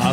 I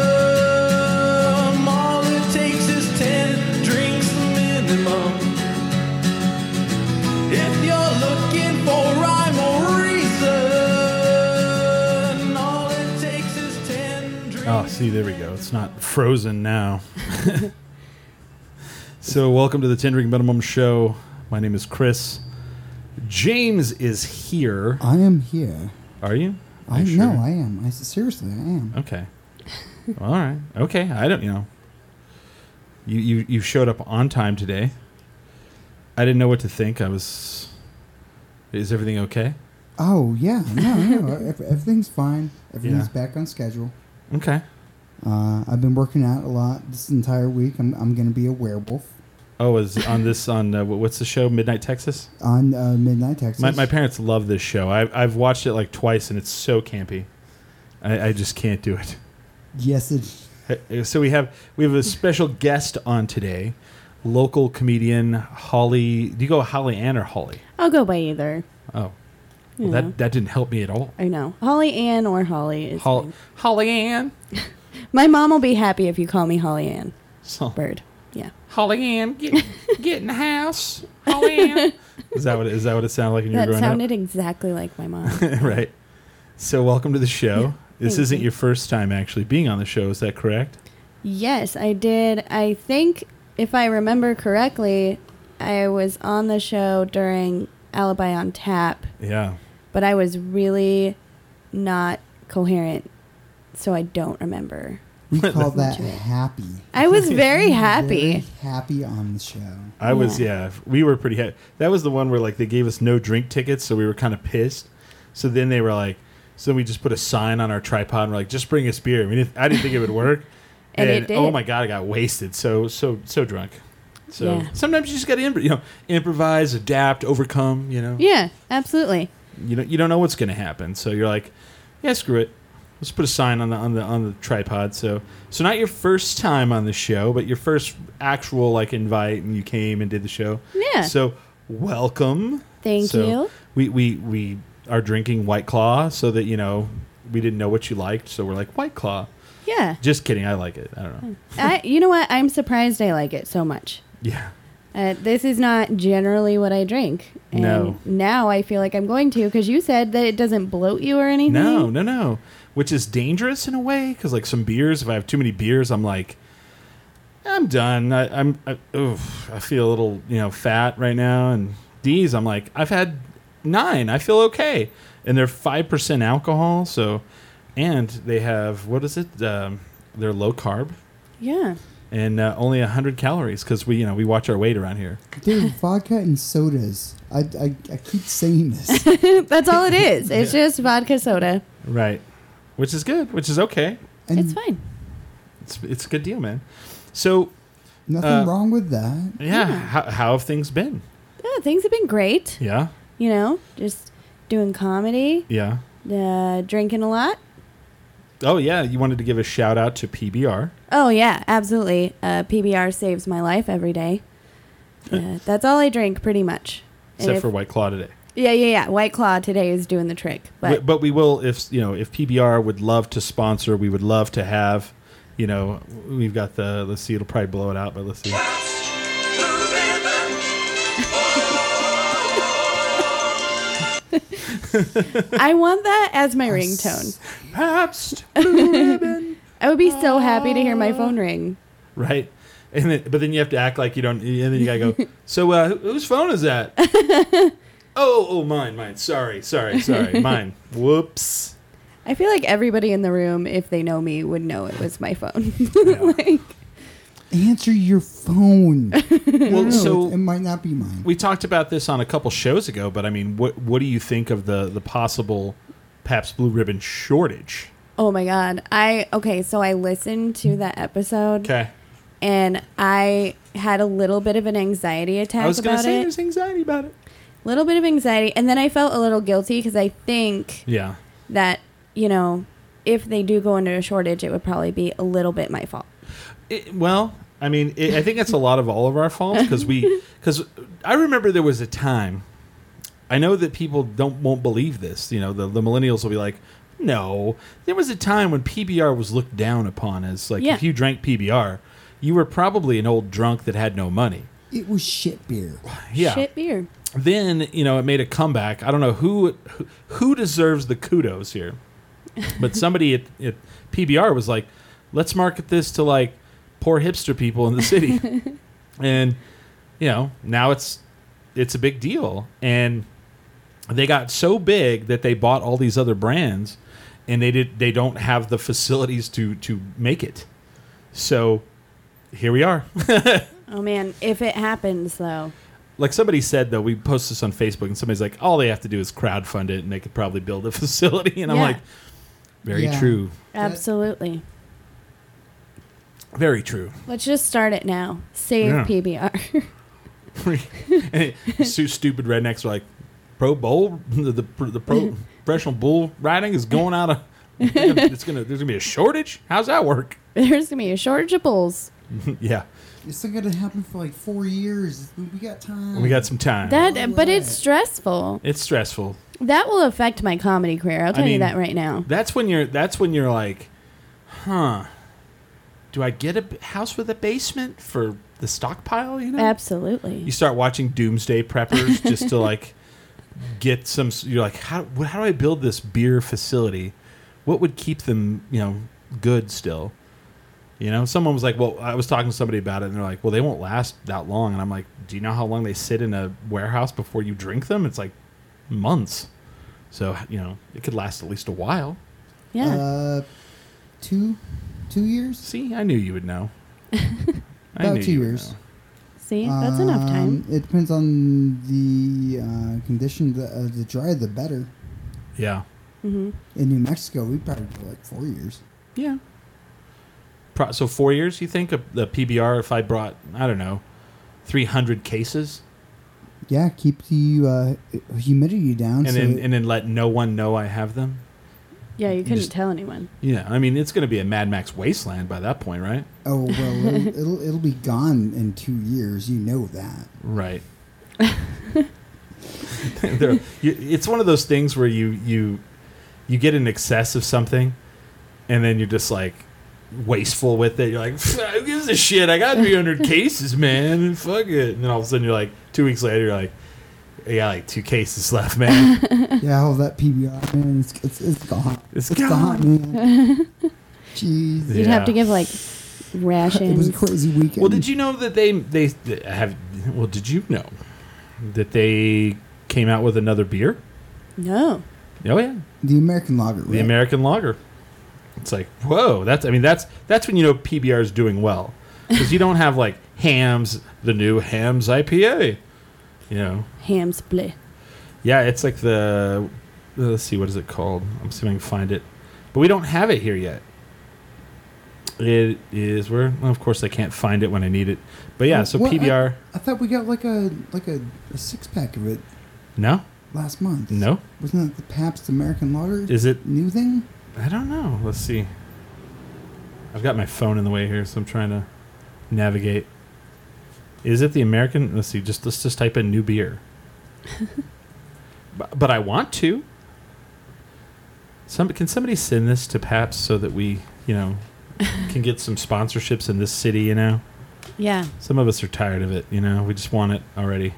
all it takes is 10 drinks minimum. If you're looking for rhyme or reason, all it takes is 10 drinks. Oh, see, there we go. It's not frozen now. so, welcome to the Tendering Minimum Show. My name is Chris. James is here. I am here. Are you? Are I you know sure? I am. I s- seriously I am. Okay. All right. Okay. I don't. You know. You you you showed up on time today. I didn't know what to think. I was. Is everything okay? Oh yeah, no, no, ev- everything's fine. Everything's Yeah. back on schedule. Okay. Uh, I've been working out a lot this entire week. I'm I'm gonna be a werewolf Oh, is on this on uh, wh- what's the show? Midnight Texas. on uh, Midnight Texas. My, my parents love this show. I've I've watched it like twice, and it's so campy. I, I just can't do it. yes, it. Uh, So we have we have a special guest on today, local comedian Holly. Do you go Holly Ann or Holly? I'll go by either. Oh, well, You know. that that didn't help me at all. I know. Holly Ann or Holly is Hol- fine. Holly Ann. My mom will be happy if you call me Holly Ann So, Bird. Yeah. Holly Ann, get, get in the house. Holly Ann. Is that what it, is that what it sounded like when you were That growing sounded exactly like my mom. up? right. So welcome to the show. This thank isn't you. your first time actually being on the show. Is that correct? yes, I did. I think if I remember correctly, I was on the show during Alibi on Tap, Yeah. but I was really not coherent, so I don't remember. We call that happy. I was very Very happy. happy on the show. I was yeah. We were pretty happy. That was the one where like they gave us no drink tickets, so we were kind of pissed. So then they were like, so we just put a sign on our tripod and we're like, just bring us beer. We didn't, I didn't think it would work. And it did. oh my god, I got wasted. So so so drunk. So Yeah. sometimes you just got to you know improvise, adapt, overcome. You know Yeah, absolutely. you don't you don't know what's going to happen. So you're like, yeah, screw it. Let's put a sign on the on the on the tripod. So so not your first time on the show, but your first actual like invite, and you came and did the show. Yeah. So welcome. Thank So you. We we we are drinking White Claw so that you know we didn't know what you liked, so we're like White Claw. Yeah. Just kidding. I like it. I don't know. I, you know what? I'm surprised I like it so much. Yeah. Uh, this is not generally what I drink. And No. Now I feel like I'm going to because you said that it doesn't bloat you or anything. No, no, no. Which is dangerous in a way because like some beers, if I have too many beers, I'm like, I'm done. I, I'm, I, oof, I feel a little, you know, fat right now. And these, I'm like, I've had nine. I feel okay. And they're five percent alcohol. So, and they have what is it? Um, they're low carb Yeah. and uh, only hundred calories because we, you know, we watch our weight around here. Dude, vodka and sodas. I, I, I keep saying this. That's all it is. It's just vodka soda. Right. Which is good. Which is okay. And it's fine. It's it's a good deal, man. So Nothing Uh, wrong with that. yeah, Yeah. How, how have things been? Yeah, things have been great. Yeah. You know, just doing comedy, Yeah. uh, drinking a lot. Oh yeah, you wanted to give a shout out to PBR. Oh, yeah, absolutely. Uh, PBR saves my life every day. Uh, that's all I drink pretty much. And Except if- for White Claw today, Yeah, yeah, yeah. White Claw today is doing the trick. but, But we, but we will if you know if PBR would love to sponsor, we would love to have. You know, we've got the let's see, it'll probably blow it out, but let's see. I want that as my ringtone. Pabst, I would be so happy to hear my phone ring. right? And then, but then you have to act like you don't, and then you gotta go. so uh, who- whose phone is that? oh, oh, mine, mine. Sorry, sorry, sorry, mine. Whoops. I feel like everybody in the room, if they know me, would know it was my phone. like, Answer your phone. Well, so it might not be mine. we talked about this on a couple shows ago, but I mean, what what do you think of the the possible Pabst Blue Ribbon shortage? oh my god. I okay, so I listened to that episode Okay, and I had a little bit of an anxiety attack I was gonna about say it. there's anxiety about it. A little bit of anxiety, and then I felt a little guilty because I think Yeah. that you know if they do go into a shortage, it would probably be a little bit my fault. It, well, I mean, it, I think it's a lot of all of our faults because we because I remember there was a time. I know that people don't won't believe this. You know, the, the millennials will be like, "No, there was a time when PBR was looked down upon as like Yeah. if you drank PBR, you were probably an old drunk that had no money." It was shit beer. Yeah. Shit beer. Then you know it made a comeback. I don't know who who- who deserves the kudos here, but somebody at, at PBR was like, "Let's market this to like poor hipster people in the city." and you know now it's it's a big deal and they got so big that they bought all these other brands and they did they don't have the facilities to to make it so here we are Oh man, if it happens though. like somebody said though we post this on facebook and somebody's like all they have to do is crowdfund it and they could probably build a facility and i'm Yeah. like very Yeah. true Absolutely. very true Let's just start it now. Save Yeah. PBR. And su- stupid rednecks are like pro bowl the, the, the pro professional bull riding is going out of it's gonna there's gonna be a shortage how's that work There's gonna be a shortage of bulls. yeah It's still gonna happen for like four years. We got time. we got some time That, but Alright. it's stressful. it's stressful That will affect my comedy career. I'll tell you mean- that right now. that's when you're that's when you're like huh do i get a b- house with a basement for the stockpile you know you Absolutely. start watching doomsday preppers just to like get some s- you're like how, wh- how do i build this beer facility what would keep them you know good still you know someone was like well i was talking to somebody about it and they're like well they won't last that long and i'm like do you know how long they sit in a warehouse before you drink them it's like months so you know it could last at least a while Yeah. Uh, two, two years. see i knew you would know I About knew two you would years. know. See, that's enough time. Um, It depends on the uh, condition. The, uh, the drier, the better. yeah hmm In New Mexico, we probably go like four years. Yeah. Pro- so four years, you think of the PBR? If I brought, I don't know, three hundred cases, Yeah, keep the uh, humidity down. and so then and then let no one know I have them. Yeah, you couldn't Just- tell anyone. Yeah, I mean it's going to be a Mad Max wasteland by that point, right? oh well, it'll, it'll it'll be gone in two years. You know that. Right. there, you, it's one of those things where you you you get in excess of something, and then you're just like wasteful with it. You're like, "Pff, who gives a shit? I got 300 cases, man. Fuck it. And then all of a sudden, you're like, two weeks later, you're like, I got like two cases left, man. Yeah, all that PBR, man. It's it's, it's gone. It's it's gone, man. Jeez. You'd have to Yeah. give like It was rations. a crazy weekend. well, did you know that they they have? Well, did you know that they came out with another beer? no. Oh yeah, The American Lager, the right? American Lager. It's like whoa. That's I mean that's that's when you know PBR is doing well because you don't have like Hams the new Hams IPA. You know, Ham split. yeah, it's like the uh, let's see what is it called. I'm see if I can find it, but we don't have it here yet. It is where well, of course I can't find it when I need it, but yeah. So Well, I- PBR I thought we got like a like a, a six pack of it no last month. no wasn't that the Pabst American Lager is it new thing? I don't know. Let's see. I've got my phone in the way here, so I'm trying to navigate. Is it the American? Let's see. Just let's just type in new beer. but, but I want to. Some can somebody send this to Paps so that we you know can get some sponsorships in this city. You know, Yeah. some of us are tired of it. You know, we just want it already.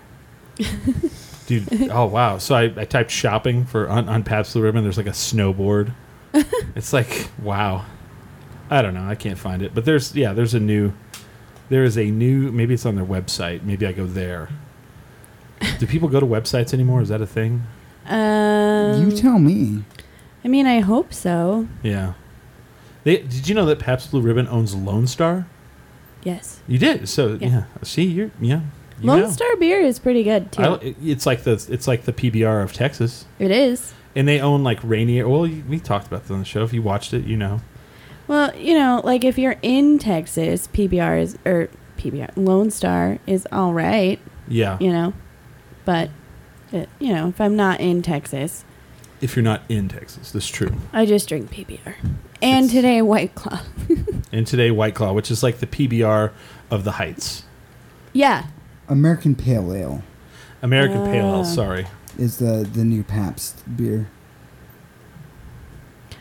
Dude, oh wow! So I, I typed shopping for on, on Pabst Blue Ribbon. There's like a snowboard. it's like wow. I don't know. I can't find it, but there's yeah, there's a new, there is a new. Maybe it's on their website. Maybe I go there. Do people go to websites anymore? Is that a thing? Um, you tell me. I mean, I hope so. Yeah. They, did you know that Pabst Blue Ribbon owns Lone Star? Yes. You did. So yeah. Yeah. See, you're yeah. You Lone know. Star beer is pretty good too. I, li- it's like the it's like the PBR of Texas. it is. And they own like Rainier. Well, you- we talked about this on the show. If you watched it, you know. Well, you know, like if you're in Texas, PBR is or PBR Lone Star is all right, Yeah. you know, but it, you know if I'm not in Texas, If you're not in Texas, that's true. I just drink PBR. And It's- today White Claw. And today, White Claw, which is like the PBR of the Heights, yeah, American Pale Ale American Pale Ah. Ale. Sorry. is the the new Pabst beer.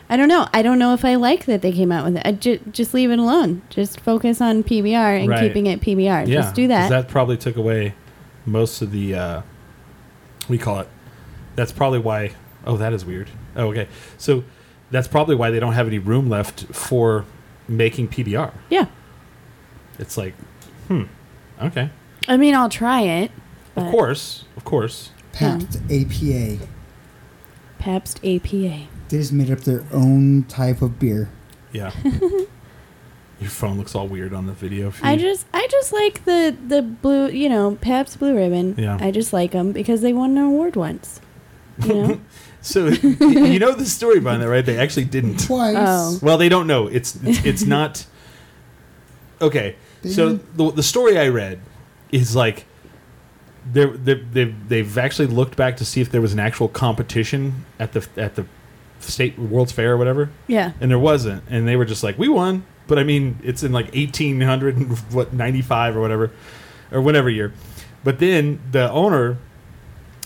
I don't know. I don't know if I like that they came out with it. I ju- just leave it alone. Just focus on PBR and Right. keeping it PBR. yeah. just do 'cause that. That probably took away most of the. Uh, we call it. That's probably why. Oh, that is weird. Oh, okay. So that's probably why they don't have any room left for making PBR. yeah. It's like, hmm, okay. I mean, I'll try it. of but course, of course. Pabst APA. Pabst APA. They just made up their own type of beer. Yeah. Your phone looks all weird on the video feed. I just, I just like the the blue, you know, Pabst Blue Ribbon. Yeah. I just like them because they won an award once. You know, so you know the story behind that, right? They actually didn't. Twice. Oh. Well, they don't know. It's it's, it's not. Okay, They so didn't- the, the story I read is like they're, they they've they've actually looked back to see if there was an actual competition at the at the state World's Fair or whatever, yeah. and there wasn't, and they were just like, we won. But I mean, it's in like eighteen hundred and what ninety five or whatever, or whatever year. But then the owner,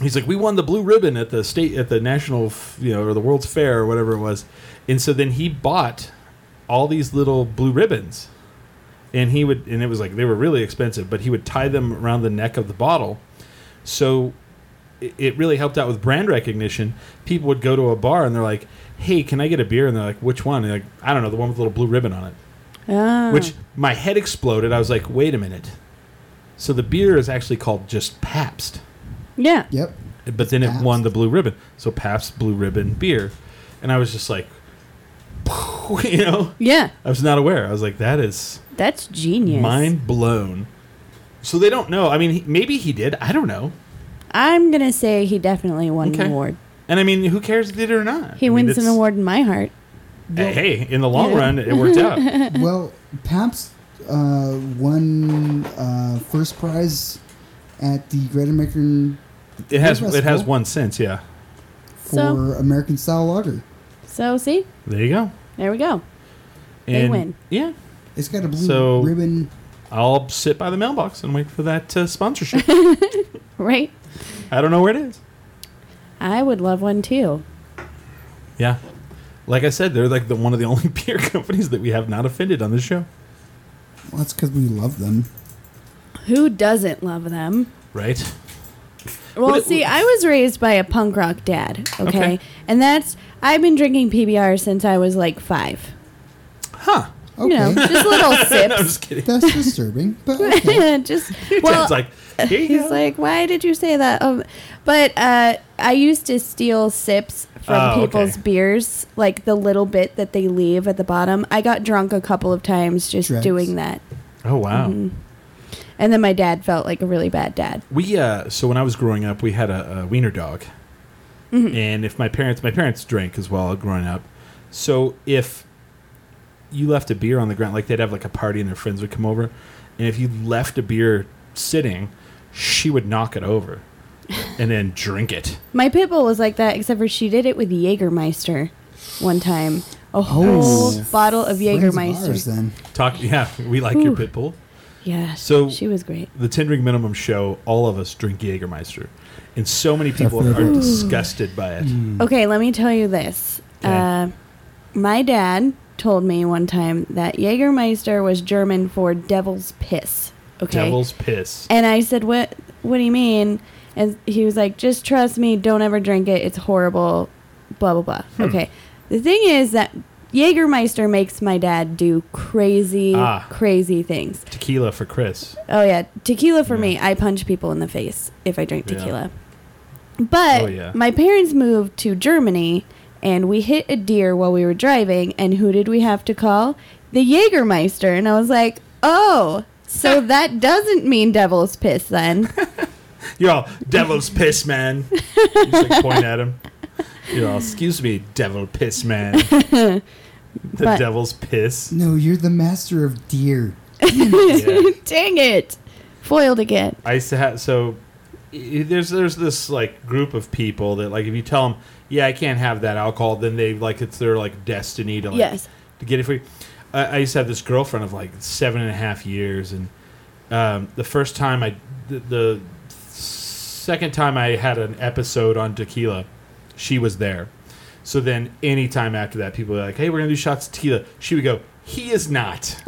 he's like, we won the blue ribbon at the state at the national, f- you know, or the World's Fair or whatever it was, and so then he bought all these little blue ribbons, and he would, and it was like they were really expensive, but he would tie them around the neck of the bottle, so it- it really helped out with brand recognition. People would go to a bar and they're like, "Hey, can I get a beer?" And they're like, "Which one?" And they're like, "I don't know, the one with the little blue ribbon on it." Ah. Which my head exploded. I was like, "Wait a minute." So the beer is actually called just Pabst, yeah. Yep. but then it Pabst. won the blue ribbon. So Pabst Blue Ribbon beer, and I was just like, you know, Yeah, I was not aware. I was like, "That is that's genius. mind blown." So they don't know. I mean, he, maybe he did. I don't know. I'm gonna say he definitely won Okay. an award. And I mean, who cares if he did or not? He I mean, wins an it's- award in my heart. Hey, hey, in the long Yeah. run, it worked out. well, Pabst uh, won uh, first prize at the Great American It has That's it has cool. one sense. Yeah, for So? American Style Lager. So see, there you go. there we go. They win. Yeah, It's got a blue So- ribbon. I'll sit by the mailbox and wait for that uh, sponsorship. Right? I don't know where it is. I would love one too. Yeah, like I said, they're like the one of the only beer companies that we have not offended on this show, Well, that's because we love them. Who doesn't love them? right? Well, What it- see, I was raised by a punk rock dad, okay? Okay. And that's I've been drinking PBR since I was like 5. Huh? Okay. You know, just No, little I'm sips. just kidding. That's disturbing, but okay. just well, uh, Ted's like, here you he's go. like, "Why did you say that?" Um, but uh, I used to steal sips from Oh, okay. people's beers, like the little bit that they leave at the bottom. I got drunk a couple of times just Drugs. doing that. oh wow. And then my dad felt like a really bad dad. We uh, so when I was growing up, we had a, a wiener dog, and if my parents, my parents drank as well growing up, so if you left a beer on the ground, like they'd have like a party and their friends would come over, and if you left a beer sitting, she would knock it over, and then drink it. My pit bull was like that, except for she did it with Jägermeister one time. Oh. A whole bottle of Friends ours, Jägermeister. then. Talk, yeah, we like your Ooh. pit bull. Yeah, So- she was great. The ten drink minimum show. All of us drink Jägermeister, and so many people are Definitely. disgusted by it. Okay, let me tell you this. Mm. Okay. Uh, my dad told me one time that Jägermeister was German for devil's piss. Okay. Devil's piss. And I said, "What? What do you mean?" And he was like, "Just trust me. Don't ever drink it. It's horrible." Blah blah blah. Hmm. Okay. The thing is that Jägermeister makes my dad do crazy, Ah. crazy things. Tequila for Chris. Oh yeah, tequila for Yeah. me. I punch people in the face if I drink Yeah. tequila. But Oh, yeah. my parents moved to Germany, and we hit a deer while we were driving. And who did we have to call? The Jägermeister. And I was like, oh, so that doesn't mean devil's piss then. You're all devil's piss man. You just like point at him. You're all excuse me, devil piss man. The But- devil's piss. No, you're the master of deer. Yeah. Dang it. Foiled again. I used to have so i- there's there's this like group of people that like if you tell them yeah I can't have that alcohol then they like it's their like destiny to like Yes. to get it for you. I, I used to have this girlfriend of like seven and a half years and um, the first time I the, the second time I had an episode on tequila she was there so then anytime after that people were like hey we're gonna do shots of tequila she would go he is not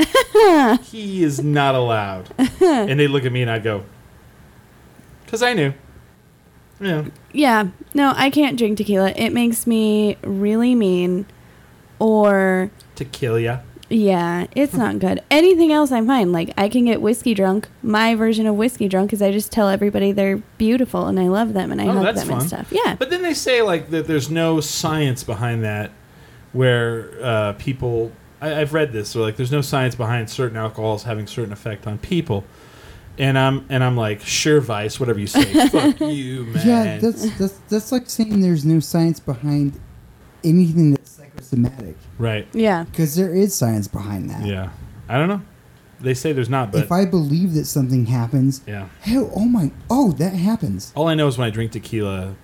he is not allowed and they look at me and I go because I knew. Yeah. Yeah. No, I can't drink tequila. It makes me really mean or To kill ya. yeah, it's not good. Anything else I'm fine. Like I can get whiskey drunk. My version of whiskey drunk is I just tell everybody they're beautiful and I love them and I Oh, hug that's them fun. and stuff. Yeah. But then they say like that there's no science behind that, where uh, people I, I've read this so like there's no science behind certain alcohols having certain effect on people, and I'm and I'm like sure vice whatever you say fuck you man Yeah, that's that's that's like saying there's no science behind anything that's psychosomatic right yeah. because there is science behind that. yeah I don't know they say there's not but if I believe that something happens, yeah hell, oh my, oh that happens. all I know is when I drink tequila,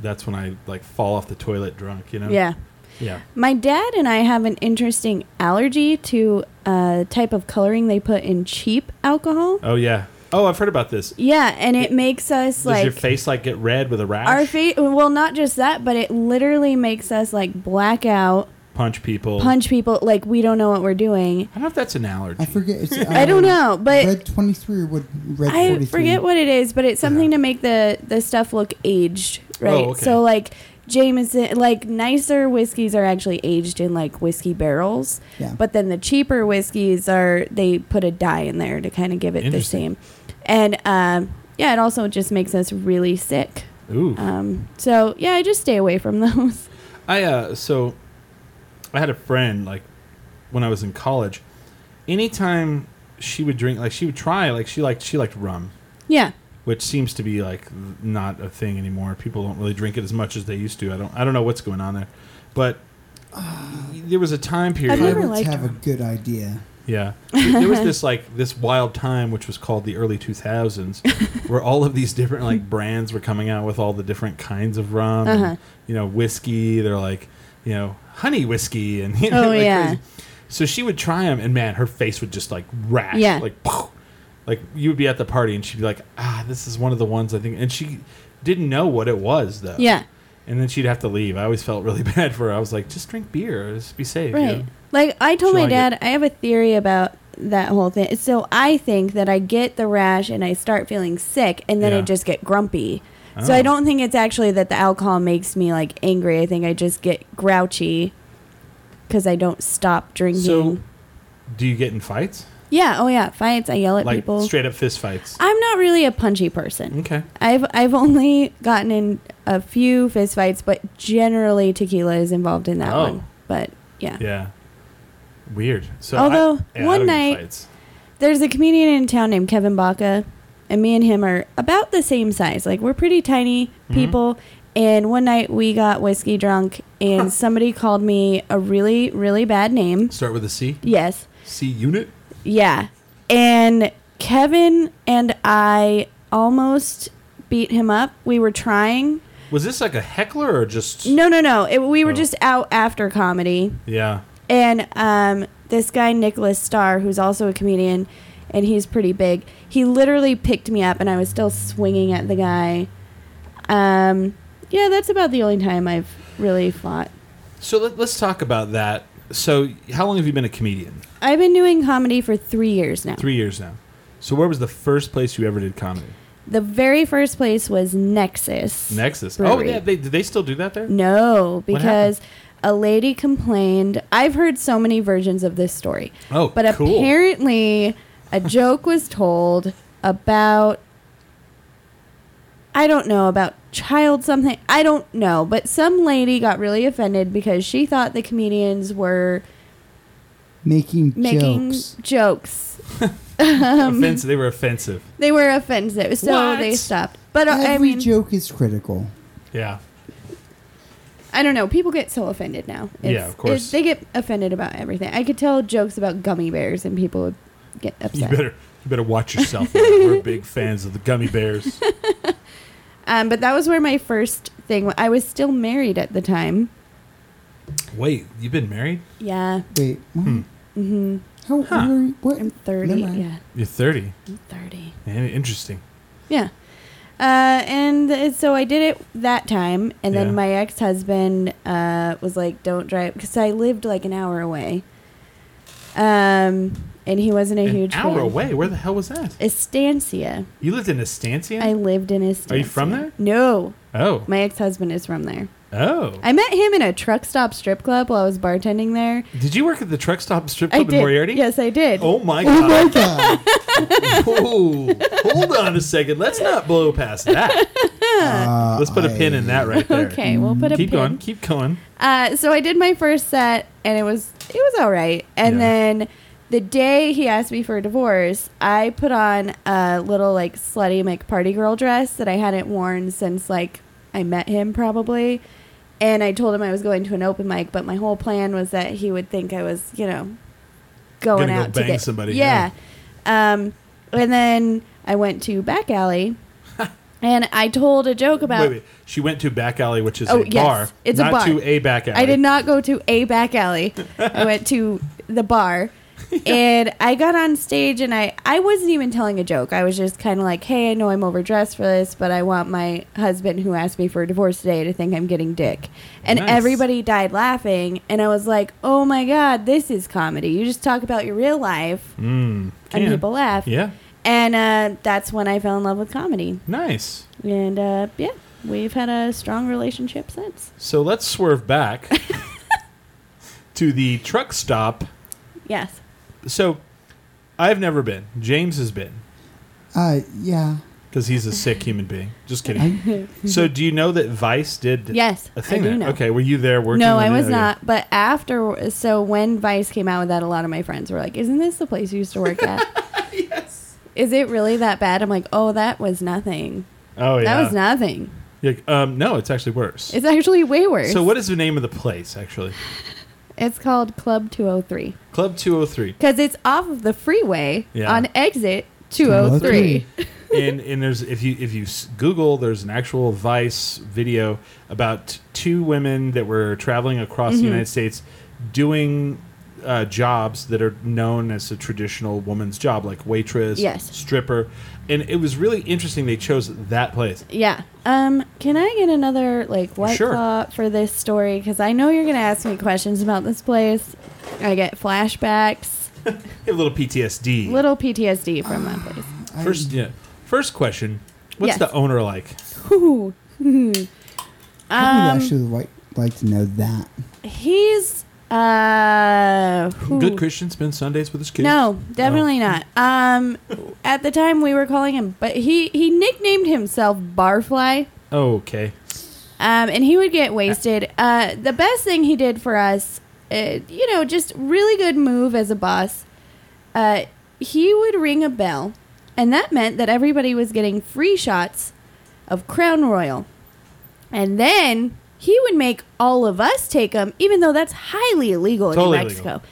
that's when I like fall off the toilet drunk you know Yeah. yeah My dad and I have an interesting allergy to a type of coloring they put in cheap alcohol. oh yeah oh I've heard about this Yeah, and it makes us Does like your face like get red with a rash? our face. Well, not just that, but it literally makes us like black out, punch people. punch people, like we don't know what we're doing. I don't know if that's an allergy. I forget. It's, um, I don't know, but Red twenty three or what? Red I 43. forget what it is, but it's something to make the the stuff look aged, right? Oh, okay. So like Jameson, like nicer whiskeys are actually aged in like whiskey barrels, Yeah. but then the cheaper whiskeys are they put a dye in there to kind of give it the Interesting. same, and um, yeah, it also just makes us really sick. Ooh. Um, so yeah, I just stay away from those. I uh so I had a friend like when I was in college. Anytime she would drink, like she would try, like she liked she liked rum, yeah, which seems to be like not a thing anymore. People don't really drink it as much as they used to. I don't I don't know what's going on there, but there was a time period. I've never Pirates liked have a her. good idea. Yeah, there was this like this wild time which was called the early two thousands, where all of these different like brands were coming out with all the different kinds of rum, and, Uh-huh. you know, whiskey. They're like, you know, honey whiskey, and you Oh, know, like yeah. crazy. So she would try them, and man, her face would just like rash, Yeah. like, poof. like you would be at the party, and she'd be like, ah, this is one of the ones I think, and she didn't know what it was though. yeah, And then she'd have to leave. I always felt really bad for her. I was like, just drink beer, just be safe. you know? right. Like I told She my liked dad, it. I have a theory about that whole thing. So I think that I get the rash and I start feeling sick, and then Yeah. I just get grumpy. So I Oh. don't think it's actually that the alcohol makes me like angry. I think I just get grouchy because I don't stop drinking. So, do you get in fights? yeah, oh yeah, fights. I yell at like people. straight up fist fights. I'm not really a punchy person. okay. I've I've only gotten in a few fistfights, but generally tequila is involved in that Oh. one. But yeah. Yeah. Weird. So Although, I- yeah, I one don't get night- fights. There's a comedian in town named Kevin Baca, and me and him are about the same size. Like we're pretty tiny people. And one night we got whiskey drunk, and somebody called me a really really bad name. start with a C. Yes. C unit. Yeah. And Kevin and I almost beat him up. We were trying. Was this like a heckler or just No, no, no. It, we were Oh. just out after comedy. Yeah. And um, this guy, Nicholas Starr, who's also a comedian, and he's pretty big, he literally picked me up, and I was still swinging at the guy. Um, yeah, that's about the only time I've really fought. So let, let's talk about that. So how long have you been a comedian? I've been doing comedy for three years now. 3 years now. So where was the first place you ever did comedy? The very first place was Nexus. Nexus. Brewery. Oh yeah, they do they still do that there? No, What because a lady complained. I've heard so many versions of this story. Oh, but cool. apparently a joke was told about I don't know about child something. I don't know, but some lady got really offended because she thought the comedians were Making, making jokes. jokes. Offensive. They were offensive. They were offensive, so What? they stopped. But uh, Every I mean, joke is critical. Yeah. I don't know. People get so offended now. Yeah, of course. they get offended about everything. I could tell jokes about gummy bears and people would get You upset. better you better watch yourself. We're big fans of the gummy bears. Um, but that was where my first thing. I was still married at the time. Wait, you've been married? Yeah, Wait. What? hmm How Huh. where are you- what? I'm thirty. Never mind. Yeah, You're 30. I'm thirty. Man, interesting. Yeah. Uh, and it- so I did it that time, and then Yeah. my ex husband uh, was like, "Don't drive," because I lived like an hour away. Um, and he wasn't a An huge hour fan. away. Where the hell was that? Estancia. You lived in Estancia? I lived in Estancia. Are you from there? No, oh. my ex husband is from there. oh. I met him in a truck stop strip club while I was bartending there. did you work at the truck stop strip I club did. in Moriarty? Yes, I did. Oh my Oh my god. god. Whoa. Hold on a second. Let's not blow past that. Uh, Let's put a pin I- in that right there. Mm, Okay, we'll put a Keep pin. going. Keep going. Uh, so I did my first set, and it was it was all right. And Yeah. then the day he asked me for a divorce, I put on a little like slutty McParty girl dress that I hadn't worn since like I met him probably. And I told him I was going to an open mic, but my whole plan was that he would think I was, you know, going Gonna go out to bang get somebody, Yeah. Um, and then I went to back alley, and I told a joke about. wait, wait. She went to back alley, which is Oh, a yes. bar. It's a not bar. to a back alley. I did not go to a back alley. I went to the bar. And I got on stage and I, I wasn't even telling a joke. I was just kind of like, hey, I know I'm overdressed for this, but I want my husband who asked me for a divorce today to think I'm getting dick. And Nice. everybody died laughing. And I was like, oh my God, this is comedy. You just talk about your real life Mm, and can. people laugh. Yeah. And uh, that's when I fell in love with comedy. Nice. And uh, yeah, we've had a strong relationship since. So let's swerve back to the truck stop. Yes. So I've never been. James has been Uh, yeah. because he's a sick human being. Just kidding. I, so do you know that Vice did Yes, a thing? I do there? know. Okay, were you there working? No, on I it? Oh, was Okay. not. But after, so when Vice came out with that, a lot of my friends were like, "Isn't this the place you used to work at? Is it really that bad?" I'm like, "Oh, that was nothing. Oh yeah, That was nothing. Yeah, um, no, it's actually worse. It's actually way worse." so what is the name of the place actually? It's called Club 203 Club Two Hundred Three, because it's off of the freeway Yeah. on exit 203. and and there's if you if you s- Google, there's an actual Vice video about two women that were traveling across Mm-hmm. the United States doing uh, jobs that are known as a traditional woman's job, like waitress, Yes. stripper, and it was really interesting. They chose that place. Yeah. Um, can I get another like white Sure. claw for this story? Because I know you're gonna ask me questions about this place. I get flashbacks, They have a little PTSD. little PTSD from that place. I- first, yeah. First question: What's Yes. the owner like? Ooh. I would um, actually like like to know that. he's uh who- Good Christian spends Sundays with his kids. No, definitely not. Um, at the time we were calling him, but he he nicknamed himself Barfly. Okay. Um, and he would get wasted. Uh, the best thing he did for us, uh, you know, just really good move as a boss. Uh, he would ring a bell, and that meant that everybody was getting free shots of Crown Royal. And then he would make all of us take them, even though that's highly illegal Totally in New illegal. Mexico.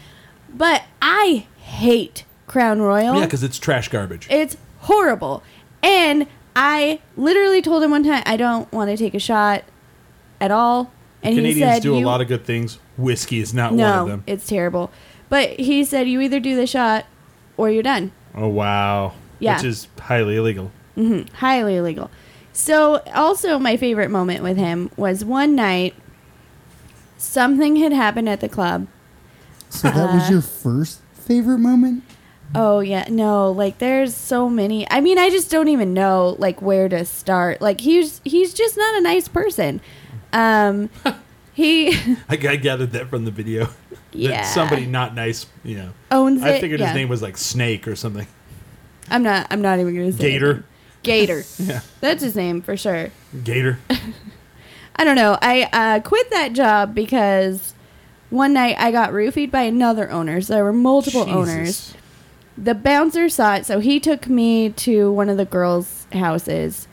But I hate Crown Royal. Yeah, because it's trash garbage. It's horrible. And I literally told him one time, I don't want to take a shot at all. And he Canadians said, do a "You- lot of good things. Whiskey is not one no, of them. it's terrible. But he said, you either do the shot or you're done. Oh wow. Yeah. Which is highly illegal. highly illegal. So, also, my favorite moment with him was one night something had happened at the club. So that uh, was your first favorite moment. Oh, yeah, no, like there's so many. I mean, I just don't even know like where to start. Like he's he's just not a nice person. Um he I, I gathered that from the video. That Yeah. somebody not nice, you know. owns it. I figured yeah. his name was like Snake or something. I'm not I'm not even going to say Gator. it. Gator. Yeah. That's his name for sure. Gator. I don't know. I uh, quit that job because one night I got roofied by another owner. So there were multiple owners. Jesus. the bouncer saw it, so he took me to one of the girls' houses.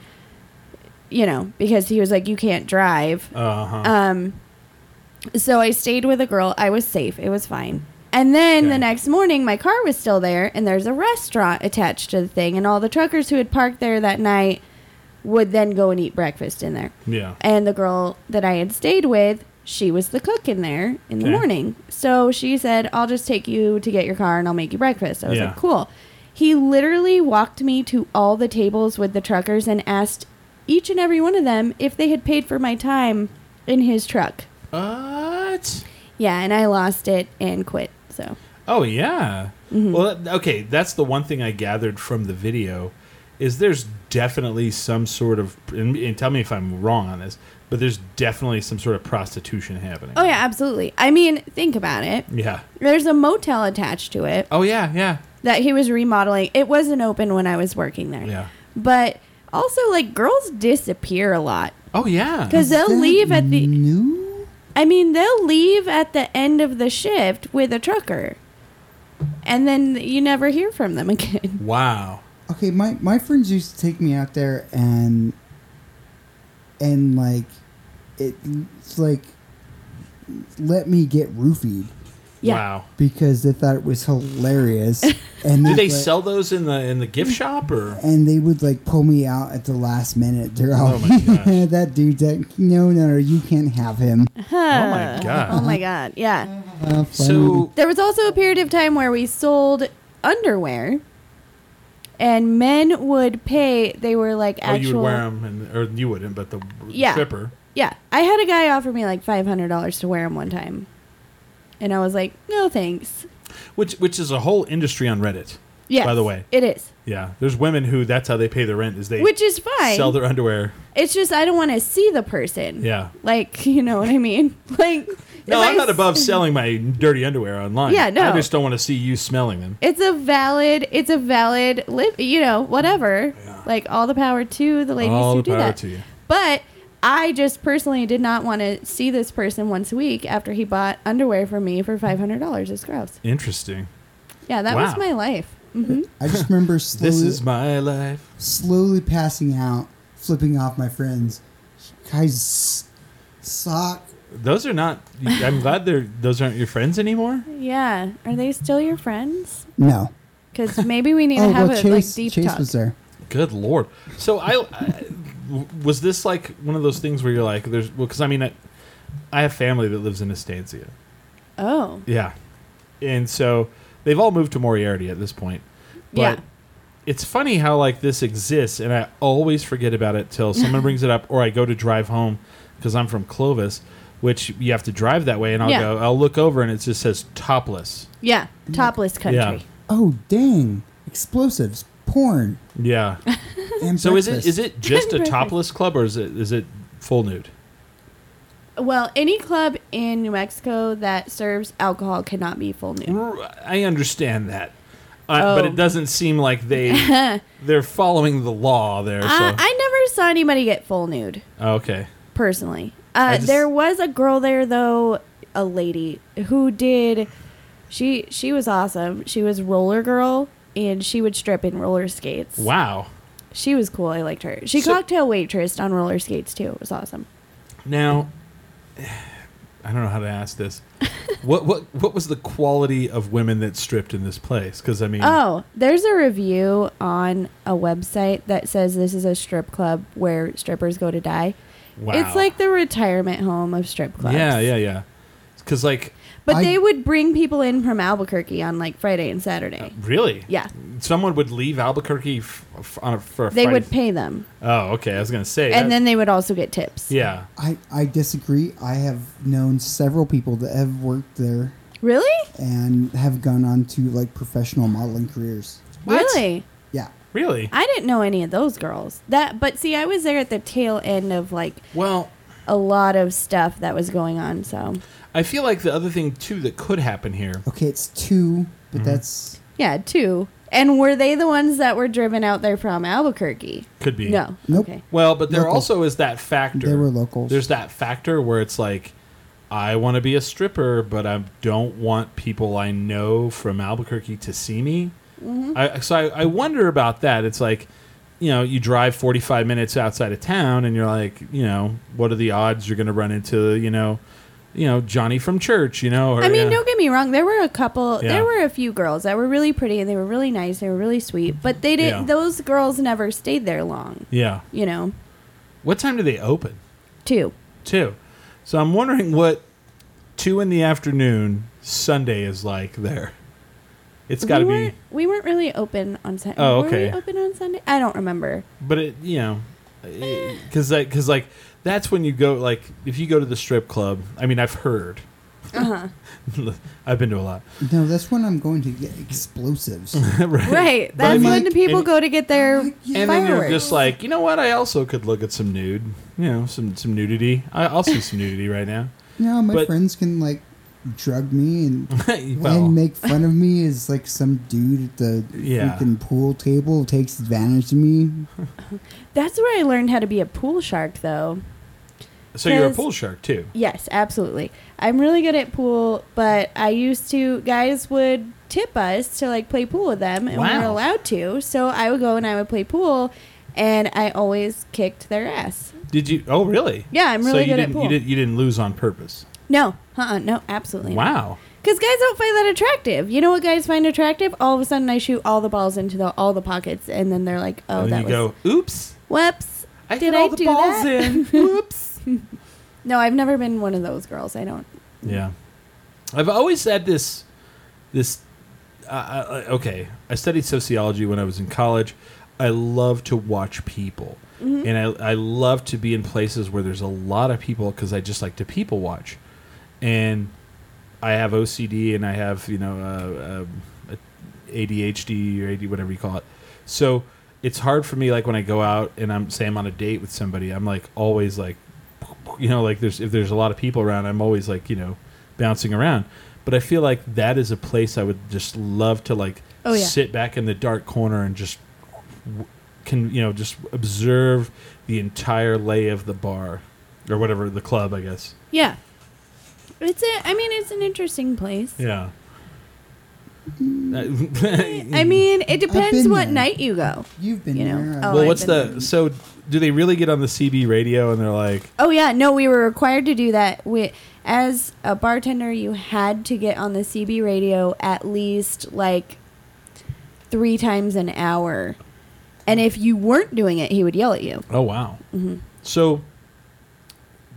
You know, because he was like, "You can't drive." Uh, Uh-huh. Um, so I stayed with a girl. I was safe. It was fine. And then Okay. the next morning, my car was still there, and there's a restaurant attached to the thing, and all the truckers who had parked there that night would then go and eat breakfast in there. Yeah. And the girl that I had stayed with, she was the cook in there in the Okay. morning. So she said, I'll just take you to get your car and I'll make you breakfast. I was Yeah. like, cool. He literally walked me to all the tables with the truckers and asked each and every one of them if they had paid for my time in his truck. What? Yeah, and I lost it and quit. So, Oh yeah. Mm-hmm. Well, that- okay. That's the one thing I gathered from the video is there's definitely some sort of and, and tell me if I'm wrong on this, but there's definitely some sort of prostitution happening. oh, yeah, absolutely. I mean, think about it. Yeah. There's a motel attached to it Oh yeah. Yeah. that he was remodeling. It wasn't open when I was working there. Yeah. But also, like, girls disappear a lot. Oh yeah. Because they'll That leave at the. new. I mean, they'll leave at the end of the shift with a trucker. And then you never hear from them again. Wow. Okay, my my friends used to take me out there and and like it, it's like let me get roofied Yeah. Wow. because they thought it was hilarious. and Do they'd they let- sell those in the in the gift Mm. shop or? and they would like pull me out at the last minute. They're all Oh my gosh. that dude's like, no, no, no, you can't have him. Oh my Oh god. my God. Yeah. Uh, fine. So There was also a period of time where we sold underwear. And men would pay. They were like oh, you actual. would wear them, and, or you wouldn't, but the Yeah. stripper. Yeah, I had a guy offer me like five hundred dollars to wear them one time, and I was like, no thanks. which which is a whole industry on Reddit. Yeah. By the way, it is, yeah, there's women who that's how they pay their rent is they which is fine. sell their underwear. It's just I don't want to see the person. Yeah. Like, you know what I mean? Like, No, if I'm I not s- above selling my dirty underwear online. Yeah, I no. just don't want to see you smelling them. It's a valid, it's a valid, li- you know, whatever. Like, all the power to the ladies All who the do power that. to you. But I just personally did not want to see this person once a week after he bought underwear from me for five hundred dollars. It's gross. Interesting. Yeah, that was Wow. my life. hmm I just remember slowly, This is my life. slowly passing out, flipping off my friends. Guys, sock. Those are not. I'm glad they're. Those aren't your friends anymore. Yeah. Are they still your friends? No. Because maybe we need oh to have well, a Chase, like deep Chase talk. was there. Good lord. So I, I was this like one of those things where you're like, there's well, because I mean, I, I have family that lives in Estancia. Oh. Yeah. And so they've all moved to Moriarty at this point. But Yeah. it's funny how like this exists and I always forget about it till someone brings it up or I go to drive home because I'm from Clovis, which you have to drive that way and I'll Yeah. go I'll look over and it just says topless. Yeah. Topless country. Yeah. Oh dang! Explosives, porn, Yeah. and so is it breakfast. is it just a Breakfast. topless club or is it is it full nude? Well, any club in New Mexico that serves alcohol cannot be full nude. R- I understand that. Uh, But Oh. it doesn't seem like they they're following the law there. So. I, I never saw anybody get full nude, okay. personally. Uh, I just- there was a girl there though, a lady who did. She she was awesome. She was roller girl, and she would strip in roller skates. Wow. She was cool. I liked her. She So- cocktail waitressed on roller skates too. It was awesome. Now, I don't know how to ask this. what what what was the quality of women that stripped in this place? Because I mean, Oh, there's a review on a website that says this is a strip club where strippers go to die. wow, It's like the retirement home of strip clubs. yeah, yeah, yeah. Because like, But I- they would bring people in from Albuquerque on like Friday and Saturday. really, yeah. Someone would leave Albuquerque f- f- on a, for a They Friday- would pay them. Oh, okay. I was gonna say, And that- then they would also get tips. yeah, I I disagree. I have known several people that have worked there Really? and have gone on to like professional modeling careers. What? Really? Yeah. really. I didn't know any of those girls. That but see I was there at the tail end of like well, a lot of stuff that was going on, so I feel like the other thing too that could happen here. Okay, it's two, but Mm-hmm. that's yeah, two. And were they the ones that were driven out there from Albuquerque? Could be No. Nope. Okay. Well, but there Locals. also is that factor. They were locals. There's that factor where it's like, I want to be a stripper, but I don't want people I know from Albuquerque to see me. Mm-hmm. I, so I, I wonder about that. It's like, you know, you drive 45 minutes outside of town and you're like, you know, what are the odds you're going to run into, you know, you know Johnny from church, you know. Or, I mean, Oh, yeah. don't get me wrong. There were a couple. Yeah. There were a few girls that were really pretty and they were really nice. They were really sweet, but they didn't. Yeah. Those girls never stayed there long. yeah. You know, What time do they open? too. Two. So I'm wondering what two in the afternoon Sunday is like there. It's got to we be, weren't- We weren't really open on Sunday. Oh, Were okay. we open on Sunday? I don't remember. but it you know, because like because like that's when you go like if you go to the strip club. I mean, I've heard. Uh-huh. I've been to a lot. No, that's when I'm going to get explosives. right. Right. But I That's mean- when the people and- go to get their And then fireworks. you're just like, you know what? I also could look at some nude, you know, some some nudity. I, I'll see some nudity right now. now my But- friends can like drug me and well, and make fun of me as like some dude at the Yeah. freaking pool table takes advantage of me. That's where I learned how to be a pool shark, though. so you're a says- pool shark too. Yes, absolutely. I'm really good at pool, but I used to guys would tip us to like play pool with them and we were Wow. allowed to. So I would go and I would play pool and I always kicked their ass. Did you? Oh, really? Yeah, I'm so really you good at didn't, pool. You, did, you didn't lose on purpose. No, uh-uh, no, absolutely not. Wow. Because guys don't find that attractive. You know what guys find attractive? All of a sudden I shoot all the balls into the, all the pockets and then they're like, oh, and that you was... go, oops, Whoops. I hit Did all I the do balls that? in. oops. No, I've never been one of those girls. I don't. Yeah, I've always had this. This uh, uh, okay. I studied sociology when I was in college. I love to watch people, and I I love to be in places where there's a lot of people because I just like to people watch, and I have OCD and I have you know uh, uh, ADHD or AD whatever you call it. So it's hard for me like when I go out and I'm say I'm on a date with somebody, I'm like always like you know like there's if there's a lot of people around, I'm always like you know bouncing around. But I feel like that is a place I would just love to like Oh, yeah. sit back in the dark corner and just w- can you know just observe the entire lay of the bar or whatever the club I guess. Yeah. It's a. I mean, it's an interesting place. Yeah. I mean, it depends been what there. night you go. You've been You know, there. oh, well, I've what's been- the so? Do they really get on the CB radio and they're like, Oh yeah, no, we were required to do that. We, as a bartender, you had to get on the CB radio at least like three times an hour, and if you weren't doing it, he would yell at you. "Oh wow"? So,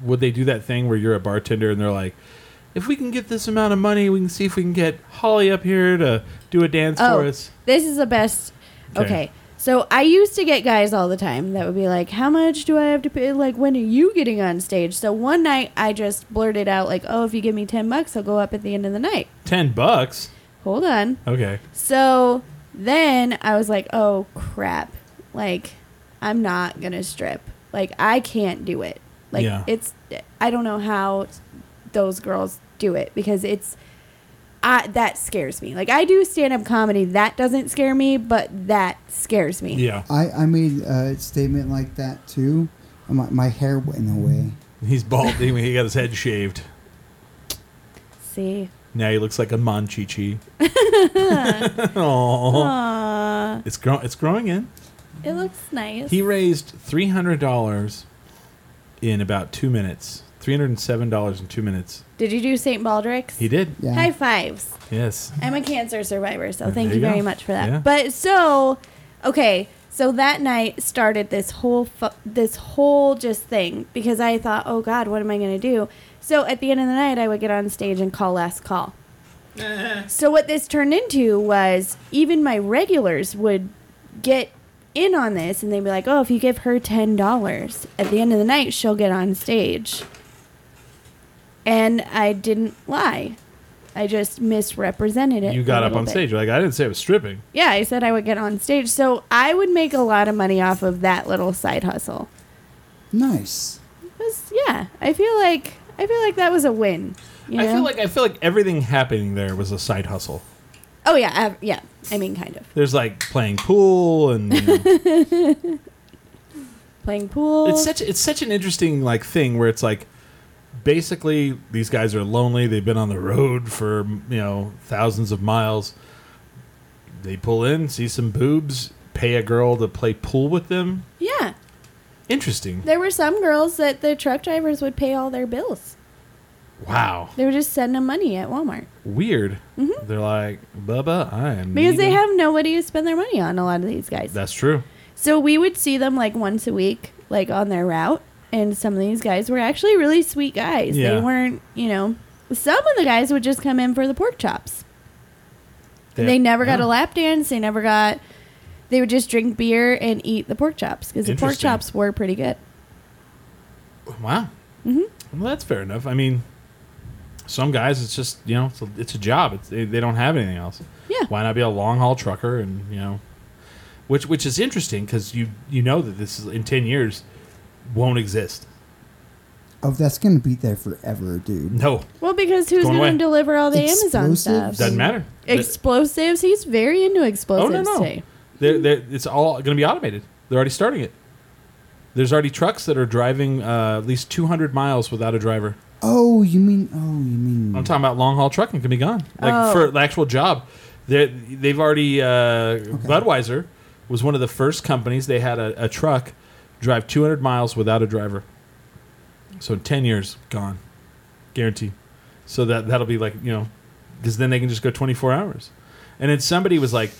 would they do that thing where you're a bartender and they're like, "If we can get this amount of money, we can see if we can get Holly up here to do a dance for us." Oh, This is the best. Okay. Okay. So I used to get guys all the time that would be like, "How much do I have to pay? Like, when are you getting on stage?" So one night I just blurted out like, "Oh, if you give me ten bucks, I'll go up at the end of the night." Ten bucks. Hold on. Okay. So then I was like, "Oh crap! Like, I'm not gonna strip. Like, I can't do it. Like, Yeah. it's I don't know how those girls do it because it's." I, that scares me. Like I do stand up comedy, that doesn't scare me, but that scares me. Yeah. I, I made a statement like that too. and My, my hair went away. He's bald. he he got his head shaved. See, Now he looks like a Monchichi. Aww. Aw, It's grow- It's growing in. it looks nice. He raised three hundred dollars in about two minutes. Three hundred and seven dollars in two minutes. Did you do St. Baldrick's? He did. Yeah. High fives. Yes. I'm a cancer survivor, so And thank there you, you very go. much for that. Yeah. But so, okay, so that night started this whole fu- this whole just thing because I thought, oh God, what am I gonna do? So at the end of the night, I would get on stage and call last call. so what this turned into was even my regulars would get in on this and they'd be like, oh, if you give her ten dollars at the end of the night, she'll get on stage. And I didn't lie. I just misrepresented it. You a got up little on bit. stage. You're like, I didn't say I was stripping. Yeah, I said I would get on stage. So I would make a lot of money off of that little side hustle. Nice. It was yeah, I feel like I feel like that was a win. You I know? feel like I feel like everything happening there was a side hustle. oh yeah, I, yeah. I mean, kind of There's like playing pool and you know, playing pool. it's such it's such an interesting like thing where it's like basically these guys are lonely. They've been on the road for you know thousands of miles. They pull in, see some boobs, pay a girl to play pool with them. yeah. Interesting. There were some girls that the truck drivers would pay all their bills. Wow. They were just sending them money at Walmart Weird. They're like, Bubba, I am. Mm-hmm. because they needing-" have nobody to spend their money on. A lot of these guys. That's true. So we would see them like once a week, like on their route. And some of these guys were actually really sweet guys. Yeah. They weren't, you know, some of the guys would just come in for the pork chops. They never got yeah. a lap dance. They never got, they would just drink beer and eat the pork chops because the pork Interesting. chops were pretty good. Wow. Mm-hmm. Well, that's fair enough. I mean, some guys, it's just you know, it's a, it's a job. It's, they, they don't have anything else. Yeah. Why not be a long haul trucker and you know, which which is interesting because you you know that this is in ten years won't exist. Oh, that's gonna be there forever, dude. No, Well, because who's Going going away. to deliver all the Amazon stuff? Explosives? doesn't matter. Explosives. He's very into oh explosives no no, today. they're, they're, it's all going to be automated. They're already starting it. There's already trucks that are driving uh, at least 200 miles without a driver. Oh, you mean? Oh, you mean? I'm talking about long haul trucking can be gone. Like Oh. for the actual job, They're- they've already uh, Budweiser was one of the first companies. They had a, a truck drive 200 miles without a driver. So in 10 years, gone, guarantee. So that that'll be like you know, because then they can just go 24 hours. And then somebody was like,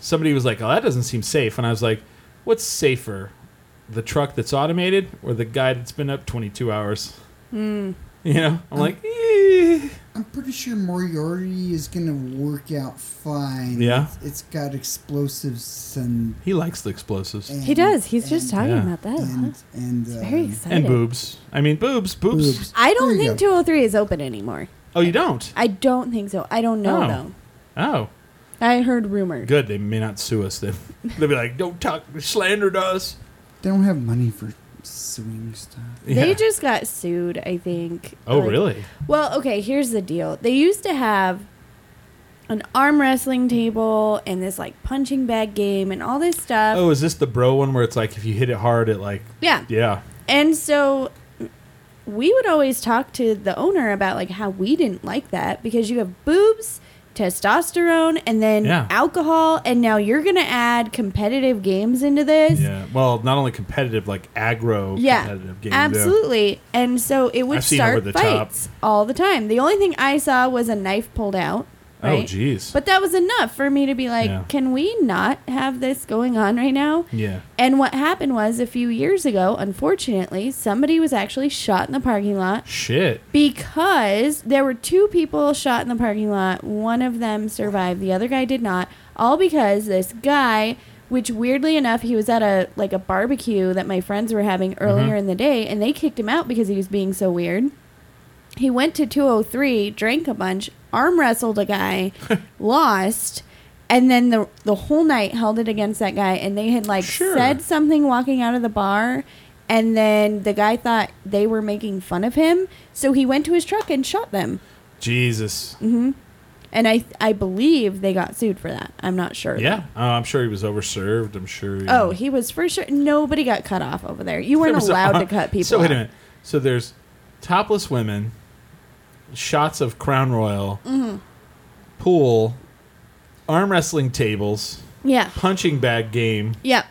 somebody was like, oh, that doesn't seem safe. And I was like, what's safer, the truck that's automated or the guy that's been up 22 hours? You know, I'm like. "Eh." I'm pretty sure Moriarty is gonna work out fine. Yeah? It's- it's got explosives and. He likes the explosives and He does. He's just and- talking Yeah. about that. a lot. And and It's uh, very exciting. and boobs. I mean, boobs, boobs. boobs. I don't There you think go. 203 is open anymore. Oh, you don't? I don't think so. I don't know Oh. though. Oh, I heard rumor. good. They may not sue us then. They'll be like, "Don't talk, slandered us." They don't have money for suing stuff. They Yeah. just got sued, I think. Oh, Like- really? Well, okay, here's the deal. They used to have an arm wrestling table and this like punching bag game and all this stuff. Oh, is this the bro one where it's like if you hit it hard, it like Yeah. yeah. And so mm, we would always talk to the owner about like how we didn't like that because you have boobs, testosterone, and then Yeah. alcohol, and now you're gonna add competitive games into this. Yeah. Well, not only competitive, like aggro Yeah, competitive games. yeah. absolutely. And so it would I've seen over start the top. fights all the time. The only thing I saw was a knife pulled out. Oh, right? jeez. But that was enough for me to be like, Yeah. can we not have this going on right now? yeah. And what happened was a few years ago, unfortunately, somebody was actually shot in the parking lot Shit. because there were two people shot in the parking lot. One of them survived, the other guy did not. All because this guy, which weirdly enough, he was at a like a barbecue that my friends were having earlier in the day, and they kicked him out because he was being so weird. He went to 203, drank a bunch, arm wrestled a guy, lost, and then the the whole night held it against that guy. And they had like Sure. said something walking out of the bar, and then the guy thought they were making fun of him, so he went to his truck and shot them. Jesus. And I I believe they got sued for that. I'm not sure. though. Yeah. Oh, I'm sure he was overserved. I'm sure. you Oh, know. he was for sure. Nobody got cut off over there. You There weren't was a- allowed to cut people. So wait a off. minute. So there's topless women, shots of Crown Royal, Mm-hmm. pool, arm wrestling tables, Yeah. punching bag game. Yeah.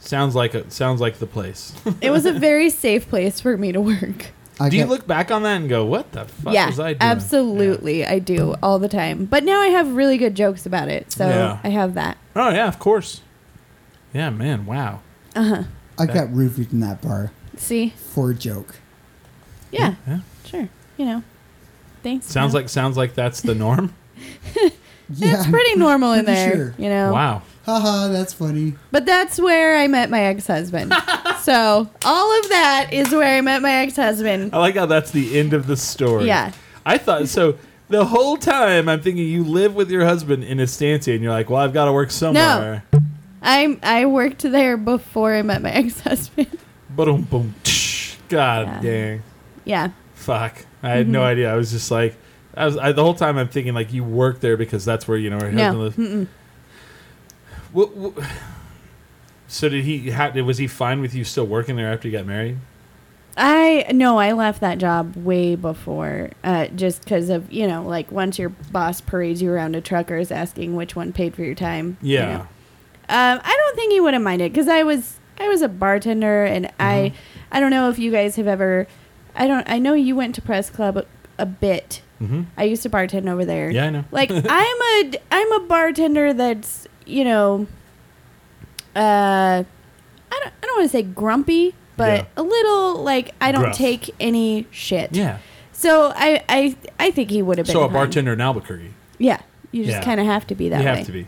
Sounds like a, sounds like the place. It was a very safe place for me to work. I Do you got- look back on that and go, "What the fuck yeah, was I doing?" absolutely, I do all the time. But now I have really good jokes about it, so Yeah. I have that. Yeah. Oh yeah, of course. Yeah, man. Wow. I got roofied in that bar Uh-huh. See, for a joke. yeah, Yeah. sure, you know. Thanks. Sounds man. like sounds like that's the norm. it's I'm pretty normal in pretty there, sure. you know. Wow. Haha, that's funny. But that's where I met my ex-husband. so all of that is where I met my ex-husband. I like how that's the end of the story. Yeah. I thought so. The whole time I'm thinking you live with your husband in Estancia, and you're like, "Well, I've got to work somewhere." I I worked there before I met my ex-husband. Boom, boom. tsh. God Yeah. Mm-hmm. dang. yeah, Fuck. I had no idea. I was just like, I was I, the whole time I'm thinking like you work there because that's where you know her husband no, lives. mm-mm. What, what, so did he? How, did- was he fine with you still working there after you got married? I no, I left that job way before, uh, just because of you know, like once your boss parades you around to truckers asking which one paid for your time. you Yeah. know. Um, I don't think he would have minded because I was I was a Mm-hmm. bartender and I I don't know if you guys have ever I don't I know you went to press club a bit. Mm-hmm. I used to bartend over there. Yeah, I know. Like I'm a I'm a bartender that's you know, uh, I don't I don't want to say grumpy, but Yeah. a little like I don't Gruff. take any shit. Yeah. So I I I think he would have been So a fine. bartender in Albuquerque. Yeah, you just Yeah. kind of have to be that you way. have to be.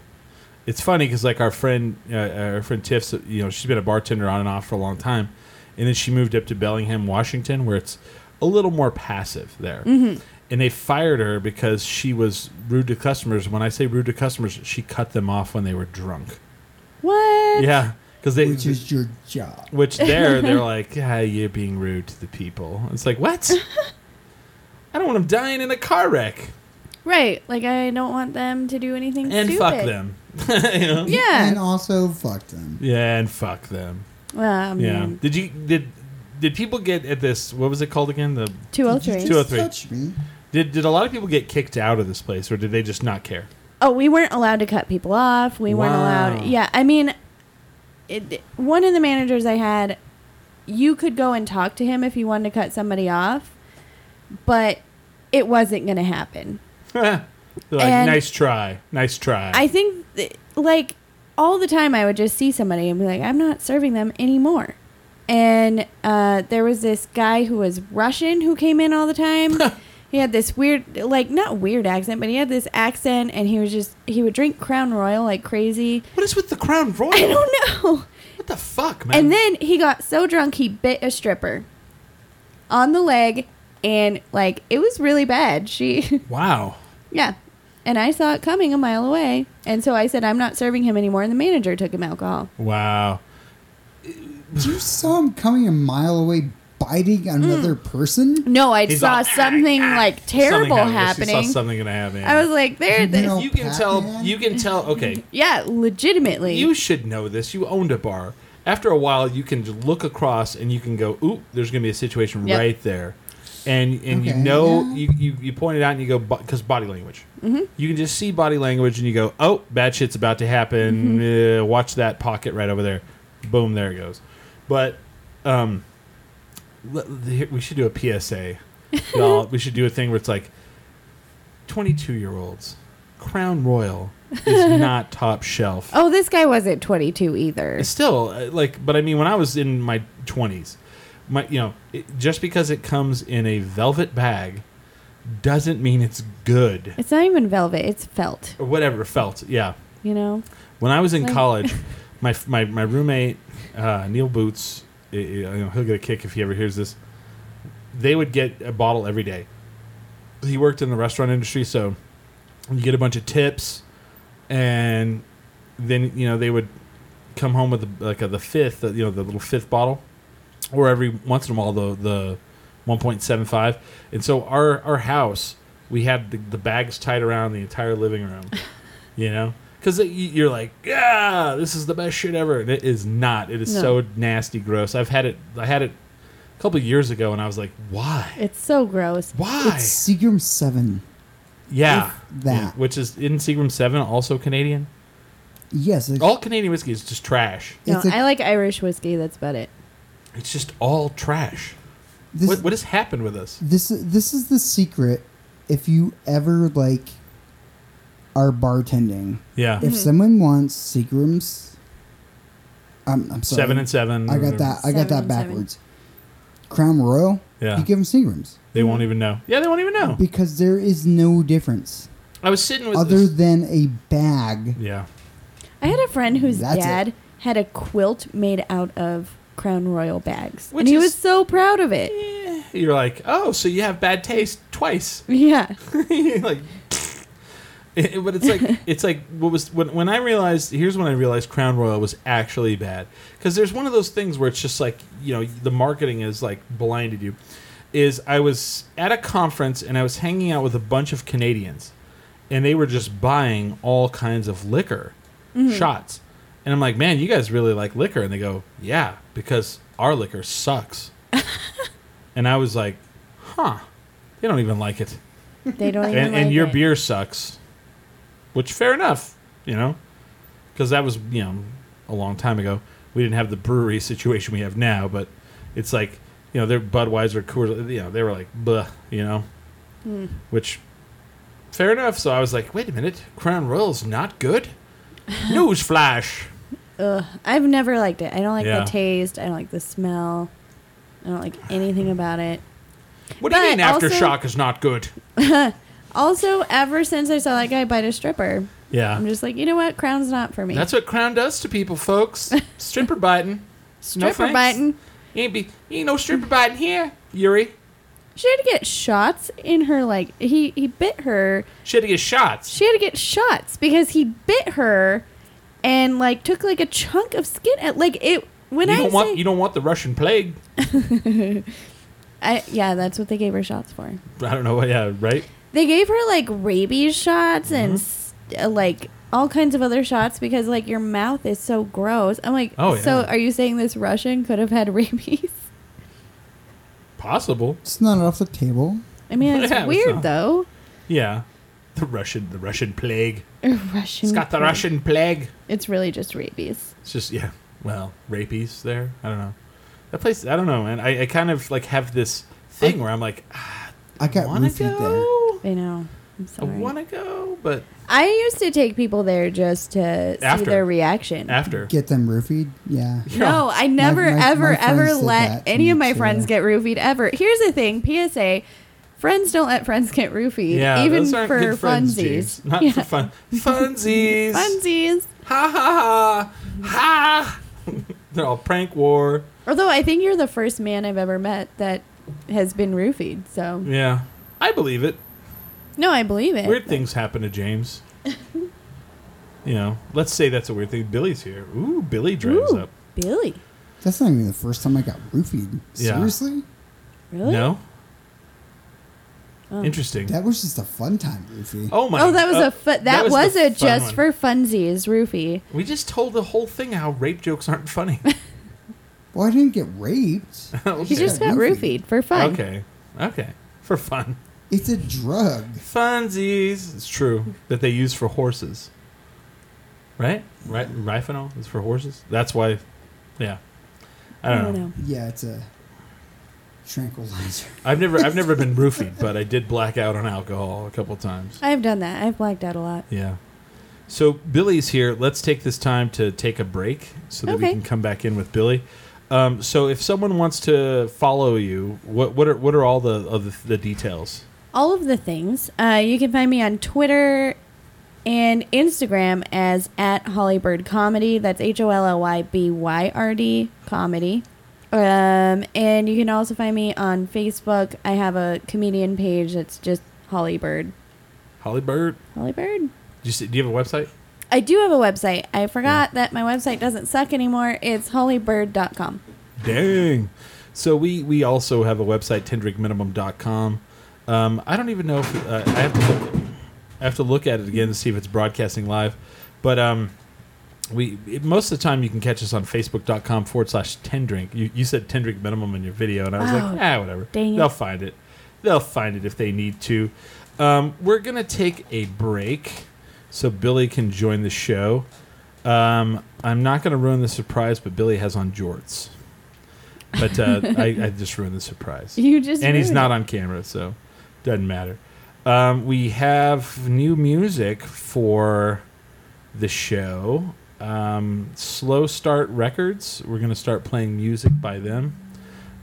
It's funny because like our friend, uh, our friend Tiff's, you know, she's been a bartender on and off for a long time, and then she moved up to Bellingham, Washington, where it's a little more passive there. Mm-hmm. And they fired her because she was rude to customers. When I say rude to customers, she cut them off when they were drunk. What? Yeah, because they which is your job. which there they're like, ah, you're being rude to the people. It's like what? I don't want them dying in a car wreck. Right. Like I don't want them to do anything And stupid. fuck them. you know? Yeah. And also, fuck them. Yeah, and fuck them. Well, I Yeah. mean, Did you did did people get at this? What was it called again? The Did you 203. just 203. touch me? did did a lot of people get kicked out of this place, or did they just not care? Oh, we weren't allowed to cut people off. We weren't Wow. allowed. Yeah, I mean, it, one of the managers I had, you could go and talk to him if you wanted to cut somebody off, but it wasn't going to happen. They're like, And- nice try, nice try. I think, th- like, all the time I would just see somebody and be like, I'm not serving them anymore. And uh, there was this guy who was Russian who came in all the time. he had this weird, like, not weird accent, but he had this accent, and he was just, he would drink Crown Royal like crazy. what is with the crown royal? I don't know. What the fuck, man? And then he got so drunk he bit a stripper on the leg, and like it was really bad. She, wow. yeah. And I saw it coming a mile away, and so I said, "I'm not serving him anymore." And the manager took him alcohol. Wow. You saw him coming a mile away, biting Mm. another person. No, I He's saw all, "Ah, something like terrible Something happened. She happening. saw something gonna happen. I was like, "There, You th- know- you can tell. Pac-Man? You can tell. Okay, yeah, legitimately." You should know this. You owned a bar. After a while, you can j- look across and you can go, "Oop, there's going to be a situation Yep. right there," and and you Okay. know Yeah. you, you you point it out and you go because body language. Mm-hmm. You can just see body language and you go, "Oh, bad shit's about to happen." Uh, watch that pocket right over there. Boom, there it goes. But um, le- the- we should do a PSA. Y'all, we should do a thing where it's like 22 year olds, Crown Royal is not top shelf oh, this guy wasn't 22 either. still uh, like but i mean when i was in my 20s my you know it, just because it comes in a velvet bag doesn't mean it's good It's not even velvet; it's felt. or whatever felt yeah You know. when i was in Like- college my f- my, my roommate uh, neil boots i- i- you know, he'll get a kick if he ever hears this they would get a bottle every day he worked in the restaurant industry so you get a bunch of tips and then you know they would come home with the, like a, the fifth, you know, the little fifth bottle, or every once in a while the the one point seven five. And so our our house, we had the, the bags tied around the entire living room, you know, because you're like, yeah, this is the best shit ever. And it is not. It is No. so nasty, gross. I've had it. I had it a couple of years ago, and I was like, why? It's so gross. Why? It's Seagram 7. yeah, if that. Yeah, which is in Seagram Seven, also Canadian. Yes, it's, All Canadian whiskey is just trash. No, It's a- I like Irish whiskey. That's about it. It's just all trash. this, what what has happened with us? this this is the secret. If you ever like are bartending, Yeah, Mm-hmm. if someone wants Seagrams, I'm, I'm sorry, seven and seven. I got that. I got Seven that and seven. backwards. Crown Royal. Yeah. Oh. You give them Seagrams They won't even know. Yeah, they won't even know. because there is no difference I was sitting with other this- than a bag. yeah. I had a friend whose That's it. dad had a quilt made out of Crown Royal bags, Which and he is- was so proud of it. Eh, You're like, oh, so you have bad taste twice. Yeah, You're like, It- it- but it's like it's like what was when when I realized here's when I realized Crown Royal was actually bad because there's one of those things where it's just like you know the marketing is like blinded you. Is I was at a conference and I was hanging out with a bunch of Canadians, and they were just buying all kinds of liquor shots, and I'm like, man, you guys really like liquor, and they go, yeah, because our liquor sucks, and I was like, huh, they don't even like it they don't even. and, and like your it. beer sucks, which fair enough, you know, because that was you know a long time ago. We didn't have the brewery situation we have now, but it's like you know they're Budweiser, Coors, you know they were like, bleh, you know, Hmm. which fair enough. So I was like, wait a minute, Crown Royal's not good. Newsflash. Ugh, I've never liked it. I don't like Yeah. the taste. I don't like the smell. I don't like anything about it. What do you But mean also- aftershock is not good? Also, ever since I saw that guy bite a stripper, Yeah, I'm just like, you know what? Crown's not for me. that's what Crown does to people, folks. Stripper biting. no stripper thanks. biting. Ain't be ain't no stripper biting here, Yuri. She had to get shots in her like he he bit her. She had to get shots. She had to get shots because he bit her and like took like a chunk of skin at like it when you I don't say, want you don't want the Russian plague. I yeah, that's what they gave her shots for. I don't know. what- Yeah, right. They gave her like rabies Mm-hmm. shots and s and uh, like all kinds of other shots because like your mouth is so gross. I'm like, Oh, so yeah. are you saying this Russian could have had rabies? Possible. It's not off the table. I mean, Yeah, uh, it's it's weird not. though. Yeah. The Russian, the Russian plague. Russian. It's got the plague. Russian plague. It's really just rabies. It's just yeah. Well, rapies there. I don't know. That place. I don't know, man. I, I kind of like have this thing where I'm like, I got want to roofied there. go. I know. I I'm sorry. want to go, but I used to take people there just to see After. their reaction. after. Get them roofied? Yeah. No, I never, my- my ever, friends ever did let that any to me, of my too. friends get roofied ever. Here's the thing PSA friends don't let friends get roofied, Yeah, even those aren't for good friends, funsies. James. Not Yeah. for fun. Funsies. Funsies. Ha ha ha. Ha. They're all prank war. Although I think you're the first man I've ever met that has been roofied. So, Yeah. I believe it. no, I believe it. Weird things happen to James. you know, let's say that's a weird thing. Billy's here. Ooh, Billy drives Ooh, up. Billy. That's not even the first time I got roofied. Yeah. Seriously? Really? No? Oh. Interesting. That was just a fun time roofie. oh my Oh, that was uh, a fu- that, was, the a fun just one. for funsies roofie. We just told the whole thing how rape jokes aren't funny. Well, I didn't get raped. He okay. just got Roofied. roofied for fun. okay. Okay. For fun. It's a drug. Funsies. It's true that they use for horses. Right? Right? Rifinol is for horses. That's why. Yeah. I don't, know. Yeah, it's a tranquilizer. I've never I've never been roofied, but I did black out on alcohol a couple times. I've done that. I've blacked out a lot. Yeah. So Billy's here. Let's take this time to take a break so that we Okay. can come back in with Billy. Um, so if someone wants to follow you, what what are what are all the of the, the details? all of the things. Uh, you can find me on Twitter and Instagram as at Hollybird Comedy. That's H O L L Y B Y R D Comedy. Um, and you can also find me on Facebook. I have a comedian page that's just Hollybird. Holly Bird. Hollybird. Do you, see, do you have a website? I do have a website. I forgot that my website doesn't suck anymore. It's hollybird.com. Dang. So we we also have a website tendrigminimum.com. Um, I don't even know if uh, I have to look, I have to look at it again to see if it's broadcasting live, but um, we it, most of the time you can catch us on facebook.com forward slash tendrink. You you said tendrink minimum in your video, and I was Oh, like, ah, whatever. dang it. They'll find it. They'll find it if they need to. Um, we're gonna take a break so Billy can join the show. Um, I'm not gonna ruin the surprise, but Billy has on jorts. But uh, I, I just ruined the surprise. You just and he's ruined not it. on camera, so doesn't matter. Um, we have new music for the show. Um, Slow Start Records. We're going to start playing music by them.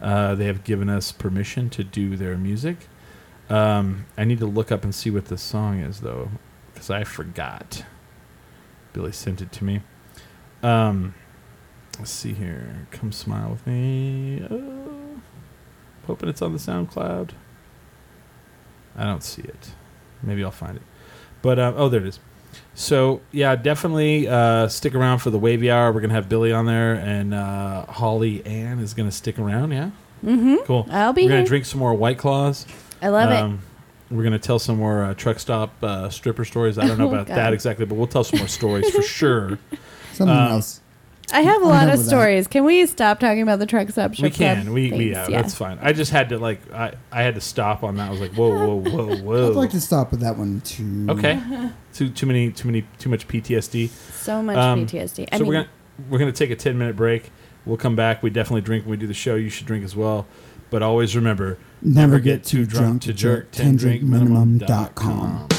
Uh, they have given us permission to do their music. Um, I need to look up and see what the song is, though, because I forgot. Billy sent it to me. Um, let's see here. Come smile with me. Oh, hoping it's on the SoundCloud. I don't see it. Maybe I'll find it. But uh, oh, there it is. So yeah, definitely uh, stick around for the wavy hour. We're gonna have Billy on there, and uh, Holly Ann is gonna stick around. Yeah, Mm-hmm. cool. I'll be We're gonna Um, here. drink some more White Claws. I love it. We're gonna tell some more uh, truck stop uh, stripper stories. I don't know Oh, about God. that exactly, but we'll tell some more stories for sure. Something Um, else. I have a I'm lot done of with that. stories. Can we stop talking about the truck stop? we Strip can. Club? we we Thanks. yeah, that's fine. I just had to like I I had to stop on that. I was like, whoa, whoa, whoa, whoa. I'd like to stop with that one too. okay, Mm-hmm. too too many too many too much PTSD. So much Um, PTSD. I so mean, we're gonna we're gonna take a ten minute break. We'll come back. We definitely drink when we do the show. You should drink as well. But always remember Never get too drunk to jerk. 10 drink minimum dot com.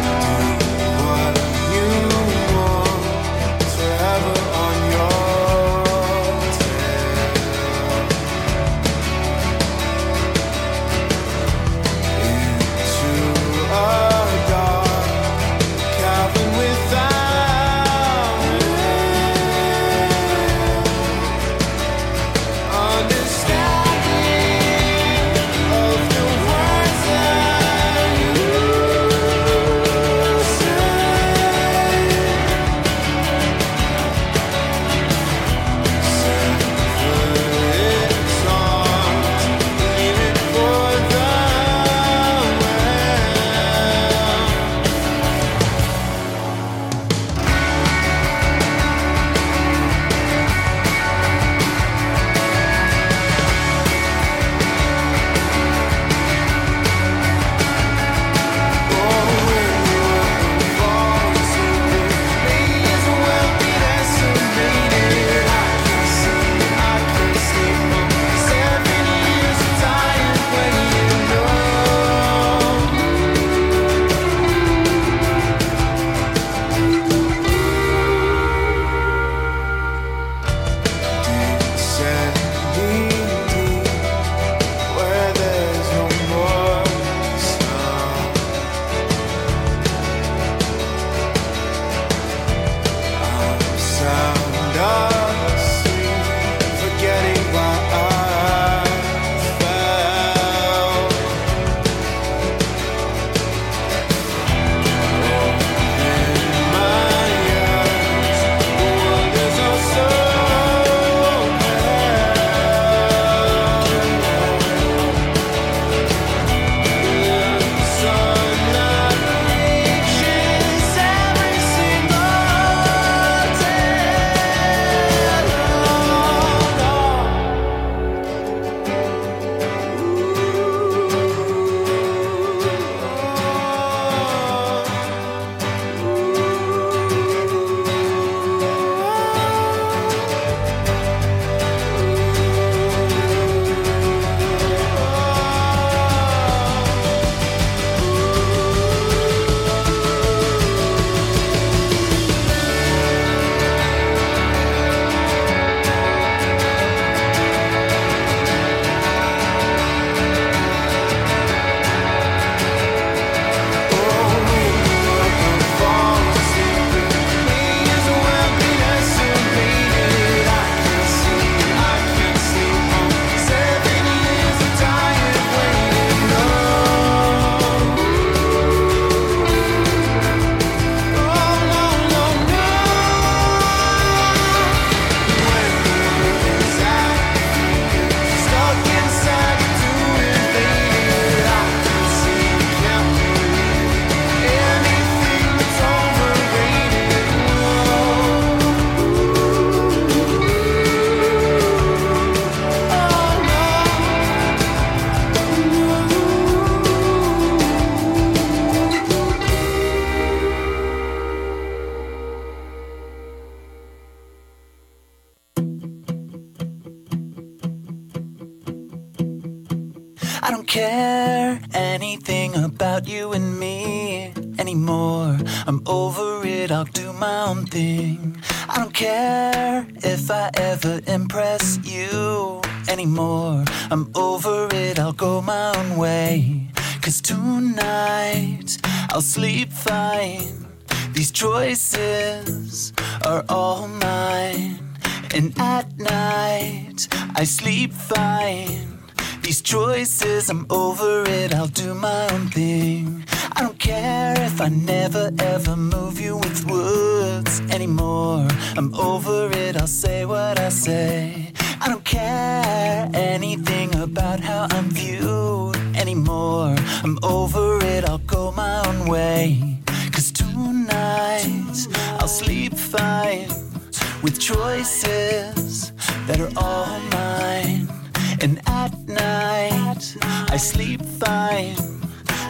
What you want travel on your into a dark cavern without understanding of the words that you. Thank Where there's no more sound sound asleep, forgetting why I fell. Open my eyes, the world is all so pale. The sunlight reaches every single Oh, Stuck inside to invade I can see, can't believe anything that's overrated. Oh, I don't care anything about you and me anymore. I'm over it, I'll do my own thing. I don't care if I ever impress you anymore. I'm over it, I'll go my own way. Cause tonight I'll sleep fine. These choices are all mine. And at night I sleep fine. These choices, I'm over it, I'll do my own thing. I don't care if I never ever move you with words anymore. I'm over it, I'll say what I say. I don't care anything about how I'm viewed anymore. I'm over it, I'll go my own way. nights. I'll sleep fine with choices that are all mine. And at night, I sleep fine.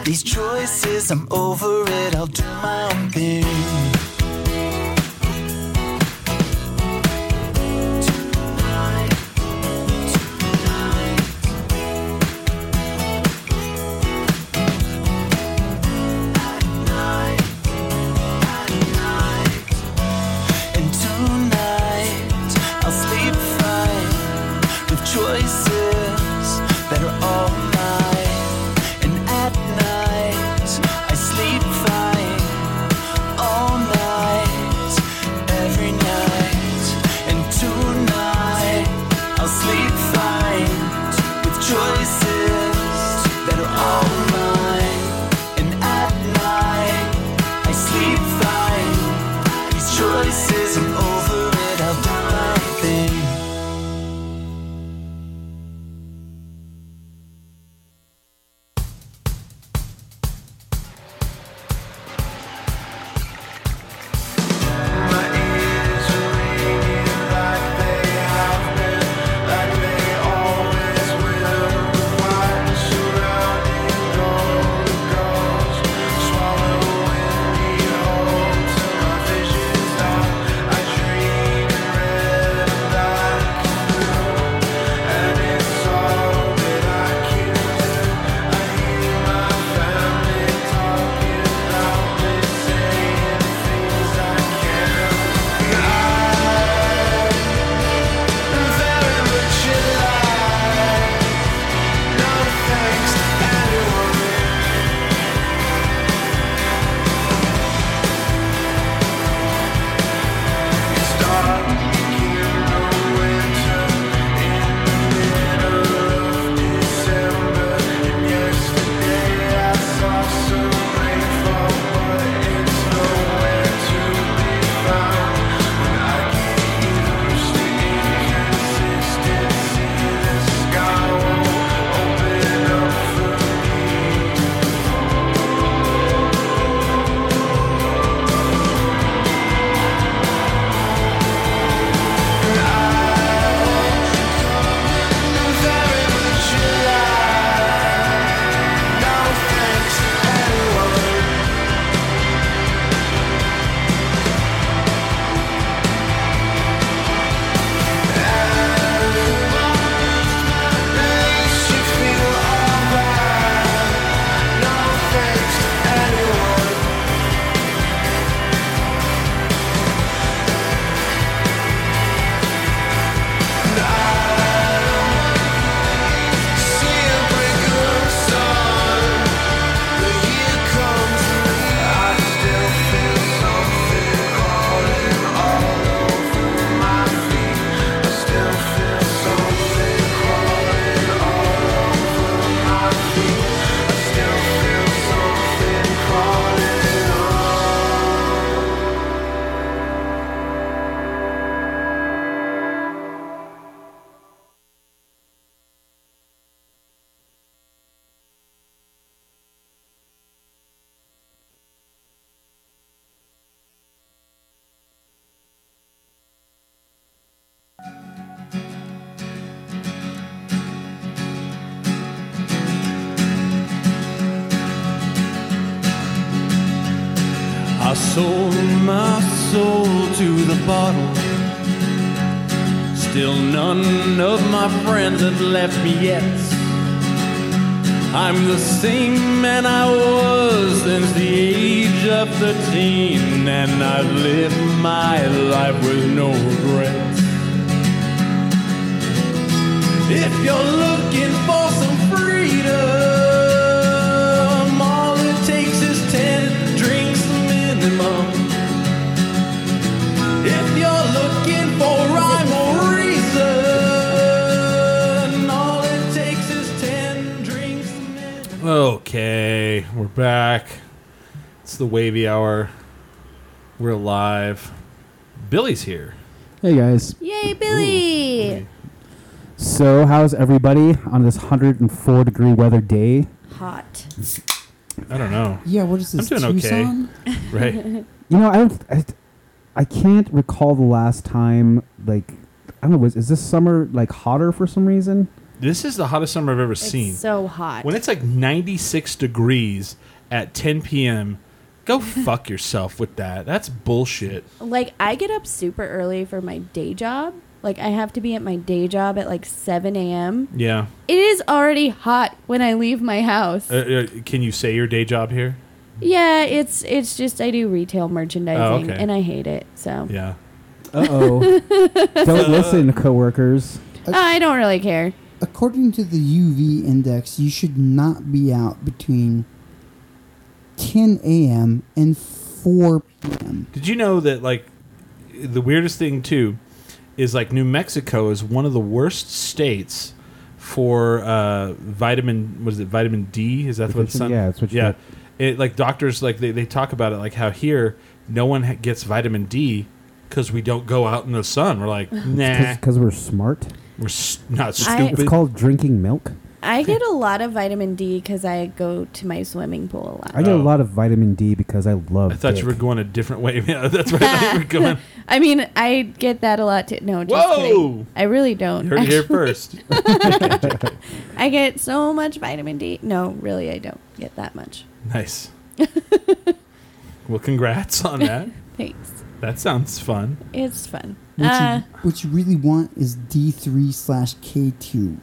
These choices, I'm over it. I'll do my own thing. And tonight I'll sleep fine with choices that are all mine. And at night I sleep fine all night, every night. And tonight I'll sleep fine with choices that are all mine. And at night I sleep fine. These choices, I'm over it. I'll do my thing. I sold my soul to the bottle. Still none of my friends have left me yet. I'm the same man I was since the age of 13, and I've lived my life with no regrets. If you're looking for some freedom, all it takes is 10 drinks minimum. If you're looking for rhyme or reason, all it takes is 10 drinks minimum. Okay, we're back. It's the wavy hour. We're live. Billy's here. Hey guys. Yay, Billy! So, how's everybody on this 104 degree weather day? Hot. I don't know. Yeah, what is this? I'm doing okay. Tucson? Right? You know, I, don't- I I can't recall the last time like I don't know was is this summer like hotter for some reason? This is the hottest summer I've ever seen. It's so hot. when it's like 96 degrees at 10 p.m., go fuck yourself with that. That's bullshit. like I get up super early for my day job. Like I have to be at my day job at like seven a.m. Yeah. It is already hot when I leave my house. Uh, uh, can you say your day job here? yeah, it's it's just I do retail merchandising Oh, okay. and I hate it. So Yeah. Uh oh. don't listen, coworkers. Uh, I don't really care. According to the UV index, you should not be out between 10 a.m. and 4 p.m. Did you know that like the weirdest thing too is like New Mexico is one of the worst states for uh, vitamin. What is it? Vitamin D? Is that what it's Deficient- on? yeah, it's what you yeah. get. It, like doctors, like they, they talk about it, like how here no one ha- gets vitamin D because we don't go out in the sun. We're like, nah, Because we're smart. we're s- not I- stupid. It's called drinking milk. I get a lot of vitamin D because I go to my swimming pool a I lot. get Oh. a lot of vitamin D because I love. I thought dick. you were going a different way. Yeah, that's where I thought you were going. I mean, I get that a lot too. No, just Whoa! kidding. I really don't. You heard it here first. I get so much vitamin D. No, really, I don't get that much. nice. well, congrats on that. Thanks. That sounds fun. It's fun. What, uh, you, what you really want is D3 slash K2.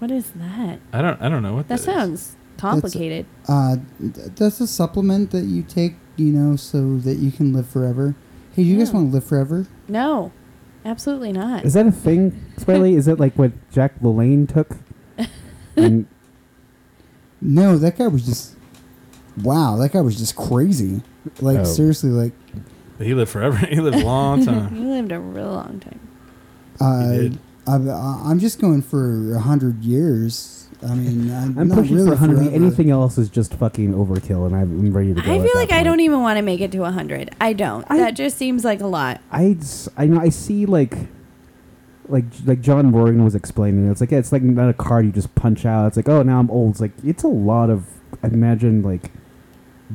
what is that? I don't. I don't know what That that is. sounds complicated. Uh, th- that's a supplement that you take, you know, so that you can live forever. Hey, do you guys Yeah. want to live forever? No, absolutely not. Is that a thing, Swaley? Is it like what Jack LaLanne took? And No, that guy was just. Wow, that guy was just crazy. Like, Oh. seriously, like. He lived forever. He lived a long you time. lived a real long time. Uh, did. I'm, I'm just going for a hundred years. I mean, I'm, I'm not pushing really for 100. forever. Anything else is just fucking overkill, and I'm ready to go. I at feel that like I point. don't e- even want to make it to 100. I don't. I- that just seems like a lot. I s- I know I see like like like John Morgan was explaining. It's like yeah, it's like not a card you just punch out. It's like oh now I'm old. It's like it's a lot of I imagine like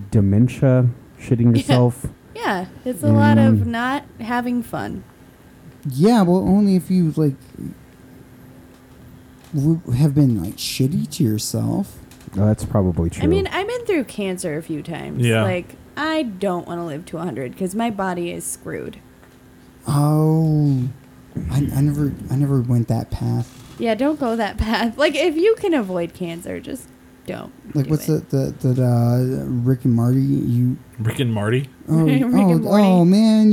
dementia, shitting Yeah. yourself. Yeah, it's a lot of Mm. not having fun. Yeah, well, only if you like w- have been like shitty to yourself. Oh, that's probably true. I mean, I've been through cancer a few times. Yeah. Like, I don't want to live to 100 because my body is screwed. Oh, I, I never, I never went that path. Yeah, don't go that path. Like, if you can avoid cancer, just don't. Like, do what's it. that? That that uh, Rick and Marty? You Rick and Marty. oh Rick and oh, Morty. oh man,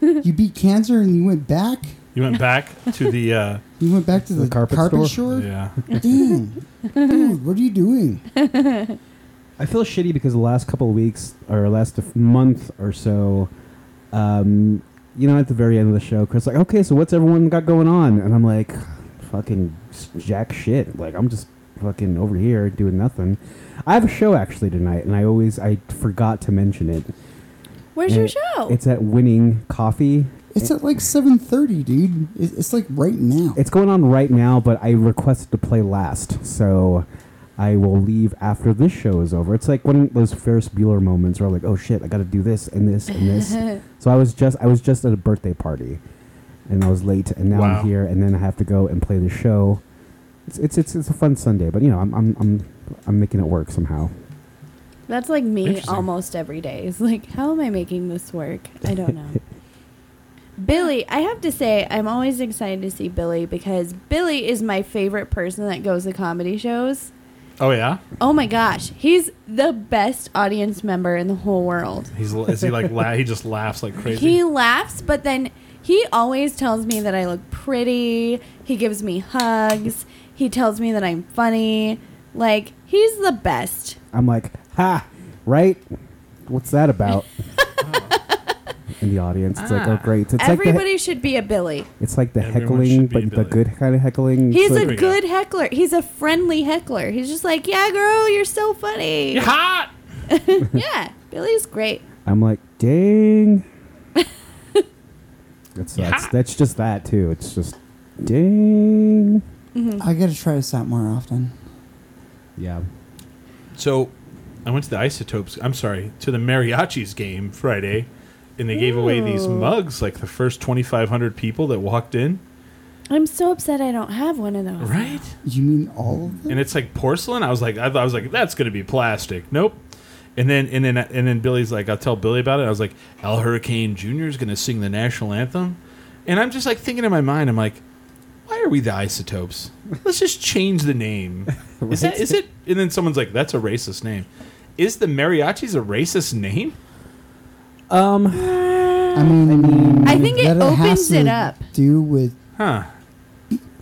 you you beat cancer and you went back. You went back to the. Uh, You went back to the, The carpet store? store. yeah. Damn, dude, what are you doing? I feel shitty because the last couple of weeks or last f- month or so, um, you know, at the very end of the show, Chris like, okay, so what's everyone got going on? And I'm like, fucking s- jack shit. Like I'm just fucking over here doing nothing. I have a show actually tonight, and I always I forgot to mention it. Where's And your it- show? It's at Winning Coffee. It's at like seven thirty, dude. It- It's like right now. It's going on right now, but I requested to play last, so I will leave after this show is over. It's like one of those Ferris Bueller moments where I'm like, oh shit, I got to do this and this and this. so I was just I was just at a birthday party, and I was late, and now Wow. I'm here, and then I have to go and play the show. It's it's it's, it's a fun Sunday, but you know I'm I'm I'm I'm making it work somehow. That's like me Interesting. almost every day. It's like, how am I making this work? I don't know. Billy, I have to say, I'm always excited to see Billy because Billy is my favorite person that goes to comedy shows. Oh yeah. Oh my gosh, he's the best audience member in the whole world. He's is he like la- he just laughs like crazy. He laughs, but then he always tells me that I look pretty. He gives me hugs. He tells me that I'm funny. Like, he's the best. I'm like, ha, right? What's that about? In the audience, it's like, oh great! It's like the, Everybody should be a Billy. It's like the Ah. Everyone heckling, should be but the Billy. good kind of heckling. He's It's a like, good heckler. He's a friendly heckler. He's just like, yeah, girl, you're so funny. You're hot. yeah, Billy's great. I'm like, dang. that's, that's that's just that too. It's just, dang. I gotta try this out more often. Yeah. So, I went to the Isotopes. I'm sorry to the Mariachis game Friday and they gave away these Ooh. mugs like the first 2500 people that walked in I'm so upset I don't have one of those. right You mean all of them? and it's like porcelain i was like i, thought- I was like that's gonna be plastic nope and then and then and then billy's like i'll tell billy about it i was like al hurricane jr is gonna sing the national anthem and i'm just like thinking in my mind i'm like why are we the isotopes let's just change the name is that is it and then someone's like that's a racist name is the mariachis a racist name I mean, I mean, I think it that opens has it to up. Do with huh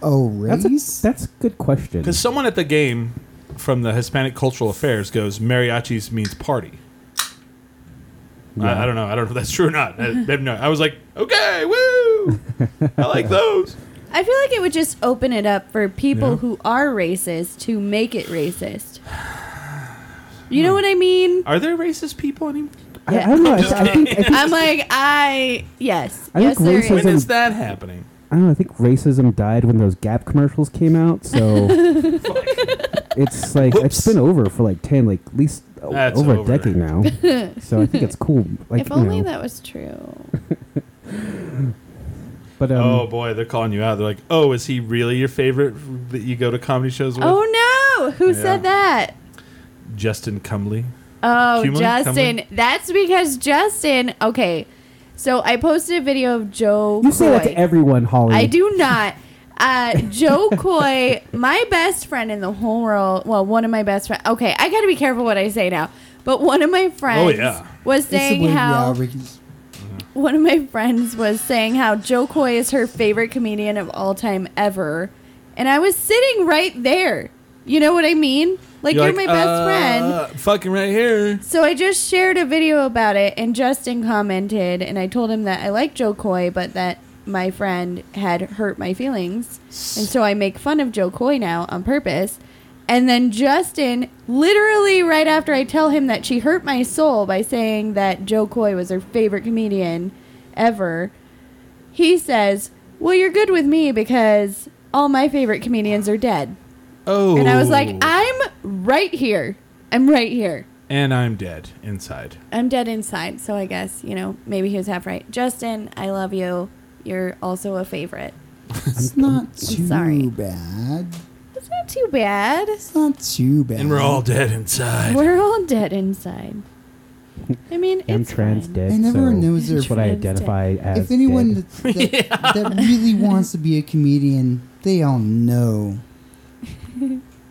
oh That's a, race? that's a good question. Because someone at the game from the Hispanic Cultural Affairs goes, mariachis means party. I, I don't know. I don't know if that's true or not. I, I have no, I was like, okay, woo! I like those. I feel like it would just open it up for people Yeah. who are racist to make it racist. You know what I mean? Are there racist people anymore? I, I don't know. I, th- I think, I, think, I'm like, I yes, I yes, think there racism- is. When is that happening? I don't know. I think racism died when those Gap commercials came out. So it's like Whoops. it's been over for like ten, like at least o- That's over, a over. decade now. so I think it's cool. Like if you only know, that was true. But um, oh boy, they're calling you out. They're like, oh, is he really your favorite that you go to comedy shows with? Oh no! Who Yeah. said that? Justin Cumley. Oh, Cumlin? Justin. Cumlin? That's because Justin. Okay, so I posted a video of Joe. you say that Coy. to everyone, Holly. I do not. Uh, Joe Coy, my best friend in the whole world. Well, one of my best friends. Okay, I got to be careful what I say now. But one of my friends yeah. was It's the saying way- yeah, how we can- one of my friends was saying how Joe Coy is her favorite comedian of all time ever, and I was sitting right there. You know what I mean? Like you're, my best friend. friend. "Uh, Fucking right here. So I just shared a video about it, and Justin commented, and I told him that I like Joe Coy, but that my friend had hurt my feelings, and so I make fun of Joe Coy now on purpose. And then Justin, literally right after I tell him that she hurt my soul by saying that Joe Coy was her favorite comedian ever, he says, "Well, you're good with me because all my favorite comedians are dead." Oh. And I was like, "I'm right here. I'm right here." and I'm dead inside. I'm dead inside, so I guess, you know, maybe he was half right. Justin, I love you. You're also a favorite. it's not too sorry. bad. It's not too bad. It's not too bad. And we're all dead inside. We're all dead inside. I mean, I'm it's trans fine. dead. And everyone so knows that's they're what I trans dead. identify as. If anyone dead. that, that, that really wants to be a comedian, they all know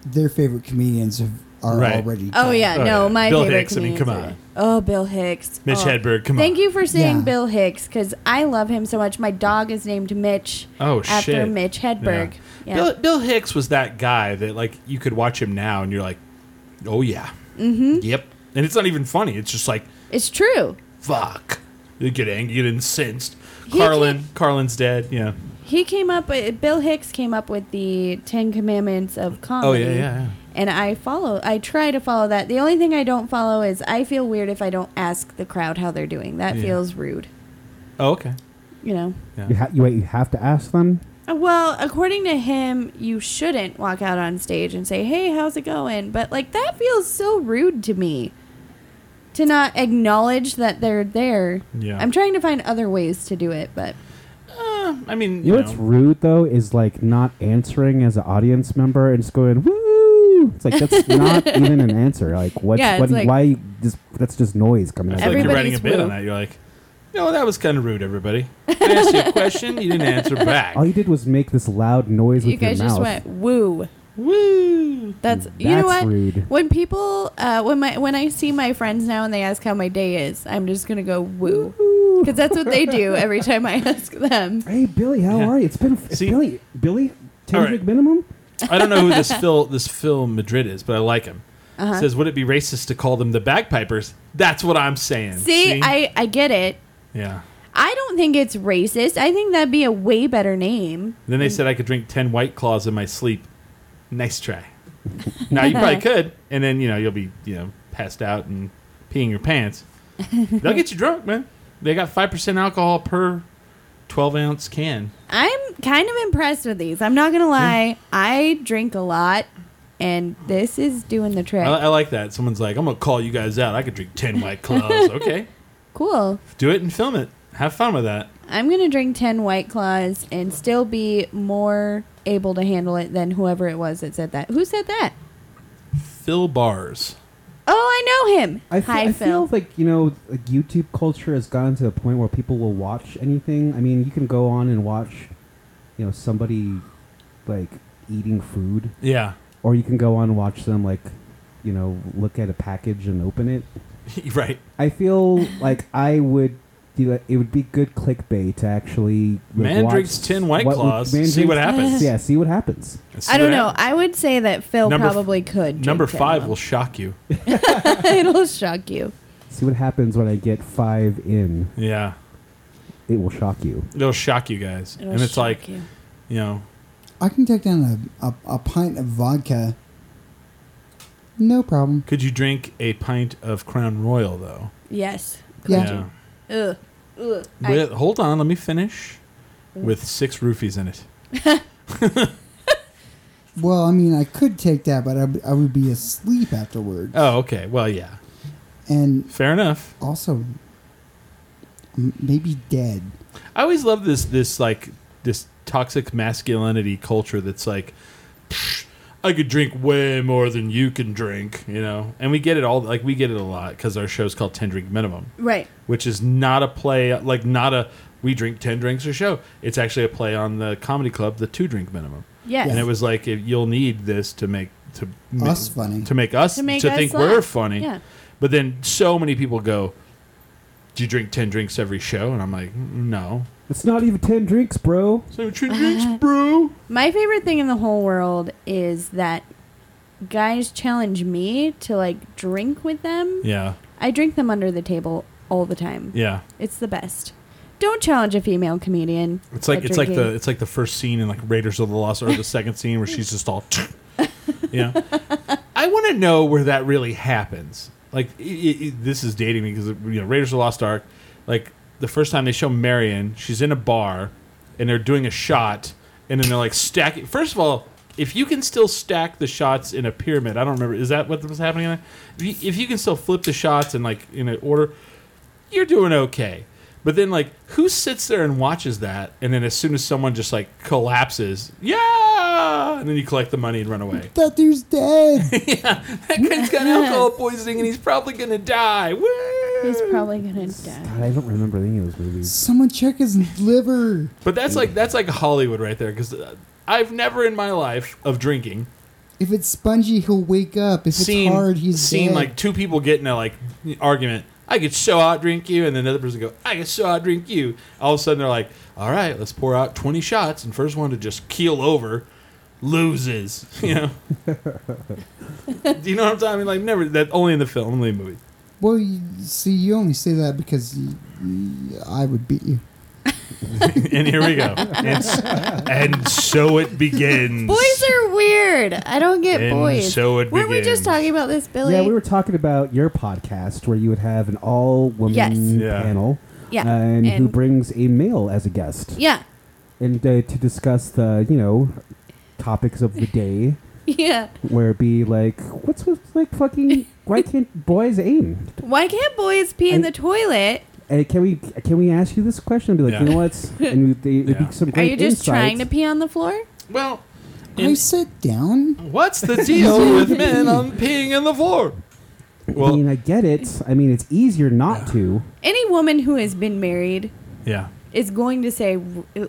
their favorite comedians have, are Right. already. Oh dead. yeah, Oh, no, yeah. my Bill favorite Hicks, I mean, comedian's come on. dead. Oh, Bill Hicks. Mitch oh. Hedberg, come Thank on. you for saying Yeah. Bill Hicks because I love him so much. My dog is named Mitch Oh shit! after Mitch Hedberg. Yeah. Bill, Bill Hicks was that guy that like you could watch him now and you're like, oh yeah, mm-hmm. yep. And it's not even funny. It's just like It's true. fuck. You get angry, you get incensed. He Carlin, Carlin's dead. Yeah. He came up with Bill Hicks came up with the Ten Commandments of comedy. Oh yeah, yeah, yeah. And I follow. I try to follow that. The only thing I don't follow is I feel weird if I don't ask the crowd how they're doing. That Yeah. feels rude. Oh okay. You know. Yeah. you, ha- you wait, you have to ask them. Uh, Well, according to him, you shouldn't walk out on stage and say, "Hey, how's it going?" But like that feels so rude to me. To not acknowledge that they're there. Yeah. I'm trying to find other ways to do it, but Uh, I mean, You know what's rude though is like not answering as an audience member and just going woo. It's like that's not even an answer. Like what? Yeah, it's what like- why? Just, that's just noise coming out. it's of like your you're Everybody's writing a bit rude. on that. You're like, no, that was kind of rude. Everybody, I asked you a question, you didn't answer back. All you did was make this loud noise you with guys your just went mouth. woo. Woo! That's, you know That's what rude. when people uh, when my when I see my friends now and they ask how my day is, I'm just gonna go woo because that's what they do every time I ask them. hey Billy, how Yeah. are you? It's been it's See- Billy. Billy, ten All right. right. minimum. I don't know who this Phil this Phil Madrid is, but I like him. Uh-huh. Says, would it be racist to call them the bagpipers? That's what I'm saying. See, I I get it. yeah. I don't think it's racist. I think that'd be a way better name. Then they said I could drink ten White Claws in my sleep. Nice try. now you probably could, and then you know you'll be you know passed out and peeing your pants. They'll get you drunk, man. They got five percent alcohol per twelve ounce can. I'm kind of impressed with these. I'm not gonna lie. I drink a lot, and this is doing the I, trick. I like that. Someone's like, I'm gonna call you guys out. I could drink ten White Claws. okay, Cool. Do it and film it. Have fun with that. I'm going to drink 10 White Claws and still be more able to handle it than whoever it was that said that. Who said that? Phil Bars. Oh, I know him. I, fe- Hi, I Phil. feel like you know, like YouTube culture has gotten to the point where people will watch anything. I mean, you can go on and watch, you know, somebody like eating food, Yeah. or you can go on and watch them like, you know, look at a package and open it. right. I feel like I would do it. It would be good clickbait to actually like, Man watch drinks 10 White what- Claws. man See what drinks- happens. Yeah, see what happens. See I don't what know. happens. I would say that Phil Number f- probably could. drink Number 10 five of will shock you. them. It'll shock you. See what happens when I get five in. Yeah. It will shock you. It'll shock you guys. It'll and it's shock like, you. you know, I can take down a, a, a pint of vodka. No problem. could you drink a pint of Crown Royal, though? Yes. Yeah. Ugh. Ugh. I- With, hold on, let me finish. With six roofies in it. Well, I mean, I could take that, but I would- I would be asleep afterward. Oh, okay. Well, yeah. And Fair enough. also, m- maybe dead. I always love this this like this toxic masculinity culture that's like "Psh, I could drink way more than you can drink, you know. And we get it all like we get it a lot cuz our show's called 10 drink minimum, right. which is not a play like not a we drink 10 drinks a show. It's actually a play on the comedy club the 2 drink minimum. Yes. And it was like if you'll need this to make to ma- Us funny. to make us To to, make us think laugh. we're funny. Yeah. But then so many people go, "Do you drink 10 drinks every show?" And I'm like, "No." It's not even ten drinks, bro. So drinks, bro. My favorite thing in the whole world is that guys challenge me to like drink with them. Yeah, I drink them under the table all the time. yeah. It's the best. Don't challenge a female comedian. It's like at it's like the drinking. it's like the first scene in like Raiders of the Lost Ark, the second scene where she's just all, yeah. I want to know where that really happens. Like i i i- this is dating me because you know Raiders of the Lost Ark. Like the first time they show Marion, she's in a bar, and they're doing a shot, and then they're like stacking. First of all. If you can still stack the shots in a pyramid, I don't remember. Is that what was happening? in there? If you, if you can still flip the shots in like in an order, you're doing okay. But then, like, who sits there and watches that? And then, as soon as someone just like collapses, yeah, and then you collect the money and run away. That dude's dead. That guy's got alcohol poisoning and he's probably gonna die. Woo! He's probably gonna die. God, I don't remember any of those movies. Someone check his liver. but that's like that's like Hollywood right there because I've never in my life of drinking If it's spongy, he'll wake up. If it's seen hard, he's seen dead. like two people get in a like argument. I could so outdrink you, and then another person go, I could so outdrink you. All of a sudden, they're like, all right, let's pour out twenty shots, and first one to just keel over loses. You know. Do you know what I'm talking? About? Like never that only in the film, only in the movie. Well, you, see, you only say that because you, you- I would beat you. and here we go. And, s- and so it begins. Boys are weird. I don't get And boys. so it Weren't we just begins. talking about this, Billy? Yeah, we were talking about your podcast where you would have an all woman Yes. Yeah. panel. uh, Yeah. And, who And- brings a male as a guest. Yeah. And uh, to discuss the, you know, topics of the day, Yeah. where it be like, what's with, like, fucking, why can't boys aim? Why can't boys pee in the toilet? Uh, can we can we ask you this question? And be like, Yeah. you know what? And we, they, it'd Yeah. be some Are great you just trying to insights. pee on the floor? Well, I in- sit down. what's the deal with men on peeing on the floor? I mean, Well, I get it. I mean, it's easier not to. Any woman who has been married yeah. is going to say,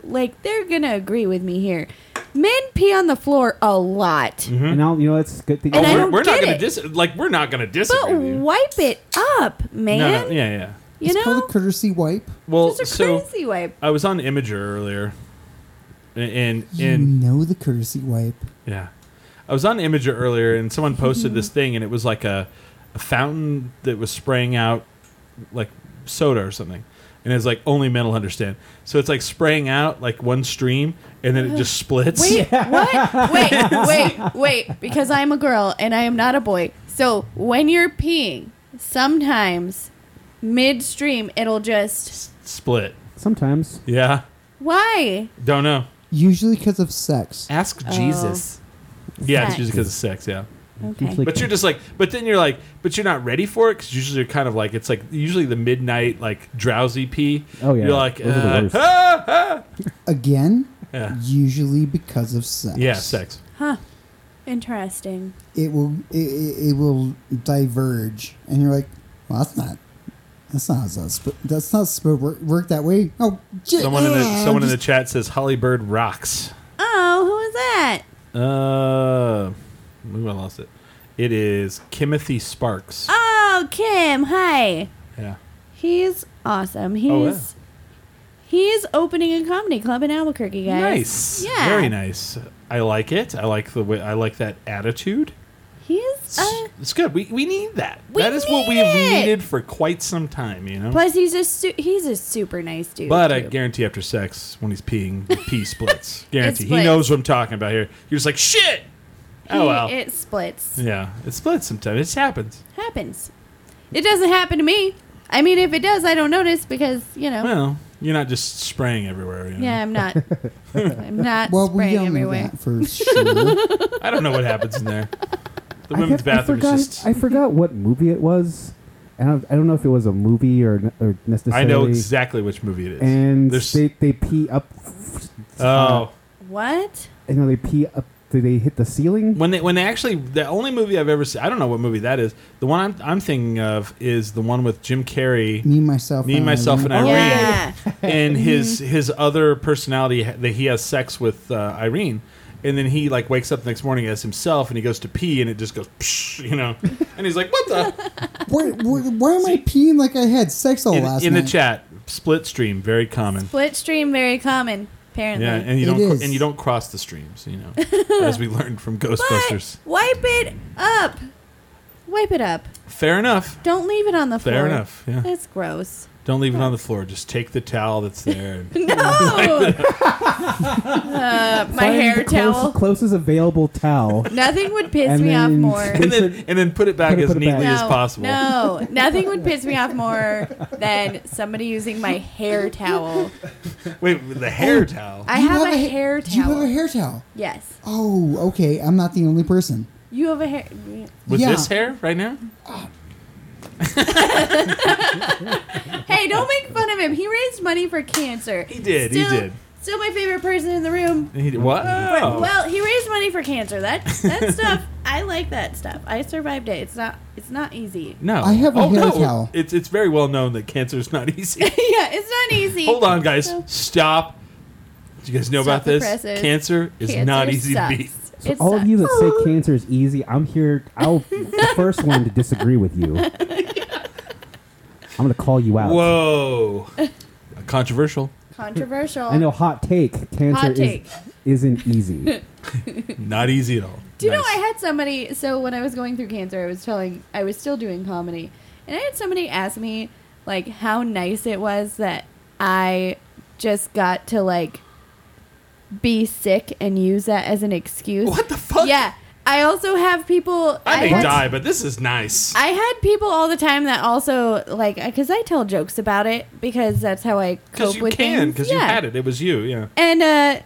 like, they're going to agree with me here. Men pee on the floor a lot, Mm-hmm. And now, you know, it's good that And you I Hmm? Oh, we're, we're not don't get gonna it. dis like we're not gonna disagree. but with you. wipe it up, man. No, no, yeah, yeah. You it's know, called a courtesy wipe. Well, just a so crazy wipe. I was on Imager earlier, and and, You Mm. and know the courtesy wipe. yeah, I was on Imager earlier, and someone posted Mm-hmm. this thing, and it was like a, a fountain that was spraying out like soda or something, and it's like only men will understand. So it's like spraying out like one stream, and then it just splits. Wait, what? Wait, wait, wait. Because I'm a girl and I am not a boy. So when you're peeing, sometimes midstream it'll just. Split. sometimes. Yeah. Why? Don't know. Usually because of sex. Ask Jesus. Yeah, Oh. Sex. it's usually because of sex. Yeah. Okay. Usually- But you're just like, but then you're like, but you're not ready for it because usually you're kind of like, it's like usually the midnight like drowsy pee. Oh, yeah. you're like, Those are the uh, worst. ah, ah. Again, Yeah. usually because of sex. yeah, sex. Interesting. It will it, it, it will diverge, and you're like, well, that's not. That's not how that's, that's not supposed to work, work that way. Oh, shit. Someone in the Ah, someone in the just- chat says Holly Bird rocks. Oh, who is that? Uh, ooh, I lost it. It is Kimothy Sparks. Oh, Kim. Hi. Yeah, He's awesome. He's Oh, he's opening a comedy club in Albuquerque, guys. nice. Yeah. very nice. I like it. I like the way. I like that attitude. He's It's, uh, it's good. We, we need that. We that is what need we've it. needed for quite some time. You know. plus he's a su- he's a super nice dude. But I too. guarantee after sex, when he's peeing, the pee splits. guarantee. He splits. knows what I'm talking about here. You're just like, shit! Oh, He- well. it splits. yeah, it splits sometimes. It just happens. Happens. It doesn't happen to me. I mean, if it does, I don't notice because you know. Well, you're not just spraying everywhere. You know? Oh. yeah, I'm not. I'm not Well, we spraying don't know everywhere. that for sure. I don't know what happens in there. The I women's kept- I bathroom forgot- is just. I forgot what movie it was. I don't, I don't know if it was a movie or, or I, necessarily. know exactly which movie it is. And There's, they, they pee up. oh, What? I know they pee up. Do they hit the ceiling? when they when they actually the only movie I've ever seen. I don't know what movie that is. The one I'm, I'm thinking of is the one with Jim Carrey. me, myself, Me, and myself, and Irene. Irene. Yeah. and his his other personality ha- that he has sex with uh, Irene, and then he like wakes up the next morning as himself, and he goes to pee, and it just goes, psh, you know, and he's like, "What the?" Why, why, why am I peeing like I had sex all in, Oh, last in night? the chat, split stream, very common. Split stream very common apparently. Yeah, and you It don't cro- is. and you don't cross the streams, you know, as we learned from Ghostbusters. but wipe it up. Wipe it up. Fair enough. Don't leave it on the floor. Fair enough. Yeah. That's gross. Don't leave it on the floor. Just take the towel that's there. And No. uh, my Find hair the close- towel. Closest available towel. Nothing would piss And me off then- more. and then, and then put it back Put it- as put it back. neatly no, as possible. No, nothing would piss me off more than somebody using my hair towel. Wait, the hair towel. I You have, a, ha- hair Do you towel. have a hair towel? yes, Oh, okay. I'm not the only person. you have a hair. With yeah. this hair right now? Hey, don't make fun of him. He raised money for cancer. He did, he Still, did. Oh. Still my favorite person in the room. And he did- Wow. Well, he raised money for cancer. That that stuff. I like that stuff. I survived it. It's not. It's not easy. No, I have a hair towel. It's it's very well known that cancer is not easy. yeah, it's not easy. Hold on, guys, So- stop. Do you guys know Stop about this? oppressors. Cancer is Cancer not easy sucks. to beat. So It all of you that sucks. say cancer is easy, I'm here. I'll the first one to disagree with you. I'm gonna call you out. Whoa, controversial. controversial. I know. Hot take. Cancer Hot take. is isn't easy. Not easy at all. Do you know Nice. I had somebody? So when I was going through cancer, I was telling I was still doing comedy, and I had somebody ask me like how nice it was that I just got to like be sick and use that as an excuse. What the fuck? Yeah, I also have people. I may had, die, but this is nice. I had people all the time that also like because I tell jokes about it because that's how I Because cope you with can, things. because you Yeah. had it. It was you, yeah. And uh,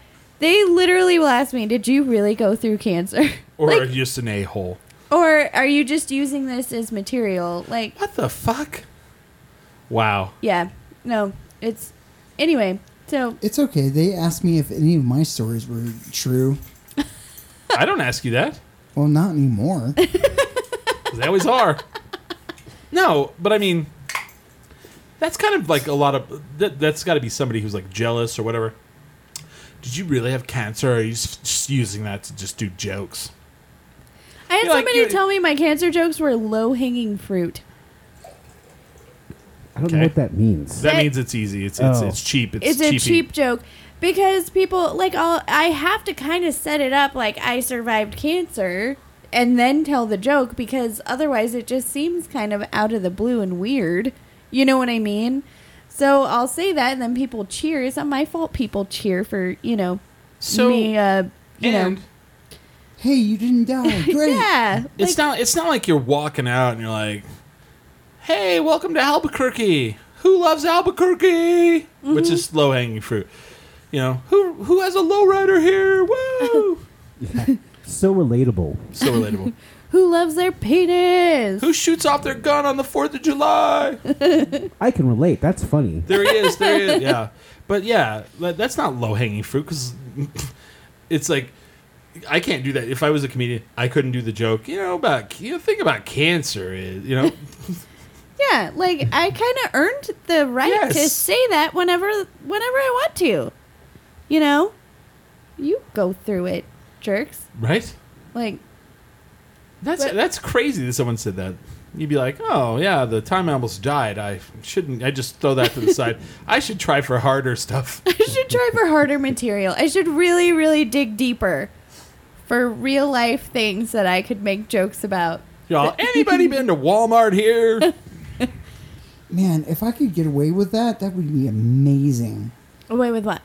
they literally will ask me, "Did you really go through cancer?" Or Like, are you just an a hole. Or are you just using this as material? Like, What the fuck? Wow. yeah, no, it's anyway. So It's okay. They asked me if any of my stories were true. I don't ask you that. Well, not anymore. 'Cause They always are. No, but I mean, that's kind of like a lot of that, that's got to be somebody who's like jealous or whatever. Did you really have cancer? Or are you just, just using that to just do jokes? I had You're like, somebody you're- tell me my cancer jokes were low hanging fruit. I don't Okay. know what that means. That That- means it's easy. It's it's, Oh. it's cheap. It's, It's, a cheapy. cheap joke because people like all I have to kind of set it up like I survived cancer and then tell the joke because otherwise it just seems kind of out of the blue and weird. You know what I mean? So I'll say that and then people cheer. It's not my fault people cheer for, you know, So me uh you and know hey, you didn't die. Great. Yeah. it's like, not it's not like you're walking out and you're like, "Hey, welcome to Albuquerque. Who loves Albuquerque?" Which Mm-hmm. is low hanging fruit. You know who who has a lowrider here? Woo! so relatable. So relatable. Who loves their penis? Who shoots off their gun on the Fourth of July? I can relate. That's funny. There he is. There he is. Yeah, but yeah, that- that's not low hanging fruit because it's like I can't do that. If I was a comedian, I couldn't do the joke. You know about you know, think about cancer is you know Yeah, like I kind of earned the right to Yes. say that whenever whenever I want to. You know? You go through it, jerks. right. Like That's But- that's crazy that someone said that. You'd be like, oh yeah, the time I almost died. I shouldn't. I just throw that to the side. I should try for harder stuff. I should try for harder material. I should really really dig deeper for real life things that I could make jokes about. Y'all, anybody been to Walmart here? Man, if I could get away with that, that would be amazing. Away with what?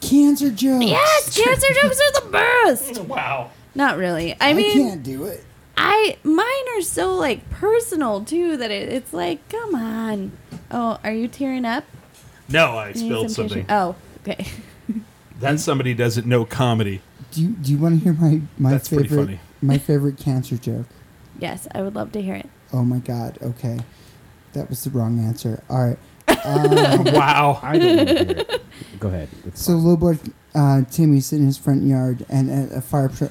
Cancer jokes. Yes, cancer jokes are the best. wow. Not really. I I mean, can't do it. I mine are so like personal too that it, it's like, come on. Oh, are you tearing up? No, I You need spilled some tissue? something. Oh, okay. That somebody doesn't know comedy. Do you do you want to hear my my That's pretty favorite funny. my favorite cancer joke? yes, I would love to hear it. Oh my god. Okay, that was the wrong answer. All right. Um, Wow. I don't want to hear it. Go ahead. It's So fine. little boy uh, Timmy's in his front yard, and a, a fire tru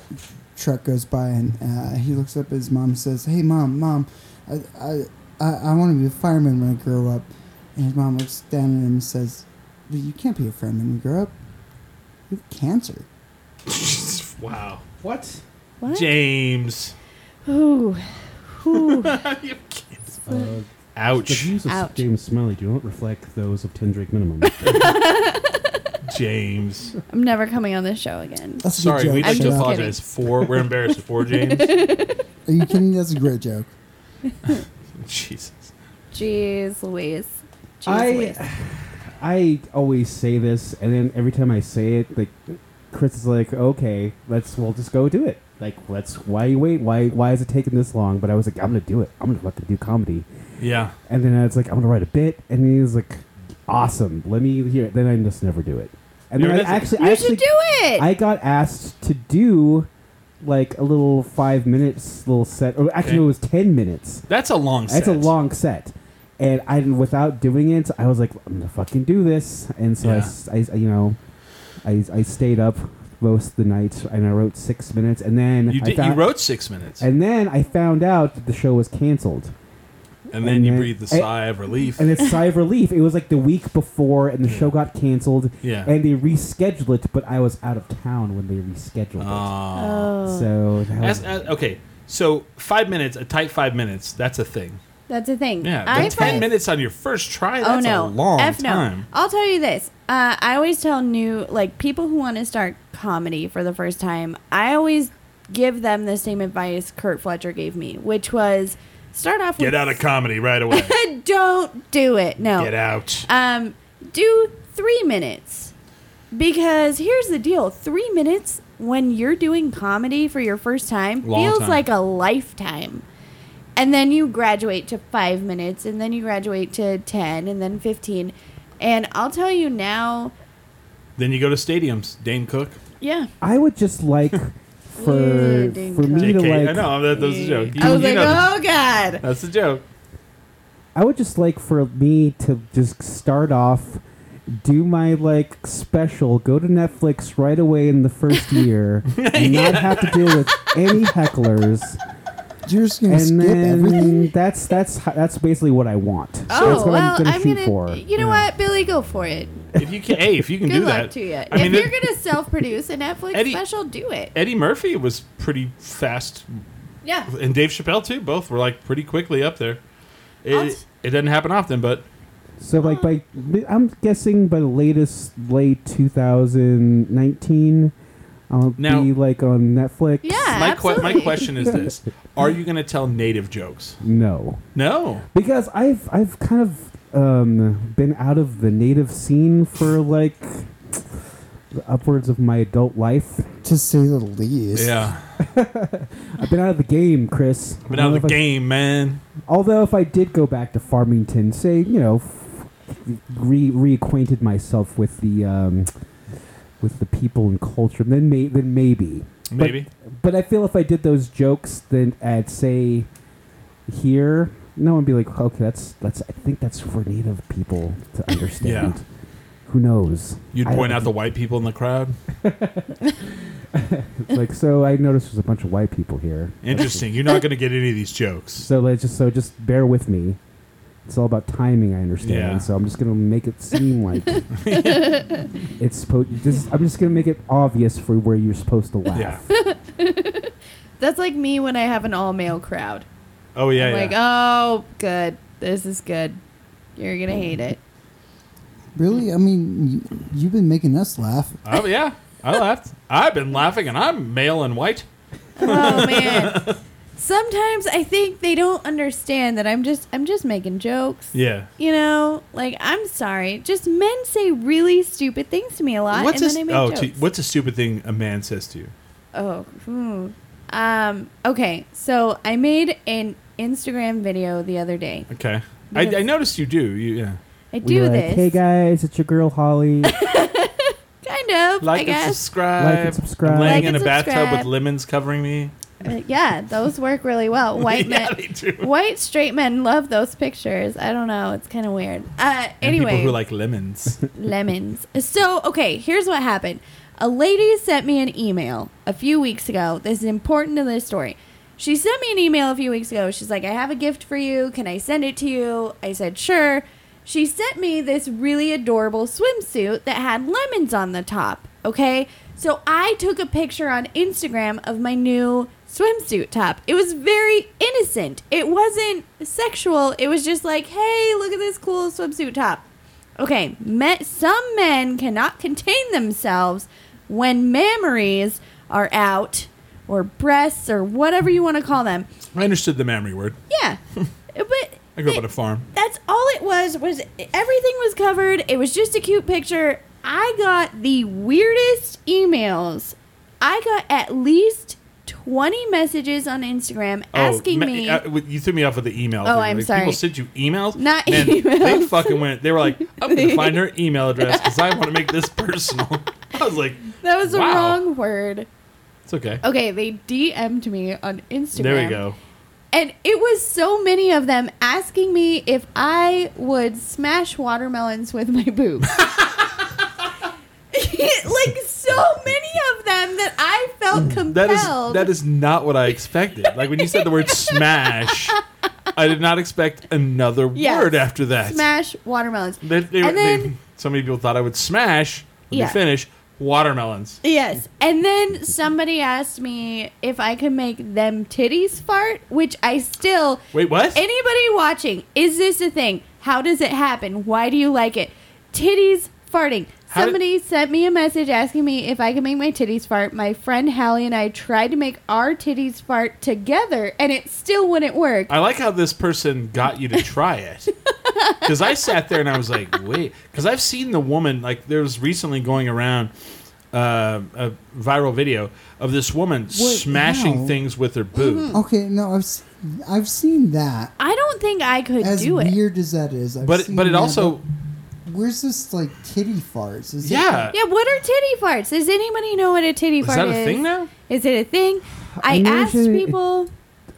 truck goes by, and uh, he looks up at his mom and says, "Hey, mom, mom, I, I, I, I want to be a fireman when I grow up." And his mom looks down at him and says, "But you can't be a fireman when you grow up. You have cancer." wow. what? What? James. Ooh. Ooh. Uh, the Ouch. views of Ouch. James Smiley do not reflect those of Tendrake Minimum. James. I'm never coming on this show again. That's a good Sorry, joke. we'd like I'm to Shut up. apologize just for. We're embarrassed for James. Are you kidding? That's a great joke. Jesus. Jeez Louise. Jeez Louise. I I always say this, and then every time I say it, like Chris is like, "Okay, let's we'll just go do it." Like, let's why you wait? Why why is it taking this long? But I was like, "I'm gonna do it. I'm gonna fucking do comedy." Yeah. And then I was like, "I'm gonna write a bit," and he was like, "Awesome, let me hear." It. Then I just never do it. And then You're I just- actually, I You actually, should do it. I got asked to do like a little five minutes little set, or actually Okay. it was ten minutes. That's a long set. It's a long set. And I, without doing it, I was like, I'm gonna fucking do this. And so Yeah. I s- I, s- you know, I, I stayed up most of the night and I wrote six minutes. And then You, I did, you found- wrote six minutes. And, And then I found out that the show was canceled. then and you then- breathed the and- sigh of relief. And it's sigh of relief. It was like the week before, and the show got canceled. Yeah. And they rescheduled it, but I was out of town when they rescheduled Aw. it. oh, So that As- was- as- okay, so five minutes, a tight five minutes, that's a thing. that's a thing. Yeah, I but ten find- minutes on your first try, Oh that's a no, long F no. time. I'll tell you this. Uh, I always tell new like people who want to start comedy for the first time. I always give them the same advice Kurt Fletcher gave me, which was start off. Get with, out of comedy right away. Don't do it. No. Get out. Um, do three minutes. Because here's the deal three minutes when you're doing comedy for your first time Long feels time. like a lifetime. And then you graduate to five minutes, and then you graduate to 10, and then 15. And I'll tell you now, Then you go to stadiums. Dane Cook. yeah. I would just like for, Ooh, ding for me to JK. like. I know that, that's a joke. You- I was you like, know that. oh, God. That's a joke. I would just like for me to just start off, do my like special, go to Netflix right away in the first year, and not have to deal with any hecklers, You're just gonna and skip everything. then that's that's ho- that's basically what I want. that's Oh, what well, I'm gonna I'm shoot going for. to. You know Yeah. what, Billy? Go for it. If you can, hey, if you can Good do luck that. to you. I if mean, you're it- going to self produce a Netflix Eddie- special, do it. Eddie Murphy was pretty fast, Yeah. and Dave Chappelle too. Both were like pretty quickly up there. I'll It, s- it doesn't happen often, but So like by I'm guessing by the latest late 2019, I'll Now- be like on Netflix. Yeah. my que- my absolutely. question is this: Are you going to tell native jokes? No. No. because I've I've kind of um, been out of the native scene for like upwards of my adult life. To say the least. Yeah, I've been out of the game, Chris. but I out don't of the know if I- game, man. although if I did go back to Farmington, say you know, f- re- reacquainted myself with the um, with the people and culture, then may- then maybe. Maybe. But I feel if I did those jokes, then I'd say here, no one would be like, okay, that's that's. I think that's for native people to understand. Who knows? You'd I point don't- out the white people in the crowd. like so. I noticed there's a bunch of white people here. Interesting. You're not going to get any of these jokes. So let's just so just bear with me. It's all about timing, I understand. Yeah. So I'm just gonna make it seem like it's supposed. Just, I'm just gonna make it obvious for where you're supposed to laugh. Yeah. That's like me when I have an all male crowd. Oh yeah. I'm yeah. like, oh, good. This is good. You're gonna hate it. Really? I mean, y- you've been making us laugh. Oh yeah, I laughed. I've been laughing, and I'm male and white. Oh man. Sometimes I think they don't understand that I'm just I'm just making jokes. Yeah. You know, like I'm sorry. Just men say really stupid things to me a lot, What's and a, then I make oh, jokes. to- what's a stupid thing a man says to you? Oh, hmm. um, okay. So I made an Instagram video the other day. Okay, Because- I, I noticed you do. You, yeah, I We do were this Like, hey guys, it's your girl Holly. kind of, I like and guess. subscribe. Like and subscribe. I'm laying Like in and a bathtub subscribe. with lemons covering me. Uh, yeah, those work really well. White yeah, men, they do. white straight men love those pictures. I don't know. It's kind of weird. Uh, And people anyway, who like lemons. lemons. So okay, here's what happened. A lady sent me an email a few weeks ago. This is important to this story. She sent me an email a few weeks ago. She's like, I have a gift for you. Can I send it to you? I said, sure. She sent me this really adorable swimsuit that had lemons on the top. Okay. So I took a picture on Instagram of my new swimsuit top. It was very innocent. It wasn't sexual. It was just like, hey, look at this cool swimsuit top. Okay, me- some men cannot contain themselves when mammaries are out, or breasts, or whatever you want to call them. I understood the memory word. Yeah, but I grew up it- on a farm. that's all it was. Was everything was covered? It was just a cute picture. I got the weirdest emails. I got at least twenty messages on Instagram asking ma- me. uh, w- you threw me off with the email. Oh, thing. I'm Like, sorry. People sent you emails. Not and They emails. fucking went. They were like, I'm gonna find her email address because I want to make this personal. I was like, that was the wow. wrong word. it's okay. Okay, they DM'd me on Oh, Instagram. There we go. And it was so many of them asking me if I would smash watermelons with my boobs. like so many of them that I felt compelled. Mm, That is that is not what I expected. Like when you said the word smash, I did not expect another Yes. word after that. smash watermelons. They- they- And they- then- so many people thought I would smash. Let Yeah. me finish. Watermelons. Yes. And then somebody asked me if I could make them titties fart, which I still Wait, what? Anybody watching, is this a thing? How does it happen? Why do you like it? Titties farting. How did- Somebody sent me a message asking me if I could make my titties fart. My friend Hallie and I tried to make our titties fart together, and it still wouldn't work. I like how this person got you to try it. Because I sat there and I was like, wait. Because I've seen the woman, like, there was recently going around uh, a viral video of this woman smashing how? things with her Mm-hmm. boob. Okay, no, I've s- I've seen that. I don't think I could As do it. weird as that is, I've But, seen but it that, also, but Where's this like titty farts? Is it- yeah. Yeah, what are titty farts? Does anybody know what a titty Is fart that is? a thing now? Is it a thing? I I'm asked usually- people.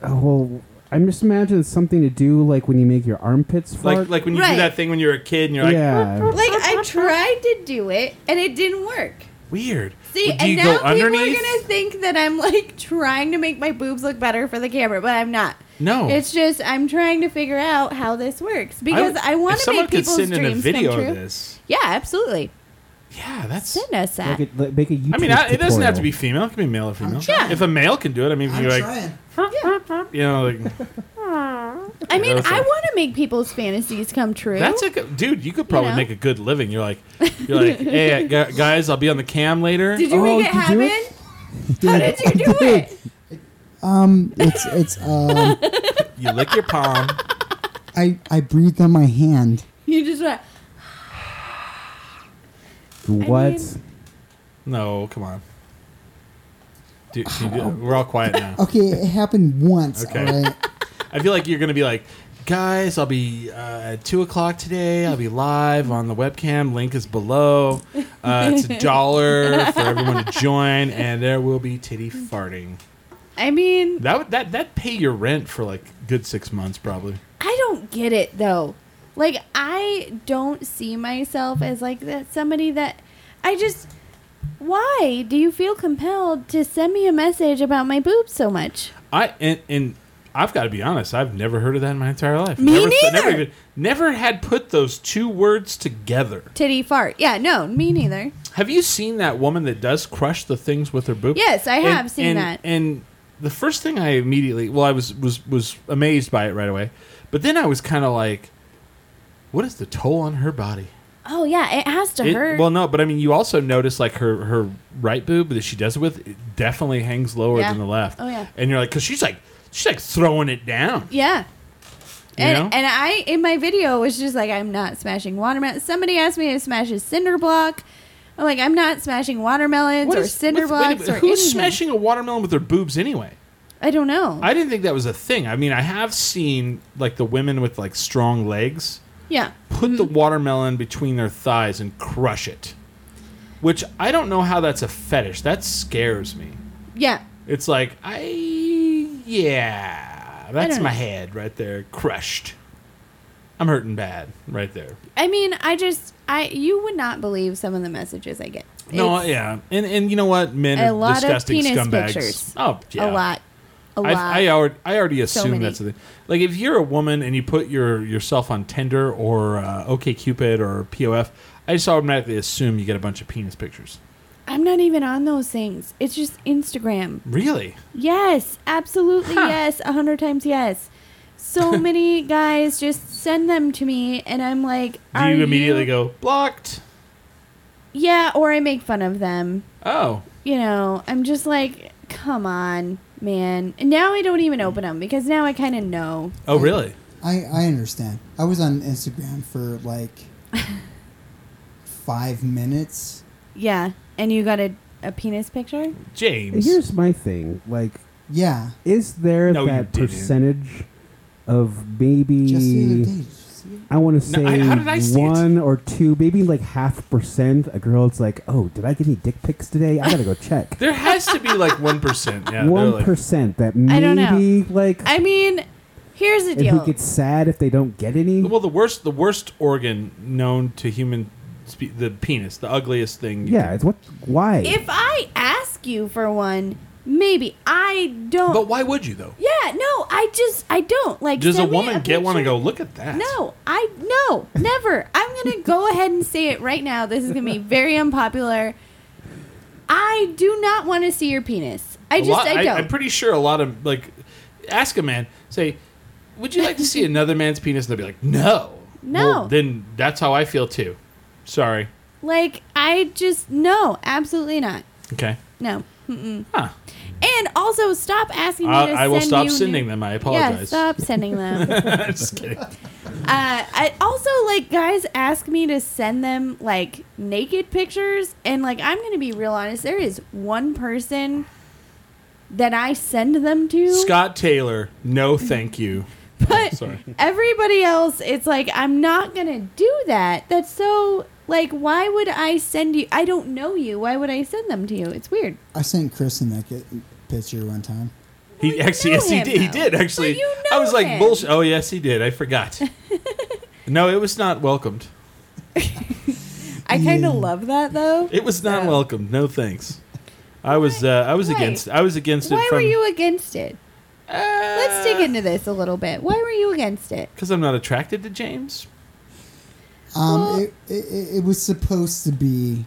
Oh, well, I'm just imagining it's something to do like when you make your armpits fart. Like, like when you Right. do that thing when you're a kid and you're like, yeah. Like, I tried to do it, and it didn't work. weird. See, Well, do and you now go people underneath? are gonna think that I'm like trying to make my boobs look better for the camera, but I'm not. no. It's just I'm trying to figure out how this works because would- I, want if to someone make could people's send in a dreams video come true. of this. Yeah, absolutely. Yeah, that's. Send us that. Like, it, like make a YouTube I mean, I, it doesn't have to tutorial. be female. It can be male or female. trying. If a male can do it, I mean, if I'm you like, trying. you know, like I mean, That's I like- want to make people's fantasies come true. that's a good, dude. You could probably know? make a good living. You're like, you're like, hey gu- guys, I'll be on the cam later. did you Oh, make it did you happen? do How did you do it? Um, it's it's um, You lick your palm. I I breathe on my hand. You just went. What? I mean- No, come on. Dude, can you do- we're all quiet now. Okay, it happened once. Okay. All right. I feel like you're gonna be like, guys, I'll be uh, at two o'clock today. I'll be live on the webcam. Link is below. Uh, it's a dollar for everyone to join, and there will be titty farting. I mean, That would that that pay your rent for like good six months probably. I don't get it though. Like I don't see myself as like that somebody that I just why do you feel compelled to send me a message about my boobs so much? I and, and I've got to be honest. I've never heard of that in my entire life. Me never, neither. Never, even- never had put those two words together. Titty fart. Yeah, no, me neither. Have you seen that woman that does crush the things with her boob? Yes, I have And- seen and- that. And the first thing I immediately, well, I was was was amazed by it right away, but then I was kind of like, "What is the toll on her body?" Oh yeah, it has to It- hurt. well, no, but I mean, you also notice like her her right boob that she does it with it definitely hangs lower Yeah. than the left. Oh, yeah. and you're like, because she's like she's like throwing it down. yeah. You And, know? and I in my video was just like I'm not smashing watermelon. Somebody asked me to smash a cinder block. I'm like I'm not smashing watermelons What or is- cinder what's- wait a blocks minute, or who's anything. smashing a watermelon with their boobs anyway? I don't know. I didn't think that was a thing. I mean, I have seen like the women with like strong legs yeah. put the watermelon between their thighs and crush it, which I don't know how that's a fetish. That scares me. Yeah. It's like I yeah, that's don't my know. head right there crushed. I'm hurting bad right there. I mean, I just I you would not believe some of the messages I get. no, It's yeah, and and you know what, men A are lot of disgusting penis scumbags. pictures. Oh, yeah. a lot, a I, lot. uh, I already I already So assume many. that's the thing. Like if you're a woman and you put your yourself on Tinder or uh, OKCupid or POF, I just automatically assume you get a bunch of penis pictures. I'm not even on those things. It's just Instagram. Really? Yes, absolutely Huh. yes, a hundred times yes. So many guys just send them to me, and I'm like, Do are you immediately go blocked? Yeah, or I make fun of them. Oh, You know, I'm just like, come on, man. And now I don't even open them because now I kind of know. oh, really? I, I understand. I was on Instagram for like five minutes. Yeah, and you got a a penis picture. James. Here's my thing. Like, Yeah. is there No, you that didn't. percentage of Just the other maybe day. Just the other- I want to say No, I- how did I see it? one or two, maybe like half percent? A girl's like, oh, did I get any dick pics today? I gotta go check. There has to be like one percent. Yeah, One they're like, that I don't know. maybe like I mean, here's the and deal. who gets sad if they don't get any. Well, the worst, the worst organ known to human, spe- the penis, the ugliest thing. you yeah, can- it's what? Why? if I ask you for one, maybe I don't. But why would you though? yeah, no, I just I don't like. Does a send me woman get one and picture- go look at that? No, I no, never. I'm gonna go ahead and say it right now. This is gonna be very unpopular. I do not want to see your penis. I A just lot- I don't. I'm pretty sure a lot of like, ask a man, say, would you like to see another man's penis? And they'll be like, no, No. Well, then that's how I feel too. Sorry. like I just no, absolutely not. Okay. No. Mm-mm. Huh. And also, stop asking me I, to Uh, I will send stop you sending new- them. I Yeah, apologize. stop sending them. uh, Just kidding. I also like guys ask me to send them like naked pictures, and like I'm gonna be real honest, there is one person that I send them to, Scott Taylor, no, thank you. but Sorry. everybody else, it's like I'm not gonna do that. That's so like, why would I send you? I don't know you. Why would I send them to you? It's weird. I sent Chris in that ki- picture one time. He you actually, know yes, he him, did. He though. did actually. But you I know was like, him. bullshit. Oh yes, he did. I forgot. no, it was not welcomed. I kind Yeah. of love that though. It was not Yeah. welcomed. No thanks. I was, uh, I was Why? against. I was against Why it. From, were you against it? Uh, Let's dig into this a little bit. Why were you against it? Because I'm not attracted to James. Um, Well- it, it, it was supposed to be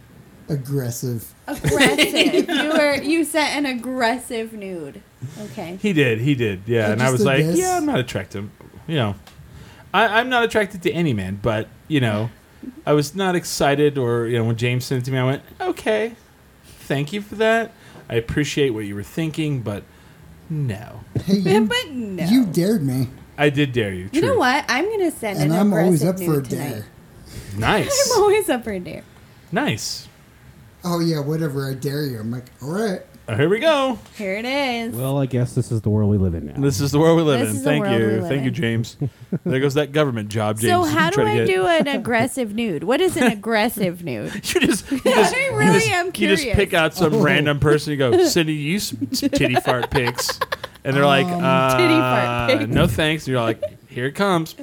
aggressive. Aggressive. you were you sent an aggressive nude. Okay. He did. He did. Yeah. I and I just was did like, this. yeah, I'm not attracted. to him." You know, I, I'm not attracted to any man, but, you know, I was not excited or, you know, when James sent it to me, I went, okay, thank you for that. I appreciate what you were thinking, but no. Hey, you, but no. you dared me, I did dare you. True. You know what? I'm gonna send and an I'm always aggressive up for a nude tonight. dare. Nice. I'm always up for a dare. nice. Oh yeah, whatever. I dare you. I'm like, all right. Uh, Here we go. Here it is. Well, I guess this is the world we live in now. This is the world we live This in. is the Thank world we you. live Thank you, in. James. there goes that government job, James. so you how do try to I get- do an aggressive nude? What is an aggressive nude? You just, you just, I you really just- am You just curious. pick out some random person. You go, Cindy, you some titty fart pics, and they're like, uh, Um, titty fart pics. No thanks. You're like, here it comes.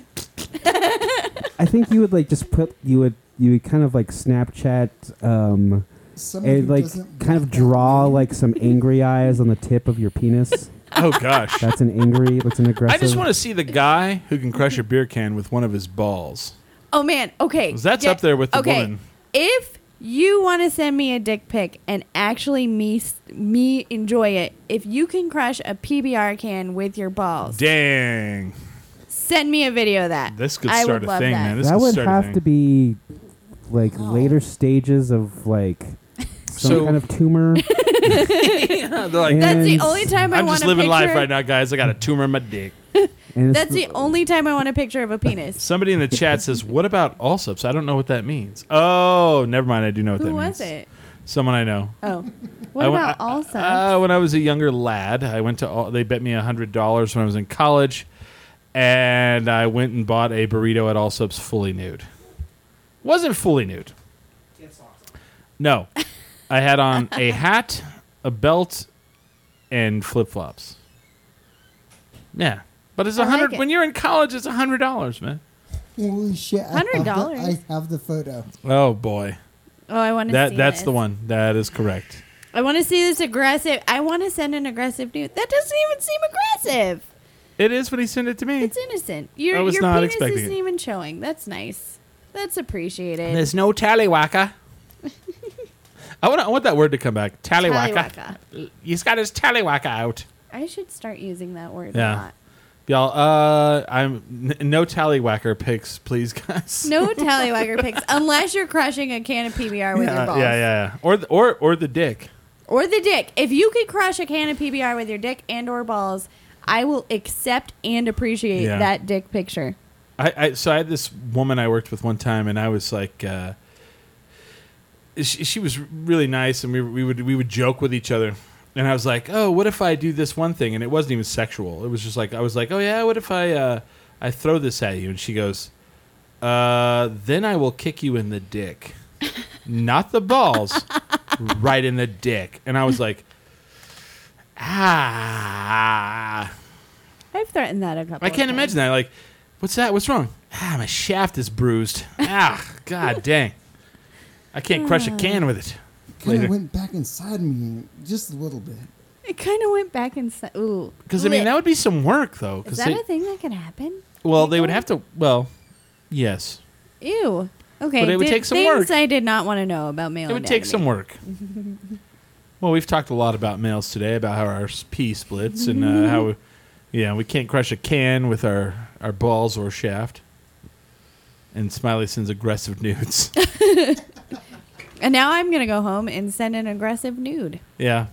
I think you would like just put you would you would kind of like Snapchat um Someone and who like doesn't kind of want draw like some angry eyes on the tip of your penis. Oh gosh. That's an angry. That's an aggressive. I just want to see the guy who can crush a beer can with one of his balls. Oh man, okay. 'Cause that's up there with the okay. woman. If you want to send me a dick pic and actually me s- me enjoy it, if you can crush a PBR can with your balls, Dang. send me a video of that. This could I start would a love thing, that. man. This That could would start a have thing. to be like Oh. later stages of like some So- kind of tumor. Yeah, they're like, That's the And only time I I'm want just to living picture. life right now, guys. I got a tumor in my dick. And it's That's the only time I want a picture of a penis. Somebody in the chat says, "What about Allsups?" I don't know what that means. Oh, never mind. I do know what that Who means. was it? Someone I know. Oh, what I went- about all subs? Uh, when I was a younger lad, I went to. All, they bet me hundred dollars when I was in college, and I went and bought a burrito at Allsups fully nude. Wasn't fully nude. No, I had on a hat, a belt, and flip flops. Yeah, but it's I a like hundred. it. when you're in college, it's a hundred dollars, man. Holy shit! I have the- $100? I have the photo. Oh boy, oh, I want to see that that's this. the one. That is correct. I want to see this aggressive. I want to send an aggressive nude. That doesn't even seem aggressive. It is when he sent it to me. It's innocent. Your, I was your not penis expecting isn't it. even showing. That's nice. That's appreciated. There's no tallywhacker. I want I want that word to come back. Tallywhacker. Tallywhacker. He's got his tallywhacker out. I should start using that word Yeah. a lot. Y'all, uh, I'm n- no tallywhacker picks, please, guys. No tallywagger pics unless you're crushing a can of PBR yeah, with your yeah, balls. yeah, or the, or or the dick. Or the dick. If you could crush a can of PBR with your dick and or balls, I will accept and appreciate Yeah. that dick picture. I, I so I had this woman I worked with one time, and I was like, uh, she, she was really nice, and we we would we would joke with each other, and I was like, oh, what if I do this one thing, and it wasn't even sexual. It was just like I was like, oh yeah, what if I uh, I throw this at you, and she goes, uh, then I will kick you in the dick, not the balls, right in the dick, and I was like, ah. I've threatened that a couple. I can't of imagine times. that. Like, what's that? What's wrong? Ah, my shaft is bruised. Ah, god dang. I can't crush a can with it. Kind Later. of went back inside me just a little bit. It kind of went back inside. Ooh, Because I mean, that would be some work though. is Because that they, a thing that could happen? well, they would have to. Well, yes, Ew. Okay, But it would did- take some things work. I did not want to know about male. it would take anatomy. some work. well, we've talked a lot about males today about how our s- pee splits and uh, how, we, yeah, we can't crush a can with our our balls or shaft. And Smiley sends aggressive nudes. And now I'm gonna go home and send an aggressive nude. yeah,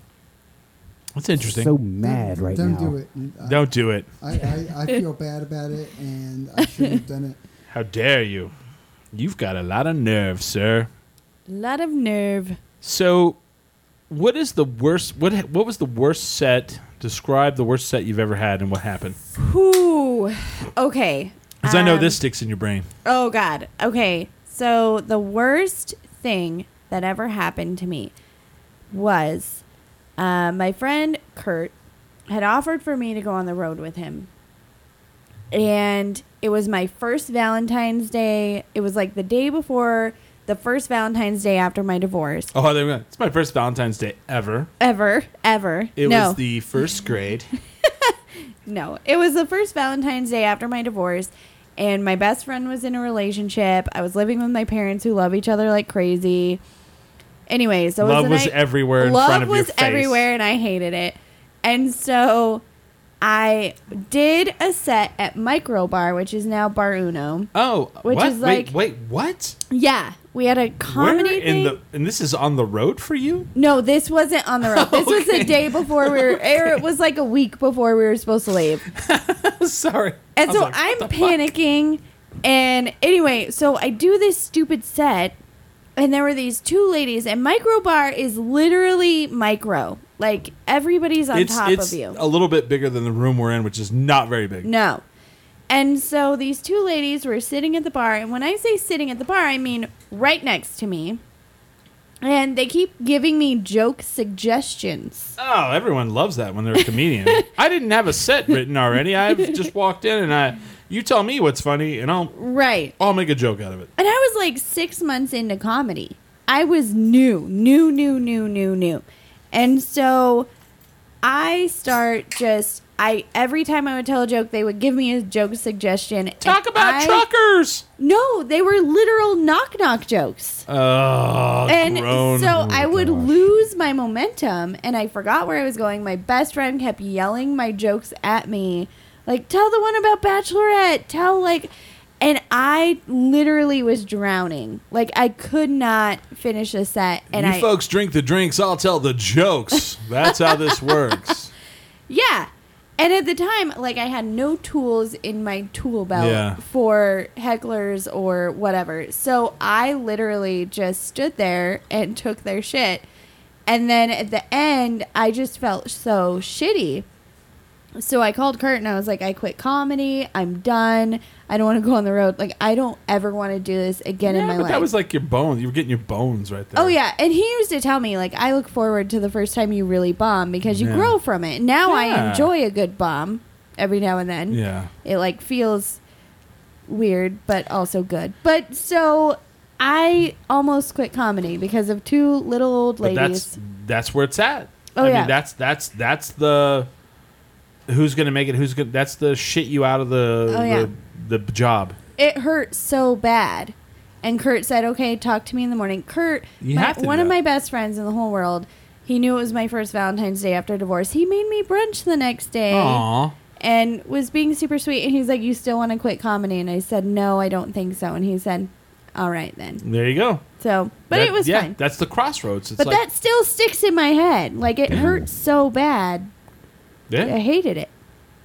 that's interesting. so mad right don't now. do it. I- Don't do it. I, I, I feel bad about it, and I shouldn't have done it. How dare you? You've got a lot of nerve, sir. Lot of nerve. So, what is the worst? What what was the worst set? Describe the worst set you've ever had and what happened. Whew. Okay. Because I know um, this sticks in your brain. Oh God. Okay. So the worst thing that ever happened to me was uh, my friend Kurt had offered for me to go on the road with him, and it was my first Valentine's Day. It was like the day before the first Valentine's Day after my divorce. Oh, there we go. it's my first Valentine's Day ever. Ever, ever. It no. was the first grade. No, it was the first Valentine's Day after my divorce, and my best friend was in a relationship. I was living with my parents who love each other like crazy. Anyway, so it Love was, a was night- everywhere in love front of your was face. everywhere, and I hated it. And so I did a set at Micro Bar, which is now Bar Uno. Oh, Which what? is like- wait, wait, what? Yeah, we had a comedy Where thing. in the and this is on the road for you? No, this wasn't on the road. This was the day before we were, or it was like a week before we were supposed to leave. Sorry. And I was so like, what the I'm fuck? panicking. And anyway, so I do this stupid set, and there were these two ladies, and Micro Bar is literally micro. Like everybody's on it's top it's of you. a little bit bigger than the room we're in, which is not very big. No. And so these two ladies were sitting at the bar, and when I say sitting at the bar, I mean right next to me. And they keep giving me joke suggestions. Oh, everyone loves that when they're a comedian. I didn't have a set written already. I've just walked in and I, you tell me what's funny, and I'll Right. I'll make a joke out of it. And I was like six months into comedy. I was new, new, new, new, new, new. And so I start just I every time I would tell a joke, they would give me a joke suggestion. and Talk about I- truckers. No, they were literal knock knock jokes. Oh, and groan. so I would lose my momentum and I forgot where I was going. My best friend kept yelling my jokes at me. Like, tell the one about Bachelorette. Tell, like, and I literally was drowning. Like, I could not finish a set. And you I, folks drink the drinks. I'll tell the jokes. That's how this works. yeah. And at the time, like, I had no tools in my tool belt Yeah. for hecklers or whatever. So I literally just stood there and took their shit. And then at the end, I just felt so shitty. So I called Kurt and I was like, I quit comedy. I'm done. I don't want to go on the road. Like, I don't ever want to do this again yeah, in my but life. that was like your bones. You were getting your bones right there. Oh yeah, and he used to tell me like I look forward to the first time you really bomb because you Yeah. grow from it. Now I Yeah. enjoy a good bomb every now and then. Yeah. It like feels weird but also good. But so I almost quit comedy because of two little old But ladies. that's that's where it's at. Oh, I yeah. mean that's that's that's the who's gonna make it. Who's gonna that's the shit you out of the Oh, yeah. the, the job. it hurt so bad. And Kurt said, "Okay, talk to me in the morning." Kurt, You my- have to do one of that. my best friends in the whole world. He knew it was my first Valentine's Day after divorce. He made me brunch the next day. Aw. and was being super sweet. And he's like, "You still want to quit comedy?" And I said, "No, I don't think so." And he said, "All right then." There you go. So, but That- it was yeah, fine. That's the crossroads. It's But like that still sticks in my head. Like it hurts so bad. I yeah, hated it.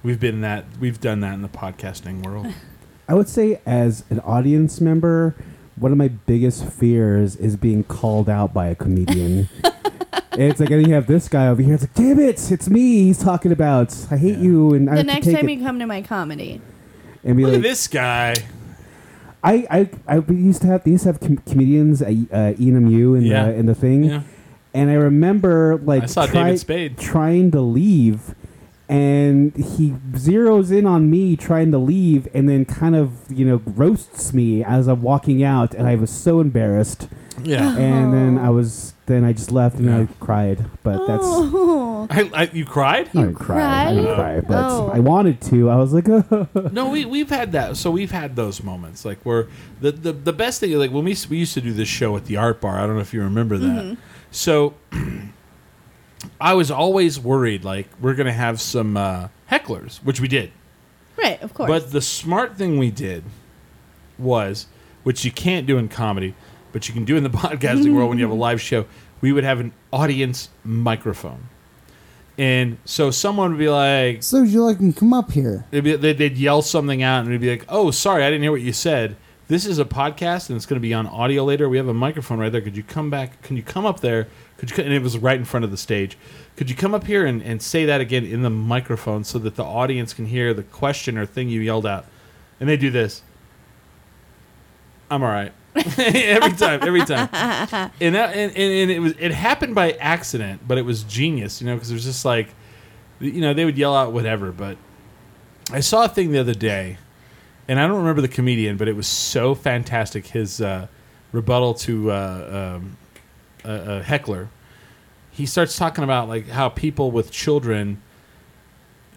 we've been in that we've done that in the podcasting world. I would say, as an audience member, one of my biggest fears is being called out by a comedian. And it's like, and then you have this guy over here. It's like, damn it, it's me. He's talking about. I hate you, and I The have to next take time it. you come to my comedy, and be Look like, at this guy. I, I, I we used to have they used to have com- comedians at uh, EMU in Yeah. the in the thing, Yeah. and I remember like I saw try- David Spade. trying to leave, and he zeroes in on me trying to leave, and then kind of you know roasts me as I'm walking out, and I was so embarrassed, Yeah. Oh. and then I was then I just left and Yeah. I cried, but that's. oh, I, I, you cried? I didn't cry. I didn't cry, cried? but Oh. I wanted to. I was like, No, we we've had that. So we've had those moments like where the the, the best thing like when we s- we used to do this show at the art bar. I don't know if you remember that. Mm-hmm. So I was always worried like we're gonna have some uh, hecklers, which we did. right, of course. But the smart thing we did was, which you can't do in comedy, but you can do in the podcasting world when you have a live show, we would have an audience microphone. And so someone would be like, So would you like him come up here? They'd, be, they'd, they'd yell something out and it'd be like, oh, sorry, I didn't hear what you said. This is a podcast and it's going to be on audio later. We have a microphone right there. Could you come back? Can you come up there? Could you, co-" and it was right in front of the stage. Could you come up here and, and say that again in the microphone so that the audience can hear the question or thing you yelled out? And they do this. I'm all right. every time, every time. And, that, and, and, and it was it happened by accident, but it was genius, you know, because it was just like, you know, they would yell out whatever, but I saw a thing the other day, and I don't remember the comedian, but it was so fantastic. His uh, rebuttal to uh, um, a, a heckler, he starts talking about like how people with children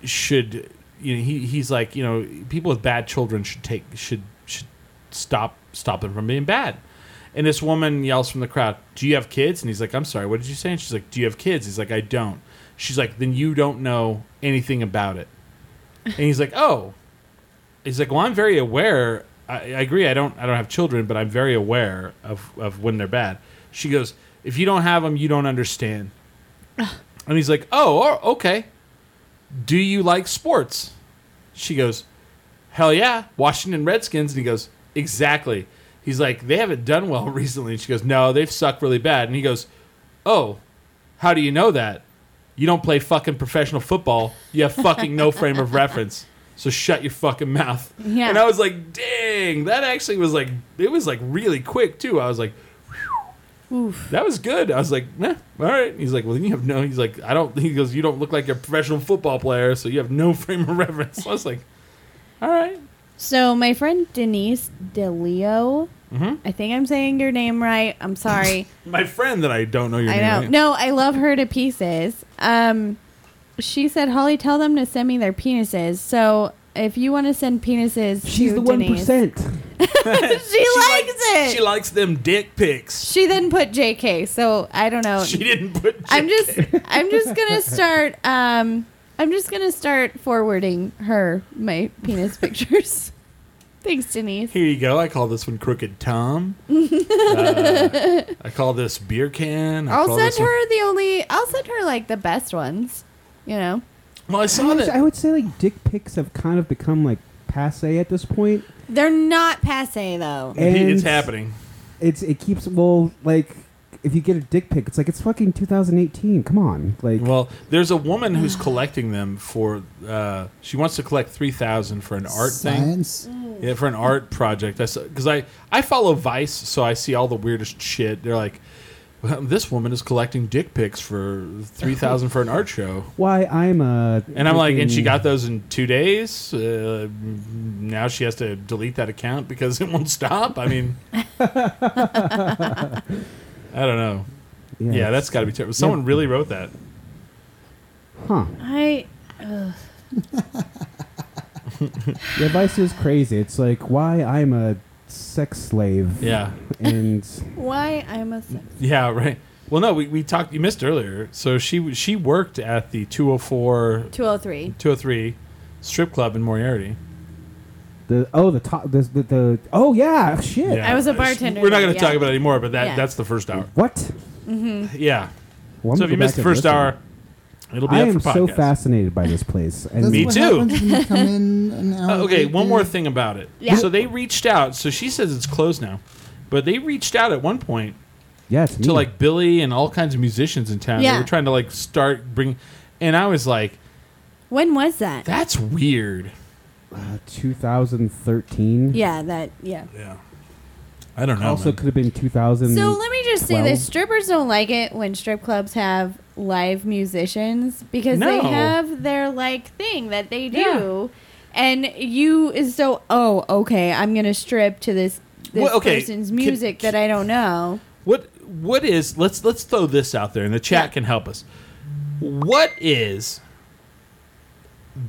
should, you know, he, he's like, you know, people with bad children should take should should stop stop them from being bad. And this woman yells from the crowd, "Do you have kids?" And he's like, "I'm sorry, what did you say?" And she's like, "Do you have kids?" He's like, "I don't." She's like, "Then you don't know anything about it." And he's like, "Oh." He's like, "Well, I'm very aware. I, I agree. I don't. I don't have children, but I'm very aware of of when they're bad." She goes, "If you don't have them, you don't understand." and he's like, "Oh, o- okay. Do you like sports?" She goes, "Hell yeah, Washington Redskins." And he goes, "Exactly." He's like, "They haven't done well recently." And she goes, "No, they've sucked really bad." And he goes, "Oh, how do you know that?" You don't play fucking professional football. You have fucking no frame of reference. So shut your fucking mouth. Yeah. And I was like, dang, that actually was like, it was like really quick too. I was like, Oof. that was good. I was like, nah, all right. He's like, well, then you have no. He's like, I don't. He goes, you don't look like a professional football player, so you have no frame of reference. I was like, all right. So my friend Denise DeLeo, Mhm. I think I'm saying your name right. I'm sorry. My friend that I don't know your I name. know. right? No, I love her to pieces. Um, she said, "Holly, tell them to send me their penises." So if you want to send penises, She's to the one Denise- percent. she, likes it. She likes them dick pics. She then put JK, so I don't know. She didn't put. Oh. I'm just I'm just gonna start um I'm just gonna start forwarding her my penis pictures. Thanks, Denise. Here you go. I call this one Crooked Tom. Uh, I call this beer can. I I'll call send this one- her the only I'll send her like the best ones. You know? Well, I I saw would- I that. would say like dick pics have kind of become like passe at this point. They're not passe though. It's And happening. It's it keeps well like if you get a dick pic, it's like it's fucking 2018. Come on, like Well, there's a woman who's collecting them for. Uh, she wants to collect three thousand for an art thing. Science. Yeah, for an art project. I because I I follow Vice, so I see all the weirdest shit. They're like, well, this woman is collecting dick pics for three thousand for an art show, why I'm a and I'm like, and she freaking- got those in two days. Uh, now she has to delete that account because it won't stop. I mean, I don't know. Yeah, that's got to be terrible. Someone really wrote that. huh. I The advice is crazy. It's like why I'm a sex slave. Yeah, and why I'm a sex. yeah, right. Well, no, we, we talked. You missed earlier. So she she worked at the 204 203. 203 strip club in Moriarty. the oh the top the, the the oh yeah shit Yeah. I was a bartender We're not going there, to yeah. talk about it anymore, but that Yeah. that's the first hour. what. Yeah. Well, I'm so if you missed the gonna Mm. go back and first listen. hour, it'll be I up am for podcast. so fascinated by this place. And That's Me what too. happens when you come in an hour Uh, okay, late, one dude. more thing about it. Yeah. So they reached out. So she says it's closed now, but they reached out at one point yeah, it's to like Billy and all kinds of musicians in town. They Yeah. were trying to like start bring, and I was like, When was that? that's weird. uh, 2013. yeah, that yeah. Yeah. I don't know. Also man. could have been 2000. So let me just say this: 12. strippers don't like it when strip clubs have live musicians because they No. have their like thing that they do, and you is so oh okay, I'm gonna strip to this this Well, okay, person's can- music that I don't know. What what is let's let's throw this out there and the chat Yeah. can help us. What is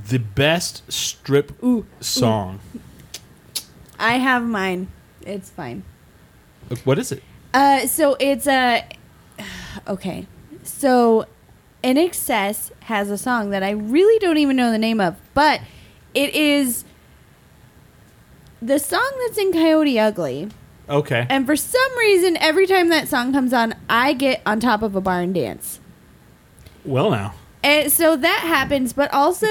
the best strip Ooh, song? I have mine. It's fine. Look, What is it? Uh, so it's a okay. So, In Excess has a song that I really don't even know the name of, but it is the song that's in Coyote Ugly. Okay. And for some reason, every time that song comes on, I get on top of a bar and dance. well now. And so that happens, but also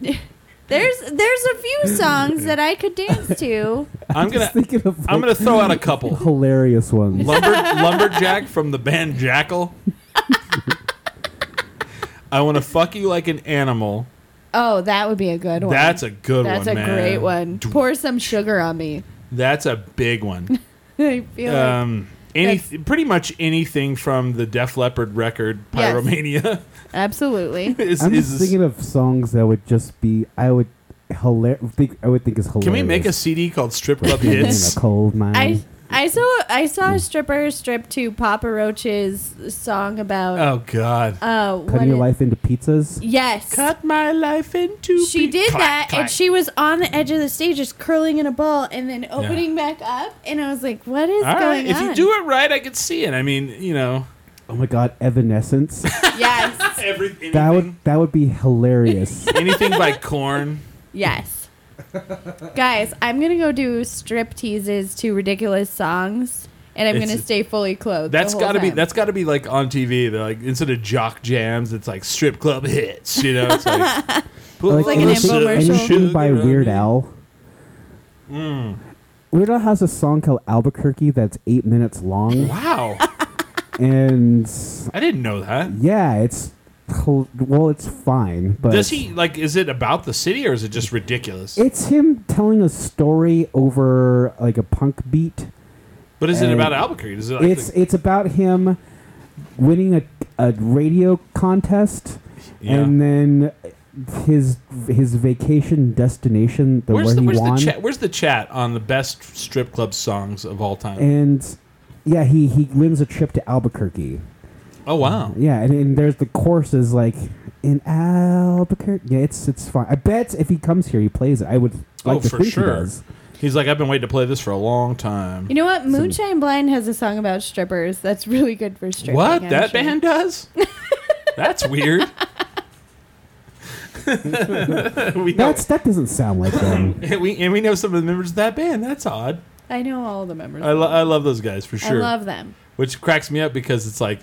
there's there's a few songs that I could dance to. I'm Just gonna thinking of I'm gonna like, throw out a couple. hilarious ones. Lumber, lumberjack from the band Jackal. I want to fuck you like an animal. Oh, that would be a good one. That's a good That's one. a man. great one. Dw- Pour some sugar on me. That's a big one. I feel Um, any That's- pretty much anything from the Def Leppard record Yes. Pyromania. like absolutely. is, I'm is just thinking of songs that would just be I would hilar- think I would think is hilarious. can we make a CD called Strip Club Like, Hits? in a cold mine. um, I I saw I saw a stripper strip to Papa Roach's song about oh God! uh what Cutting your it- life into pizzas. Yes. Cut my life into. She pe- did Clack, that clack. and she was on the edge of the stage just curling in a ball and then opening back up and I was like, What is All right, going if on? you do it right, I could see it. I mean, you know, Oh my god, Evanescence. Yes. everything. that would that would be hilarious. anything by Corn. yes. Guys, I'm gonna go do strip teases to ridiculous songs and I'm It's- gonna stay fully clothed. That's got gotta to be that's gotta be like on TV. They're like instead of jock jams, it's like strip club hits. You know, it's like, Or, like an anything- infomercial. Anything by Sugar Hmm. on Weird me. Al. Weird Al has a song called Albuquerque that's eight minutes long, Wow, and I didn't know that. yeah, it's cl- well, it's fine. But Does he like? Is it about the city or is it just ridiculous? It's him telling a story over like a punk beat. but is it uh, about Albuquerque? Is it like it's it's about him winning a, a radio contest Yeah. and then his his vacation destination the where's where the he where's won the chat? Where's the chat on the best strip club songs of all time? and yeah he he wins a trip to Albuquerque oh wow! yeah and, and there's the course is like in Albuquerque yeah it's it's fine I bet if he comes here he plays it I would like oh to for think he sure. does He's like I've been waiting to play this for a long time. You know what? Moonshine Blind has a song about strippers that's really good for stripping. what that actually. band does? That's weird. we know, that's that doesn't sound like them and we and we know some of the members of that band. That's odd. I know all the members. I, lo- I love those guys for sure. I love them. which cracks me up because it's like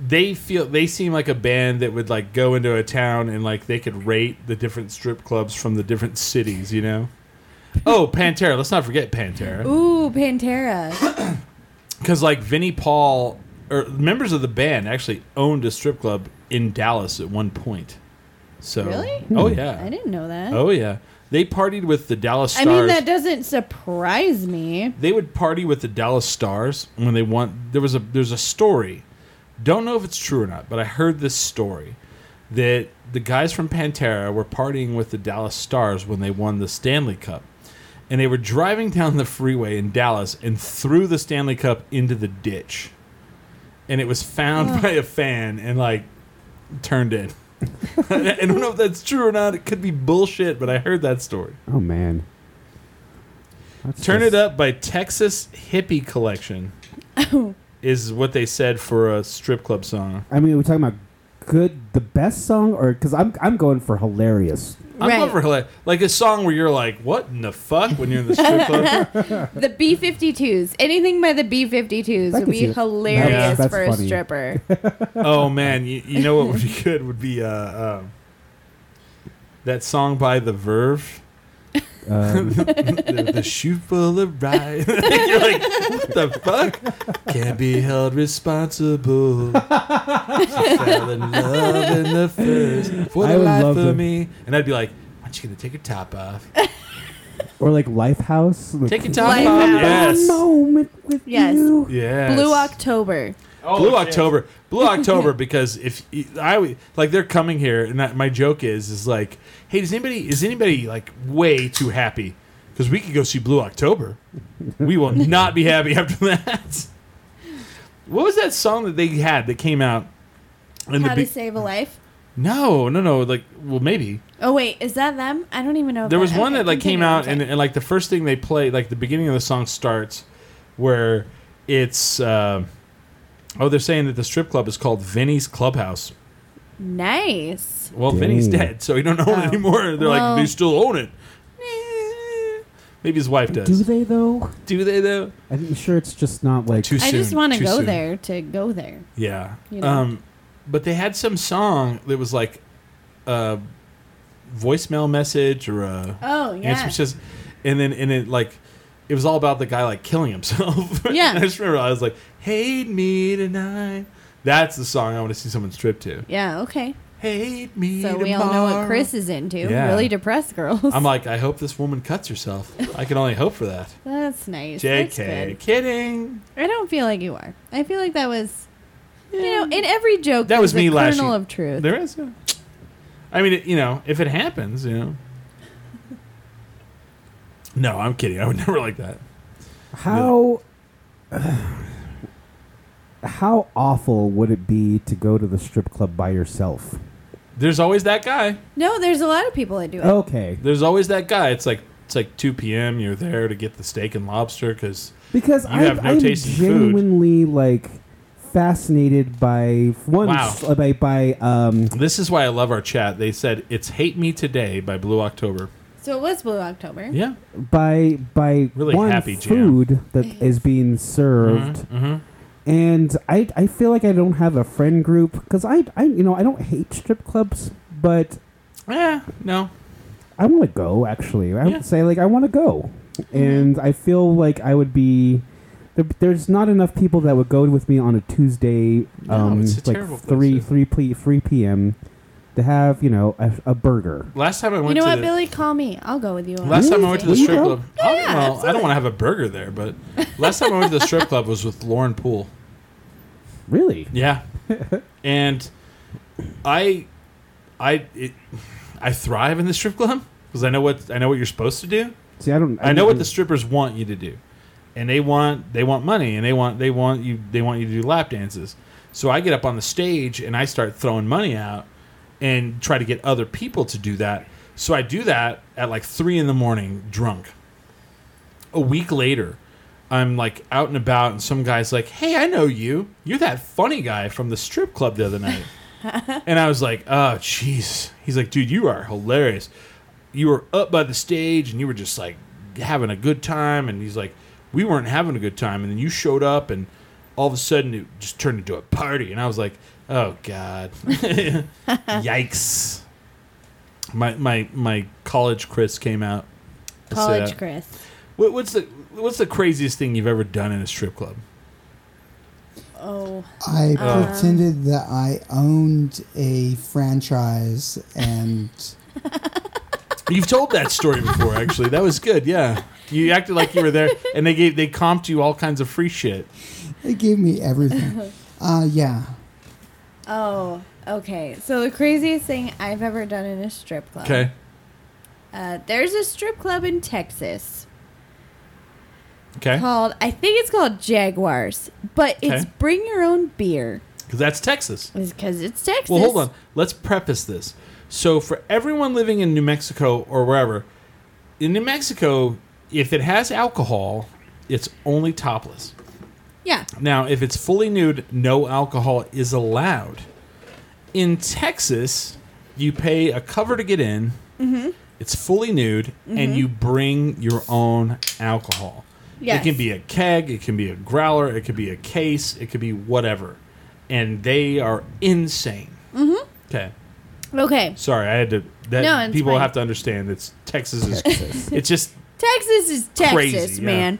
they feel they seem like a band that would like go into a town and like they could rate the different strip clubs from the different cities, you know. Oh, Pantera! Let's not forget Pantera Ooh, Pantera. because like Vinnie Paul or members of the band actually owned a strip club in Dallas at one point. So Really? oh I yeah, didn't know that. oh yeah, they partied with the Dallas I Stars. mean, that doesn't surprise me. they would party with the Dallas Stars when they want. There was a there's a story. Don't know if it's true or not, but I heard this story that the guys from Pantera were partying with the Dallas Stars when they won the Stanley Cup, and they were driving down the freeway in Dallas and threw the Stanley Cup into the ditch, and it was found by a fan and like turned in. I don't know if that's true or not. It could be bullshit, but I heard that story. oh man That's Turn just- It Up by Texas Hippie Collection is what they said for a strip club song. I mean, are we talking about good, the best song, or because I'm I'm going for hilarious. I'm Right. over hila- like a song where you're like, "What in the fuck?" when you're in the strip club. The B 52s. Anything by the B 52s I would can see be it. hilarious That's- that's for a funny. stripper. oh man, you, you know what would be good would be uh, uh, that song by The Verve, Um, the, the shoe full of rye. you're like, "What the fuck?" Can't be held responsible. She fell in love in the first for I the would life love of to- me, and I'd be like, "Why aren't you gonna take your top off?" or like Lifehouse. Like, Take your time. Life Bob. out. Yes. One moment with Yes. you. Yes. Blue October. Blue October. Blue October because if y- I would- like they're coming here and that, my joke is is like, "Hey, does anybody is anybody like way too happy cuz we could go see Blue October. We will not be happy after that." What was that song that they had that came out in the How to be- Save a Life. No, no, no, like well maybe. Oh, wait. Is that them? I don't even know. if There was okay, one that like continue, came out I'm and, sorry. and like the first thing they play, like the beginning of the song starts where it's uh, oh they're saying that the strip club is called Vinny's Clubhouse. Nice. Well, Vinny's Dang. dead, so he don't own Oh. it anymore. They're Well- like they still own it. Maybe his wife does. Do they though? Do they though? I'm sure it's just not like. Too I just soon, want to too go soon. there to go there. Yeah. You know? Um, but they had some song that was like a voicemail message or a Oh, yeah. answer says, and then and it like it was all about the guy like killing himself. Yeah. And I just remember I was like, "Hate me tonight." That's the song I want to see someone strip to. Yeah, okay. Hate me. So we all know what tomorrow. Chris is into. Yeah. Really depressed girls. I'm like, I hope this woman cuts herself. I can only hope for that. That's nice. JK, That's good. kidding. I don't feel like you are. I feel like that was, you know, in every joke, That there's was me a last kernel year. of truth. There is. Yeah. I mean, it, you know, if it happens, you know. No, I'm kidding. I would never like that. How how awful would it be to go to the strip club by yourself? There's always that guy. no, there's a lot of people that do it. Okay, There's always that guy. It's like it's like 2 p.m. You're there to get the steak and lobster because because You I, have no I'm taste in food. genuinely like fascinated by one Wow. uh, by by um this is why I love our chat. They said it's "Hate Me Today" by Blue October. So it was Blue October. Yeah, by by Really one happy jam. food that is being served Mhm. and I, I feel like I don't have a friend group because I, I you know I don't hate strip clubs but yeah. Mm-hmm. Eh, No, I want to go actually I Yeah. Mm-hmm. would say like I want to go and I feel like I would be there, there's not enough people that would go with me on a Tuesday, No, um, it's a terrible like place three to- three p three p.m. to have you know a, a burger. Last time I went You know to what, the, Billy? Call me. I'll go with you. on Last time I Tuesday. went to the Will you strip go? club, I, Oh, well, Yeah, I absolutely. don't want to have a burger there, but last time I went to the strip club was with Lauren Poole. Really? Yeah, and I, I, it, I thrive in the strip club because I know what I know what you're supposed to do. See, I don't. I know what the don't- strippers want you to do, and they want they want money, and they want they want you they want you to do lap dances. So I get up on the stage and I start throwing money out and try to get other people to do that. So I do that at like three in the morning, drunk. A week later, I'm like out and about, and some guy's like, "Hey, I know you. You're that funny guy from the strip club the other night." and I was like, "Oh, jeez." He's like, "Dude, you are hilarious. You were up by the stage, and you were just like having a good time." And he's like, "We weren't having a good time, and then you showed up, and all of a sudden it just turned into a party." And I was like, "Oh God, yikes!" My my my college Chris came out. to say college, that. Chris. What, what's the What's the craziest thing you've ever done in a strip club? Oh, I Um, pretended that I owned a franchise and You've told that story before, actually. That was good. Yeah, you acted like you were there, and they gave they comped you all kinds of free shit. they gave me everything. Uh, yeah. oh, okay. So the craziest thing I've ever done in a strip club. Okay, Uh, there's a strip club in Texas okay, called I think it's called Jaguars, but it's Okay. bring your own beer because that's Texas. because it's Texas. Well, hold on. Let's preface this. So, for everyone living in New Mexico or wherever, in New Mexico, if it has alcohol, it's only topless. Yeah. Now, if it's fully nude, no alcohol is allowed. In Texas, you pay a cover to get in. Mm-hmm. It's fully nude, and you bring your own alcohol. Yes. It can be a keg, it can be a growler, it could be a case, it could be whatever. And they are insane. Mm-hmm. Okay. Okay. Sorry, I had to. That No, it's people fine. have to understand. It's Texas is. it's just Texas is Texas, Crazy, yeah. man.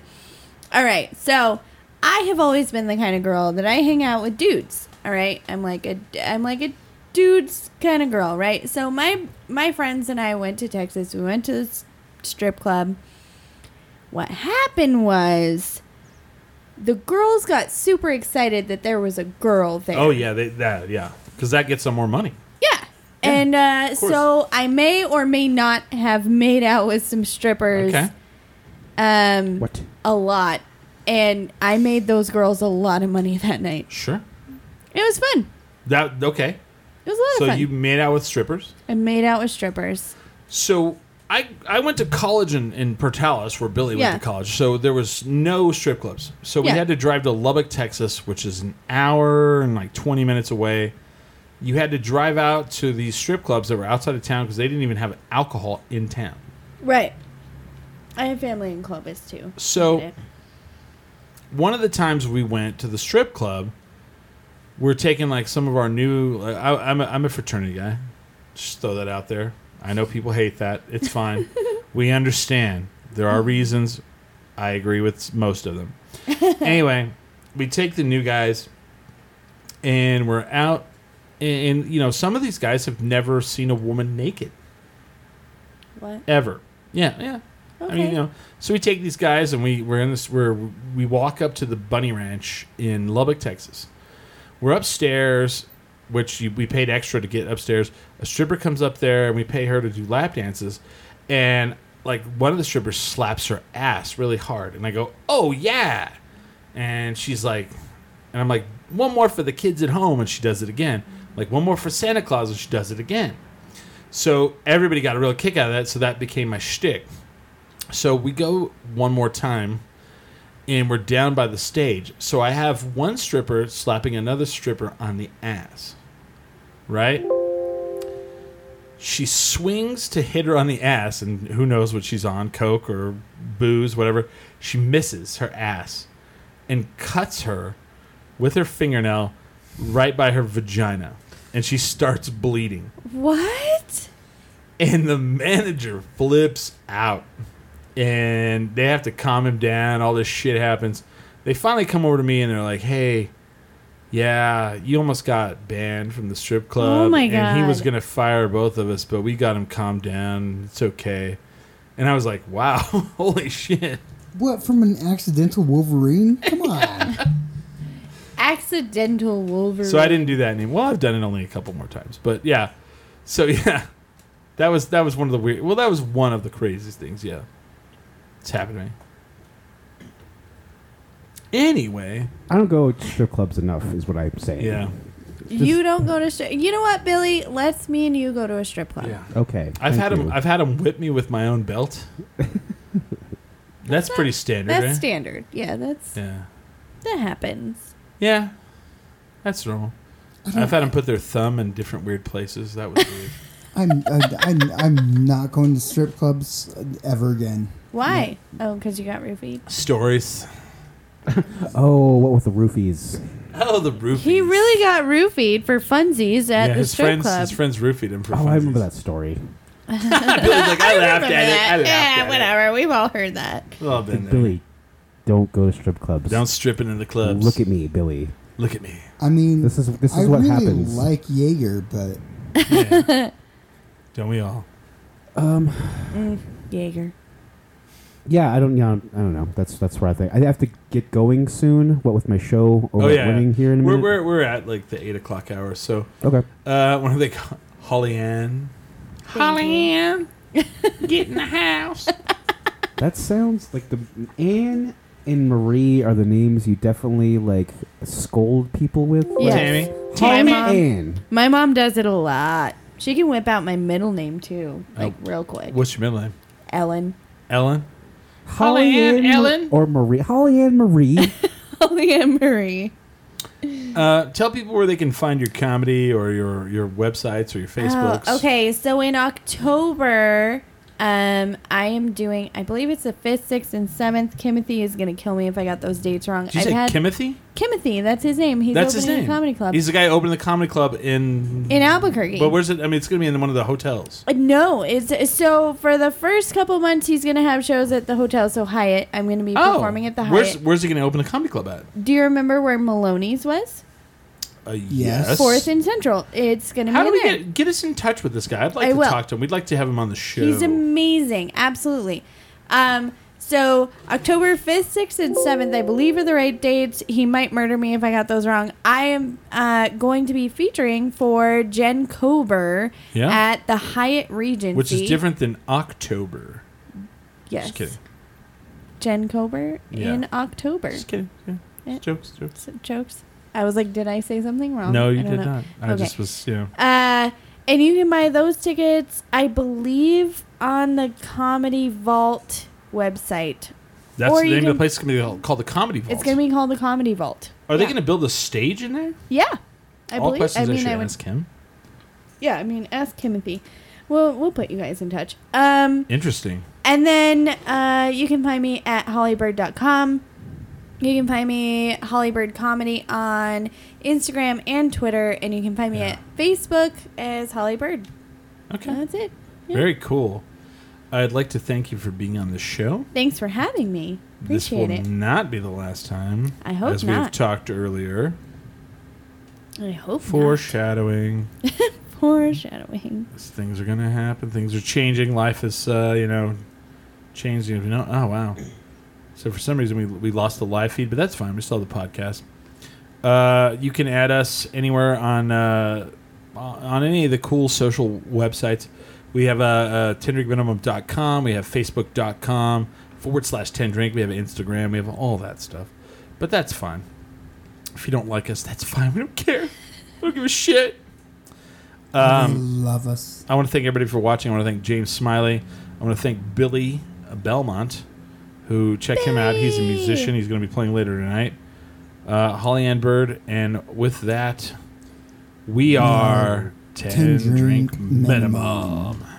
All right. So, I have always been the kind of girl that I hang out with dudes. All right? I'm like a I'm like a dudes kind of girl, right? So, my my friends and I went to Texas. We went to this strip club. What happened was the girls got super excited that there was a girl there. Oh yeah, they, that yeah, because that gets them more money. Yeah. And uh, course. so I may or may not have made out with some strippers. Okay. Um, What? A lot. And I made those girls a lot of money that night. Sure. It was fun. That okay. It was a lot So of fun. you made out with strippers. I made out with strippers. So I I went to college in, in Portales where Billy Yeah. went to college. So there was no strip clubs. So we Yeah. had to drive to Lubbock, Texas, which is an hour and like 20 minutes away. You had to drive out to these strip clubs that were outside of town because they didn't even have alcohol in town. Right. I have family in Clovis too. So Okay. one of the times we went to the strip club, we're taking like some of our new. Like, I, I'm a, I'm a fraternity guy. Just throw that out there. I know people hate that. It's fine. we understand. There are reasons. I agree with most of them. anyway, we take the new guys, and we're out. And, and you know, some of these guys have never seen a woman naked What? ever. Yeah, yeah. I mean, Okay. you know, so we take these guys and we we're in this where we walk up to the Bunny Ranch in Lubbock, Texas. We're upstairs, which you, we paid extra to get upstairs. A stripper comes up there and we pay her to do lap dances, and like one of the strippers slaps her ass really hard, and I go, "Oh yeah," and she's like, and I'm like, "One more for the kids at home," and she does it again. Like one more for Santa Claus, and she does it again. So everybody got a real kick out of that. So that became my shtick. So we go one more time, and we're down by the stage. So I have one stripper slapping another stripper on the ass. Right? She swings to hit her on the ass, and who knows what she's on coke or booze, whatever. She misses her ass and cuts her with her fingernail right by her vagina, and she starts bleeding What? and the manager flips out and they have to calm him down all this shit happens They finally come over to me and they're like, "Hey, yeah, you almost got banned from the strip club. Oh my And he was God. gonna fire both of us, but we got him calmed down. It's okay." And I was like, "Wow, holy shit!" What from an accidental Wolverine? Come on. Accidental Wolverine. So I didn't do that anymore. Well, I've done it only a couple more times, but yeah. So yeah, that was that was one of the weird. Well, that was one of the craziest things. Yeah, it's happened to me. Anyway, I don't go to strip clubs enough, is what I'm saying. yeah, You don't go to strip. You know what, Billy? Let's me and you go to a strip club. yeah. Okay. I've thank had him. you. I've had him whip me with my own belt. That's pretty standard, That's right? standard. Yeah, that's yeah, that happens. yeah. That's normal. I've had him put their thumb in different weird places. That was weird. I'm, I, I'm I'm not going to strip clubs ever again. Why? Oh, because you got roofied. Stories. oh, what with the roofies? Oh, the roofies. He really got roofied for funsies at yeah, the his strip friends. club. His friends roofied him for. Oh, I remember funsies. that story. Billy's like, I laughed at it. I Remember that? laughed yeah, at it. whatever. We've all heard that. We've all been there. Billy, don't go to strip clubs. uh, Don't strip into the clubs. Look at me, Billy. Look at me. I mean, This is this is I what really happens. like Jaeger, but Yeah. Don't we all? um, Mm, Jaeger. yeah, I don't, yeah, I don't know. That's that's where I think I have to get going soon. What with my show over oh at yeah. Winning here in a we're, minute. we're we're at like the eight o'clock hour. So okay. uh, what are they called? Holly Ann. Holly Ann. That sounds like the Anne and Marie are the names you definitely like scold people with. Yes. Tammy. My mom, Anne. my mom does it a lot. She can whip out my middle name too, Oh. like real quick. What's your middle name? Ellen. Ellen. Holly, Ann, Ellen, or Marie. Holly Ann Marie. Holly Ann Marie. Uh, tell people where they can find your comedy or your your websites or your Facebooks. Oh, okay, so in October, um, I am doing. I believe it's the fifth, sixth, and seventh. Kimothy is gonna kill me if I got those dates wrong. Did you I've say had Kimothy? Kimothy. That's his name. He's That's his opening name. a comedy club He's the guy who opened the comedy club in. in Albuquerque. but where's it? I mean, it's going to be in one of the hotels. Uh, No, it's so for the first couple months he's gonna have shows at the hotel. So Hyatt, I'm gonna be performing at the Oh, Where's Hyatt. Where's he going to open the comedy club at? Do you remember where Maloney's was? Uh, yes. Fourth and Central. It's gonna How be do we there. get get us in touch with this guy? I'd like I to will. talk to him. We'd like to have him on the show. He's amazing. Absolutely. Um, so October 5th, 6th, and 7th, I believe are the right dates. He might murder me if I got those wrong. I am uh, going to be featuring for Jen Kober Yeah. at the Hyatt Regency. which is different than October. Yes. Just kidding. Jen Kober Yeah. in October. Just kidding. Yeah. Yeah. Jokes, jokes. S- Jokes. I was like, did I say something wrong? no, I you don't did know. not. I Okay. just was, you know. Uh, and you can buy those tickets, I believe, on the Comedy Vault website. That's Or the you name of can- the place. It's going to be called the Comedy Vault. It's going to be called the Comedy Vault. Are they yeah. going to build a stage in there? Yeah. I All believe. questions I I, mean, should I, would. ask him. Yeah, I mean, ask Timothy. We'll we'll put you guys in touch. Um, Interesting. and then uh, you can find me at hollybird.com. You can find me Hollybird Comedy on Instagram and Twitter, and you can find me Yeah. at Facebook as Hollybird. Okay. That's it. Uh, yeah. Very cool. I'd like to thank you for being on the show. Thanks for having me. this will Appreciate it. not be the last time. I hope As we've not. talked earlier. I hope not. Foreshadowing. foreshadowing. things are gonna happen. Things are changing. Life is, uh, you know, changing. You know, oh wow. So for some reason we we lost the live feed, but that's fine. We still have the podcast. Uh, you can add us anywhere on uh, on any of the cool social websites. We have uh, uh, tendrinkminimum.com. We have facebook.com forward slash tendrink. We have Instagram. We have all that stuff. But that's fine. If you don't like us, that's fine. We don't care. We don't give a shit. they love us. I want to thank everybody for watching. I want to thank James Smiley. I want to thank Billy Belmont, who check him out. He's a Billy! musician. He's going to be playing later tonight. Uh, Holly Ann Bird, and with that, we are ten Drink drink Minimum. minimum.